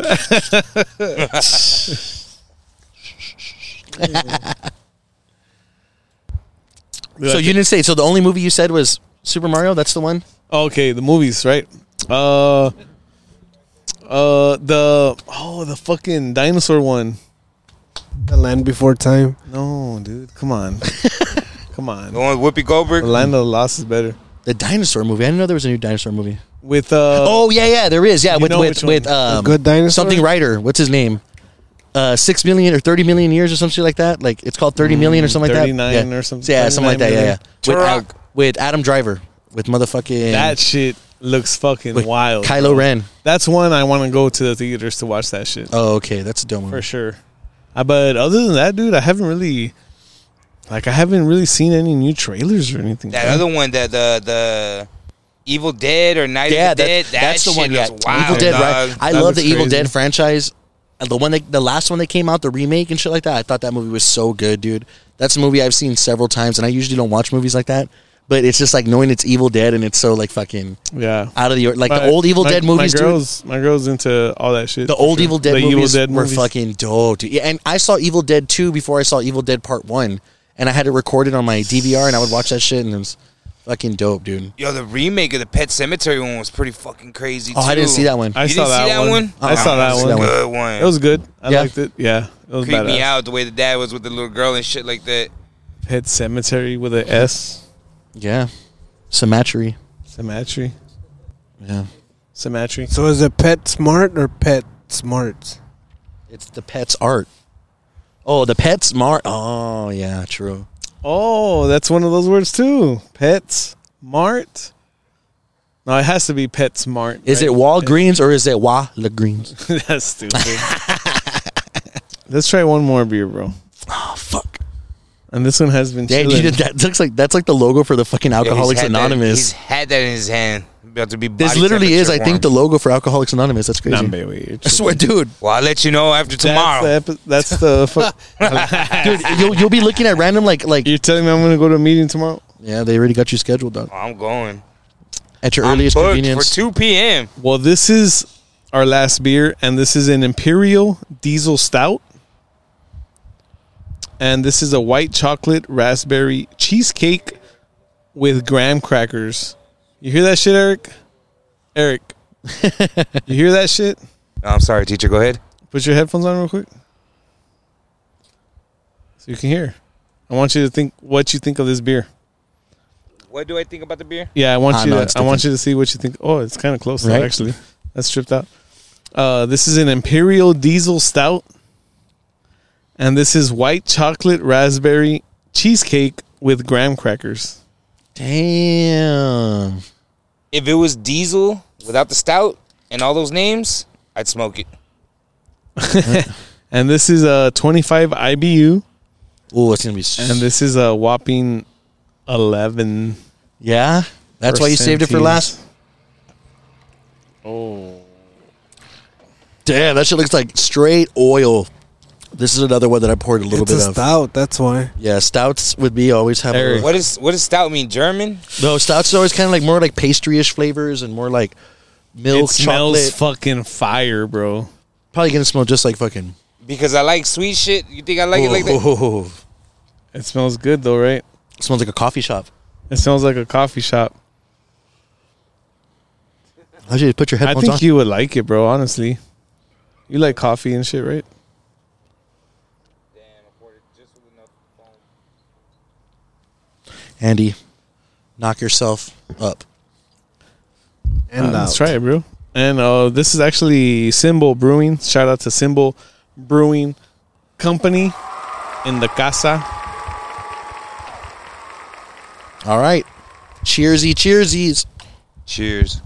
E: so you didn't say. So the only movie you said was Super Mario. That's the one.
D: Okay, the movies, right? Uh, uh, the oh, the fucking dinosaur one.
G: the land before time.
D: No, dude, come on, come
F: the
D: on.
F: one with Whoopi Goldberg.
D: Land of the Lost is better.
E: The dinosaur movie. I didn't know there was a new dinosaur movie.
D: With uh,
E: Oh yeah, yeah, there is. Yeah,
D: You
E: with
D: know
E: with
D: which one.
E: with um,
G: Good dinosaur?
E: something writer. What's his name? Uh, six million or thirty million years or something like that. Like it's called thirty million or something like that.
D: 39
E: yeah.
D: Mm, or something.
E: Yeah, something like that.
D: 39
E: Yeah, yeah. With, Al-
F: Turok.
E: with Adam Driver, with motherfucking
D: that shit looks fucking
E: with
D: wild.
E: Kylo Ren.
D: That's one I want to go to the theaters to watch that shit
E: Oh, okay, that's a dumb one.
D: for sure. Uh, but other than that, dude, I haven't really, like, I haven't really seen any new trailers or anything.
F: That
D: bro.
F: other one, the the the Evil Dead or Night
E: Yeah,
F: of the
E: that,
F: Dead. That
E: that's the
F: shit
E: one. Yeah,
F: looks wild,
E: Evil Dead.
F: dog.
E: Right? I
D: That
E: love
D: looks
E: the Evil
D: crazy.
E: Dead franchise. Uh, The one that the last one that came out, the remake and shit like that. I thought that movie was so good, dude. That's a movie I've seen several times, and I usually don't watch movies like that. But it's just like knowing it's Evil Dead, and it's so like fucking
D: yeah.
E: out of the or- like
D: My-
E: the old Evil
D: my-
E: Dead movies.
D: My
E: dude.
D: girls, my girls into all that shit.
E: The
D: for
E: old
D: sure.
E: Evil Dead
D: The
E: movies were
D: movies.
E: fucking dope, dude. Yeah, and I saw Evil Dead 2 before I saw Evil Dead Part 1, and I had it recorded on my DVR, and I would watch that shit, and it was fucking dope, dude.
F: Yo, the remake of the Pet Cemetery one was pretty fucking crazy.
E: Oh, I didn't
F: too.
E: see that one.
D: I
F: You
D: saw
F: didn't
D: that,
F: see that
D: one.
F: one?
D: I saw
F: Oh,
D: that
E: see
D: one.
E: Uh-uh, that one.
F: Good one.
D: It was good. I
E: Yeah.
D: liked it. Yeah, it was
F: creeped me
D: badass.
F: out the way the dad was with the little girl and shit like that.
D: Pet Cemetery with an S.
E: Yeah. Symmetry.
D: Cemetery.
E: Yeah.
D: Cemetery.
G: So is it pet smart or pet smarts.
E: It's the pet's art. Oh, the pet's mart. Oh, yeah, true.
D: Oh, that's one of those words too. Pets Mart. No, it has to be Pet Smart.
E: Is it Walgreens or is it Wa Greens?
D: it? that's stupid. Let's try one more beer, bro.
E: Oh, fuck.
D: And this one has been.
E: Damn,
D: chilling.
E: you did, that looks like that's like the logo for the fucking
F: Yeah, he's
E: Alcoholics
F: had that- he's
E: Anonymous.
F: had that in his hand. About to be.
E: this
F: body
E: literally is, I
F: temperature
E: think, the
F: warm.
E: logo for Alcoholics Anonymous. That's crazy.
D: Nah, baby, you're
E: I swear, dude,
F: Well, I'll let you know after tomorrow.
D: That's the, epi- that's the fu-
E: dude, you'll you'll be looking at random like like
D: You're telling me I'm going to go to a meeting tomorrow?
E: yeah, they already got you scheduled dog
F: Oh, I'm going.
E: at your
F: I'm
E: earliest
F: booked
E: convenience.
F: for 2 p.m.
D: Well, this is our last beer, and this is an Imperial Diesel Stout. And this is a white chocolate raspberry cheesecake with graham crackers. You hear that shit, Eric? Eric, you hear that shit?
F: No, I'm sorry, teacher. Go ahead.
D: Put your headphones on real quick so you can hear. I want you to think what you think of this beer.
F: What do I think about the beer?
D: Yeah, I want
E: Ah,
D: you.
E: no,
D: to,
E: it's
D: I want you to see what you think. Oh, it's kind of close though,
E: Right?
D: actually. That's stripped out. Uh, this is an Imperial Diesel Stout, and this is white chocolate raspberry cheesecake with graham crackers.
E: Damn.
F: If it was Diesel without the stout and all those names, I'd smoke it.
D: And this is a 25 IBU,
E: Oh, it's gonna be. s-
D: and this is a whopping 11.
E: yeah, that's why you saved it for
D: percentage.
E: last.
D: Oh.
E: Damn, that shit looks like straight oil. This is another one that I poured a little
G: It's a
E: bit of.
G: stout. That's why.
E: Yeah, stouts with me always have.
D: Eric.
E: A,
F: What is what does stout mean? German?
E: no, stouts are always kind of like more like pastry-ish flavors and more like
D: It
E: milk chocolate.
D: smells fucking fire, bro.
E: Probably gonna smell just like fucking.
F: Because I like sweet shit. You think I like it like that?
E: Ooh.
D: It smells good though, right?
E: smells like a coffee shop.
D: It smells like a coffee shop.
E: I should put your
D: I
E: headphones
D: think
E: on.
D: you would like it, bro. Honestly, you like coffee and shit, right?
E: Andy, knock yourself up.
G: And
D: Uh,
G: out.
D: Let's try it, bro. And uh, this is actually Symbol Brewing. Shout out to Symbol Brewing Company in the Casa.
E: All right. Cheersy, cheersies.
F: Cheers.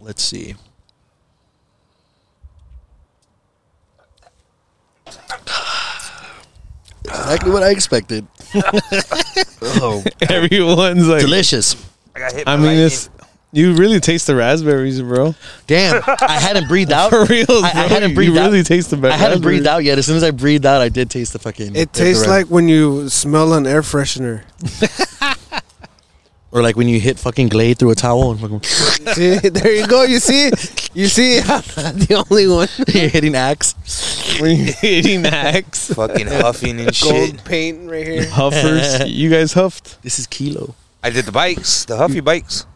E: Let's see. Exactly what I expected. oh,
D: Everyone's like,
E: delicious.
F: I got hit.
D: I
F: by
D: mean,
F: lightning.
D: it's you really taste the raspberries, bro.
E: Damn, I hadn't breathed out.
D: For real,
E: I, I
D: bro.
E: hadn't
D: You
E: breathed out.
D: really taste the
E: I hadn't breathed
D: raspberry.
E: out yet. As soon as I breathed out, I did taste the fucking.
G: It
E: the
G: tastes
E: red-
G: like when you smell an air freshener.
E: or like when you hit fucking Glade through a towel and fucking
G: see, there you go. You see, you see, I'm not the only one.
E: you're hitting axe.
D: when you're eating axe
F: fucking huffing and shit.
G: Gold paint right here.
D: huffers. you guys huffed.
E: This is kilo.
F: I did the bikes, the huffy bikes.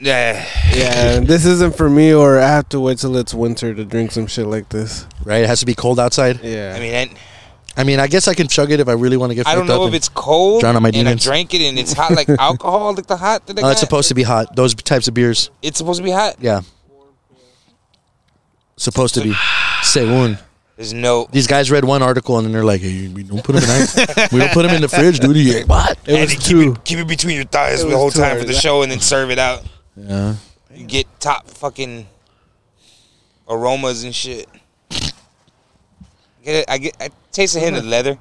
F: Yeah.
G: Yeah, this isn't for me, or I have to wait till it's winter to drink some shit like this.
E: Right, it has to be cold outside.
G: Yeah,
F: I mean, I,
E: I mean, I guess I can chug it if I really want to get.
F: I don't
E: fucked up
F: know if
E: and-
F: it's cold
E: drown out my
F: and
E: demons.
F: I drank it and it's hot like alcohol, like the hot that I
E: No, Oh, it's
F: got.
E: supposed to be hot. Those types of beers.
F: It's supposed to be hot.
E: Yeah. Supposed to be. Según.
F: There's no.
E: These guys read one article and then they're like, hey, we don't put them in ice. we don't put them in the fridge, dude. You're like, what?
D: It was two.
F: Keep it between your thighs
G: It
F: the
G: was
F: whole
G: two
F: time for the
G: hours.
F: show and then serve it out.
E: Yeah.
F: You get top fucking aromas and shit. Get it? I get. I taste a hint of leather.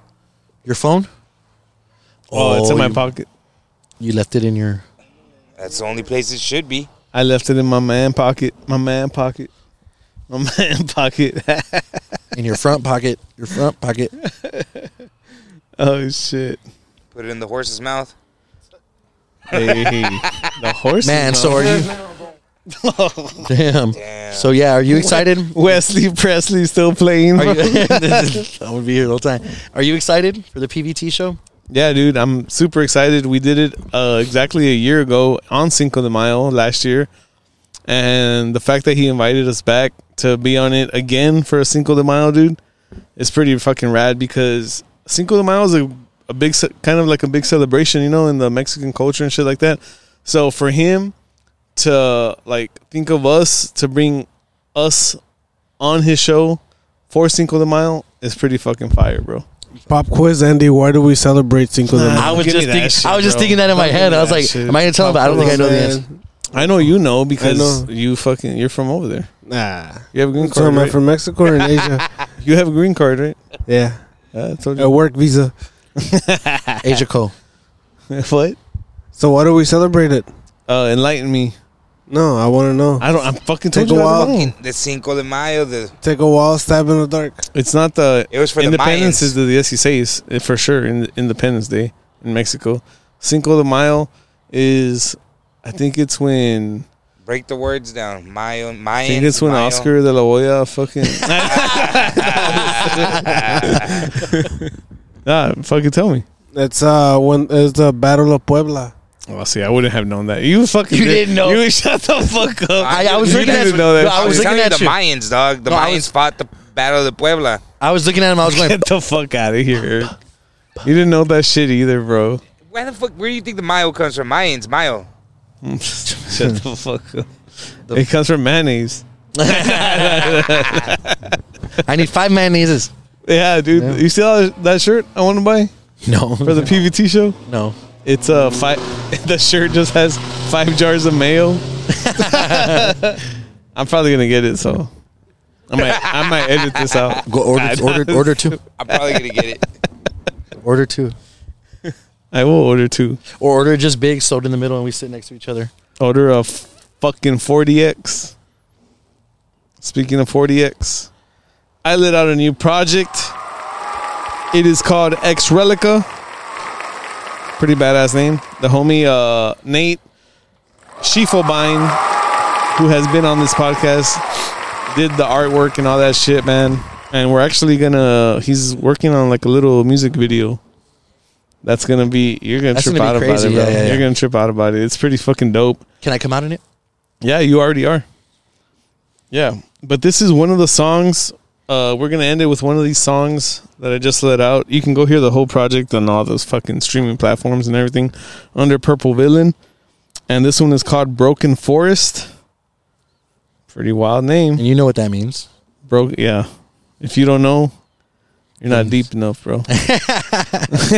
E: Your phone?
D: Oh, it's in my
E: you-
D: pocket.
E: You left it in your.
F: That's the only place it should be.
D: I left it in my man pocket. My man pocket. My man pocket.
E: In your front pocket, your front pocket.
D: oh shit!
F: Put it in the horse's mouth.
D: Hey, the horse.
E: Man,
D: is
E: so
D: on.
E: are you? Damn.
F: Damn.
E: So yeah, are you excited?
D: Wesley Presley still playing.
E: Are you, I would be here the whole time. Are you excited for the PVT show?
D: Yeah, dude, I'm super excited. We did it uh, exactly a year ago on Cinco de Mayo last year, and the fact that he invited us back to be on it again for a Cinco de Mayo, dude, is pretty fucking rad because Cinco de Mayo is a, a big ce- kind of like a big celebration, you know, in the Mexican culture and shit like that. So for him to like think of us to bring us on his show for Cinco de Mayo is pretty fucking fire, bro.
G: Pop quiz, Andy. Why do we celebrate Cinco de Mayo?
E: I was
D: Give me
E: just
D: that
E: thinking,
D: shit,
E: I was just
D: bro.
E: thinking that in my
D: Don't
E: head.
D: give
E: I was
D: me that
E: like,
D: shit.
E: am I gonna tell him? I don't think I know the answer.
D: I know you know because
G: know.
D: you fucking you're from over there.
G: Nah.
D: You have a green
G: So
D: card.
G: am I
D: Right?
G: from Mexico or in Asia?
D: you have a green card, right? Oh.
G: yeah.
D: Yeah, I told
G: A
D: you.
G: work visa.
E: Asia Cole.
D: what?
G: So why do we celebrate it?
D: Uh, enlighten me.
G: No, I want to know.
D: I don't. I'm fucking
G: Take
D: told you
G: a
D: guys
G: while.
D: wrong.
F: The Cinco de Mayo, the
G: Take a wall, stab in the dark.
D: It's not the
F: It was for the
D: Independence is
F: Mayans.
D: the 16 eh, for sure. In Independence Day in Mexico, Cinco de Mayo is, I think it's when
F: break the words down. Mayo, Mayan.
D: I think it's when
F: Mayo.
D: Oscar de la Hoya fucking. nah, fucking tell me.
G: It's uh when it's the Battle of Puebla.
D: Well, see, I wouldn't have known that. You fucking.
E: You didn't know.
D: You shut the fuck up.
E: I, I was
D: You
E: looking at
D: didn't know that.
E: no, I
F: I
E: was
F: was
E: looking
F: telling you the
E: at you.
F: Mayans, dog. The
E: No, I
F: Mayans
E: was-
F: fought the Battle of Puebla.
E: I was looking at him. I was going.
D: Get the fuck out of here. Eric. You didn't know that shit either, bro.
F: Where the fuck? Where do you think the Mayo comes from? Mayans, Mayo.
D: Shut the fuck up. It comes from mayonnaise.
E: I need five mayonnaises.
D: Yeah, dude. You see that that shirt I want to buy
E: No,
D: for the PVT show?
E: no.
D: It's uh five. The shirt just has five jars of mayo. I'm probably gonna get it, so I might I might edit this out.
E: Go order, order, order two,
F: I'm probably gonna get it.
E: order two,
D: I will order two.
E: or order just big, sold in the middle, and we sit next to each other.
D: Order a f- fucking 40x. Speaking of 40x, I lit out a new project. It is called X Relica. Pretty badass name. The homie uh, Nate Schiefelbein, who has been on this podcast, did the artwork and all that shit, man. And we're actually gonna. He's working on like a little music video. That's gonna be. You're gonna
E: That's
D: trip
E: gonna
D: out
E: be
D: about it,
E: crazy.
D: bro.
E: Yeah, yeah, yeah.
D: You're gonna trip out about it. It's pretty fucking dope.
E: Can I come out in it?
D: Yeah, you already are. Yeah, but this is one of the songs. Uh, we're gonna end it with one of these songs that I just let out. You can go hear the whole project on all those fucking streaming platforms and everything under Purple Villain. And this one is called Broken Forest. Pretty wild name,
E: And you know what that means.
D: broke. Yeah, if you don't know, you're not deep enough, bro.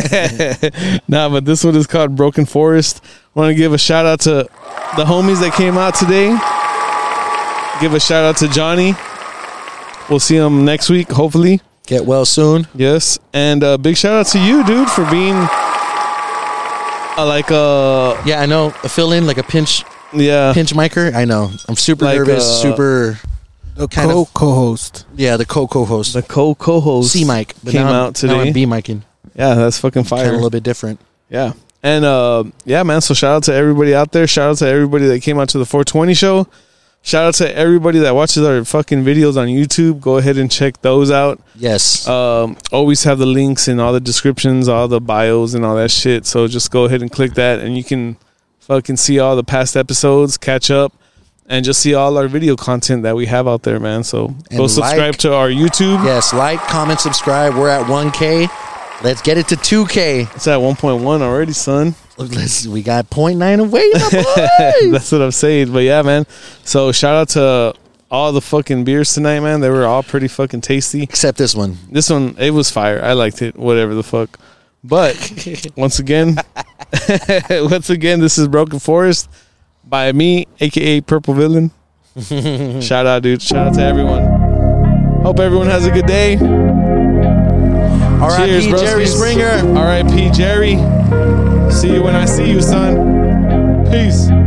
D: nah, but this one is called Broken Forest. Want to give a shout out to the homies that came out today. Give a shout out to Johnny. We'll see him next week, hopefully.
E: Get well soon.
D: Yes, and uh, big shout out to you, dude, for being uh, like uh
E: Yeah, I know. A fill in like a pinch,
D: yeah
E: pinch micer. I know. I'm super
D: Uh. Like,
E: nervous.
D: uh,
E: super.
G: The
E: Kind
G: co
E: of-
G: co-host.
E: Yeah, the co co host.
D: the co co host
E: C mic but
D: came
E: now I'm-
D: out
E: Now
D: today.
E: I'm B micing.
D: yeah, that's fucking
E: Kind of a
D: fire.
E: little bit different.
D: Yeah. And uh yeah, man, so shout out to everybody out there. Shout out to everybody that came out to the 420 show. Shout out to everybody that watches our fucking videos on YouTube. Go ahead and check those out.
E: Yes.
D: Um always have the links in all the descriptions, all the bios and all that shit. So just go ahead and click that and you can fucking see all the past episodes, catch up and just see all our video content that we have out there, man. So go
E: And
D: subscribe
E: like-
D: to our YouTube.
E: yes. Like, comment, subscribe. We're at 1K. Let's get it to 2K.
D: It's at 1.1 already, son.
E: Let's, we got 0.9 away. my boy.
D: That's what I'm saying. But yeah, man. So shout out to all the fucking beers tonight, man. They were all pretty fucking tasty.
E: Except this one.
D: This one, it was fire. I liked it. Whatever the fuck. But once again, once again, this is Broken Forest by me, aka Purple Villain. shout out, dude. Shout out to everyone. Hope everyone has a good day.
E: R.I.P.
D: broskies.
E: Jerry Springer.
D: R.I.P. Jerry. See you when I see you, son. Peace.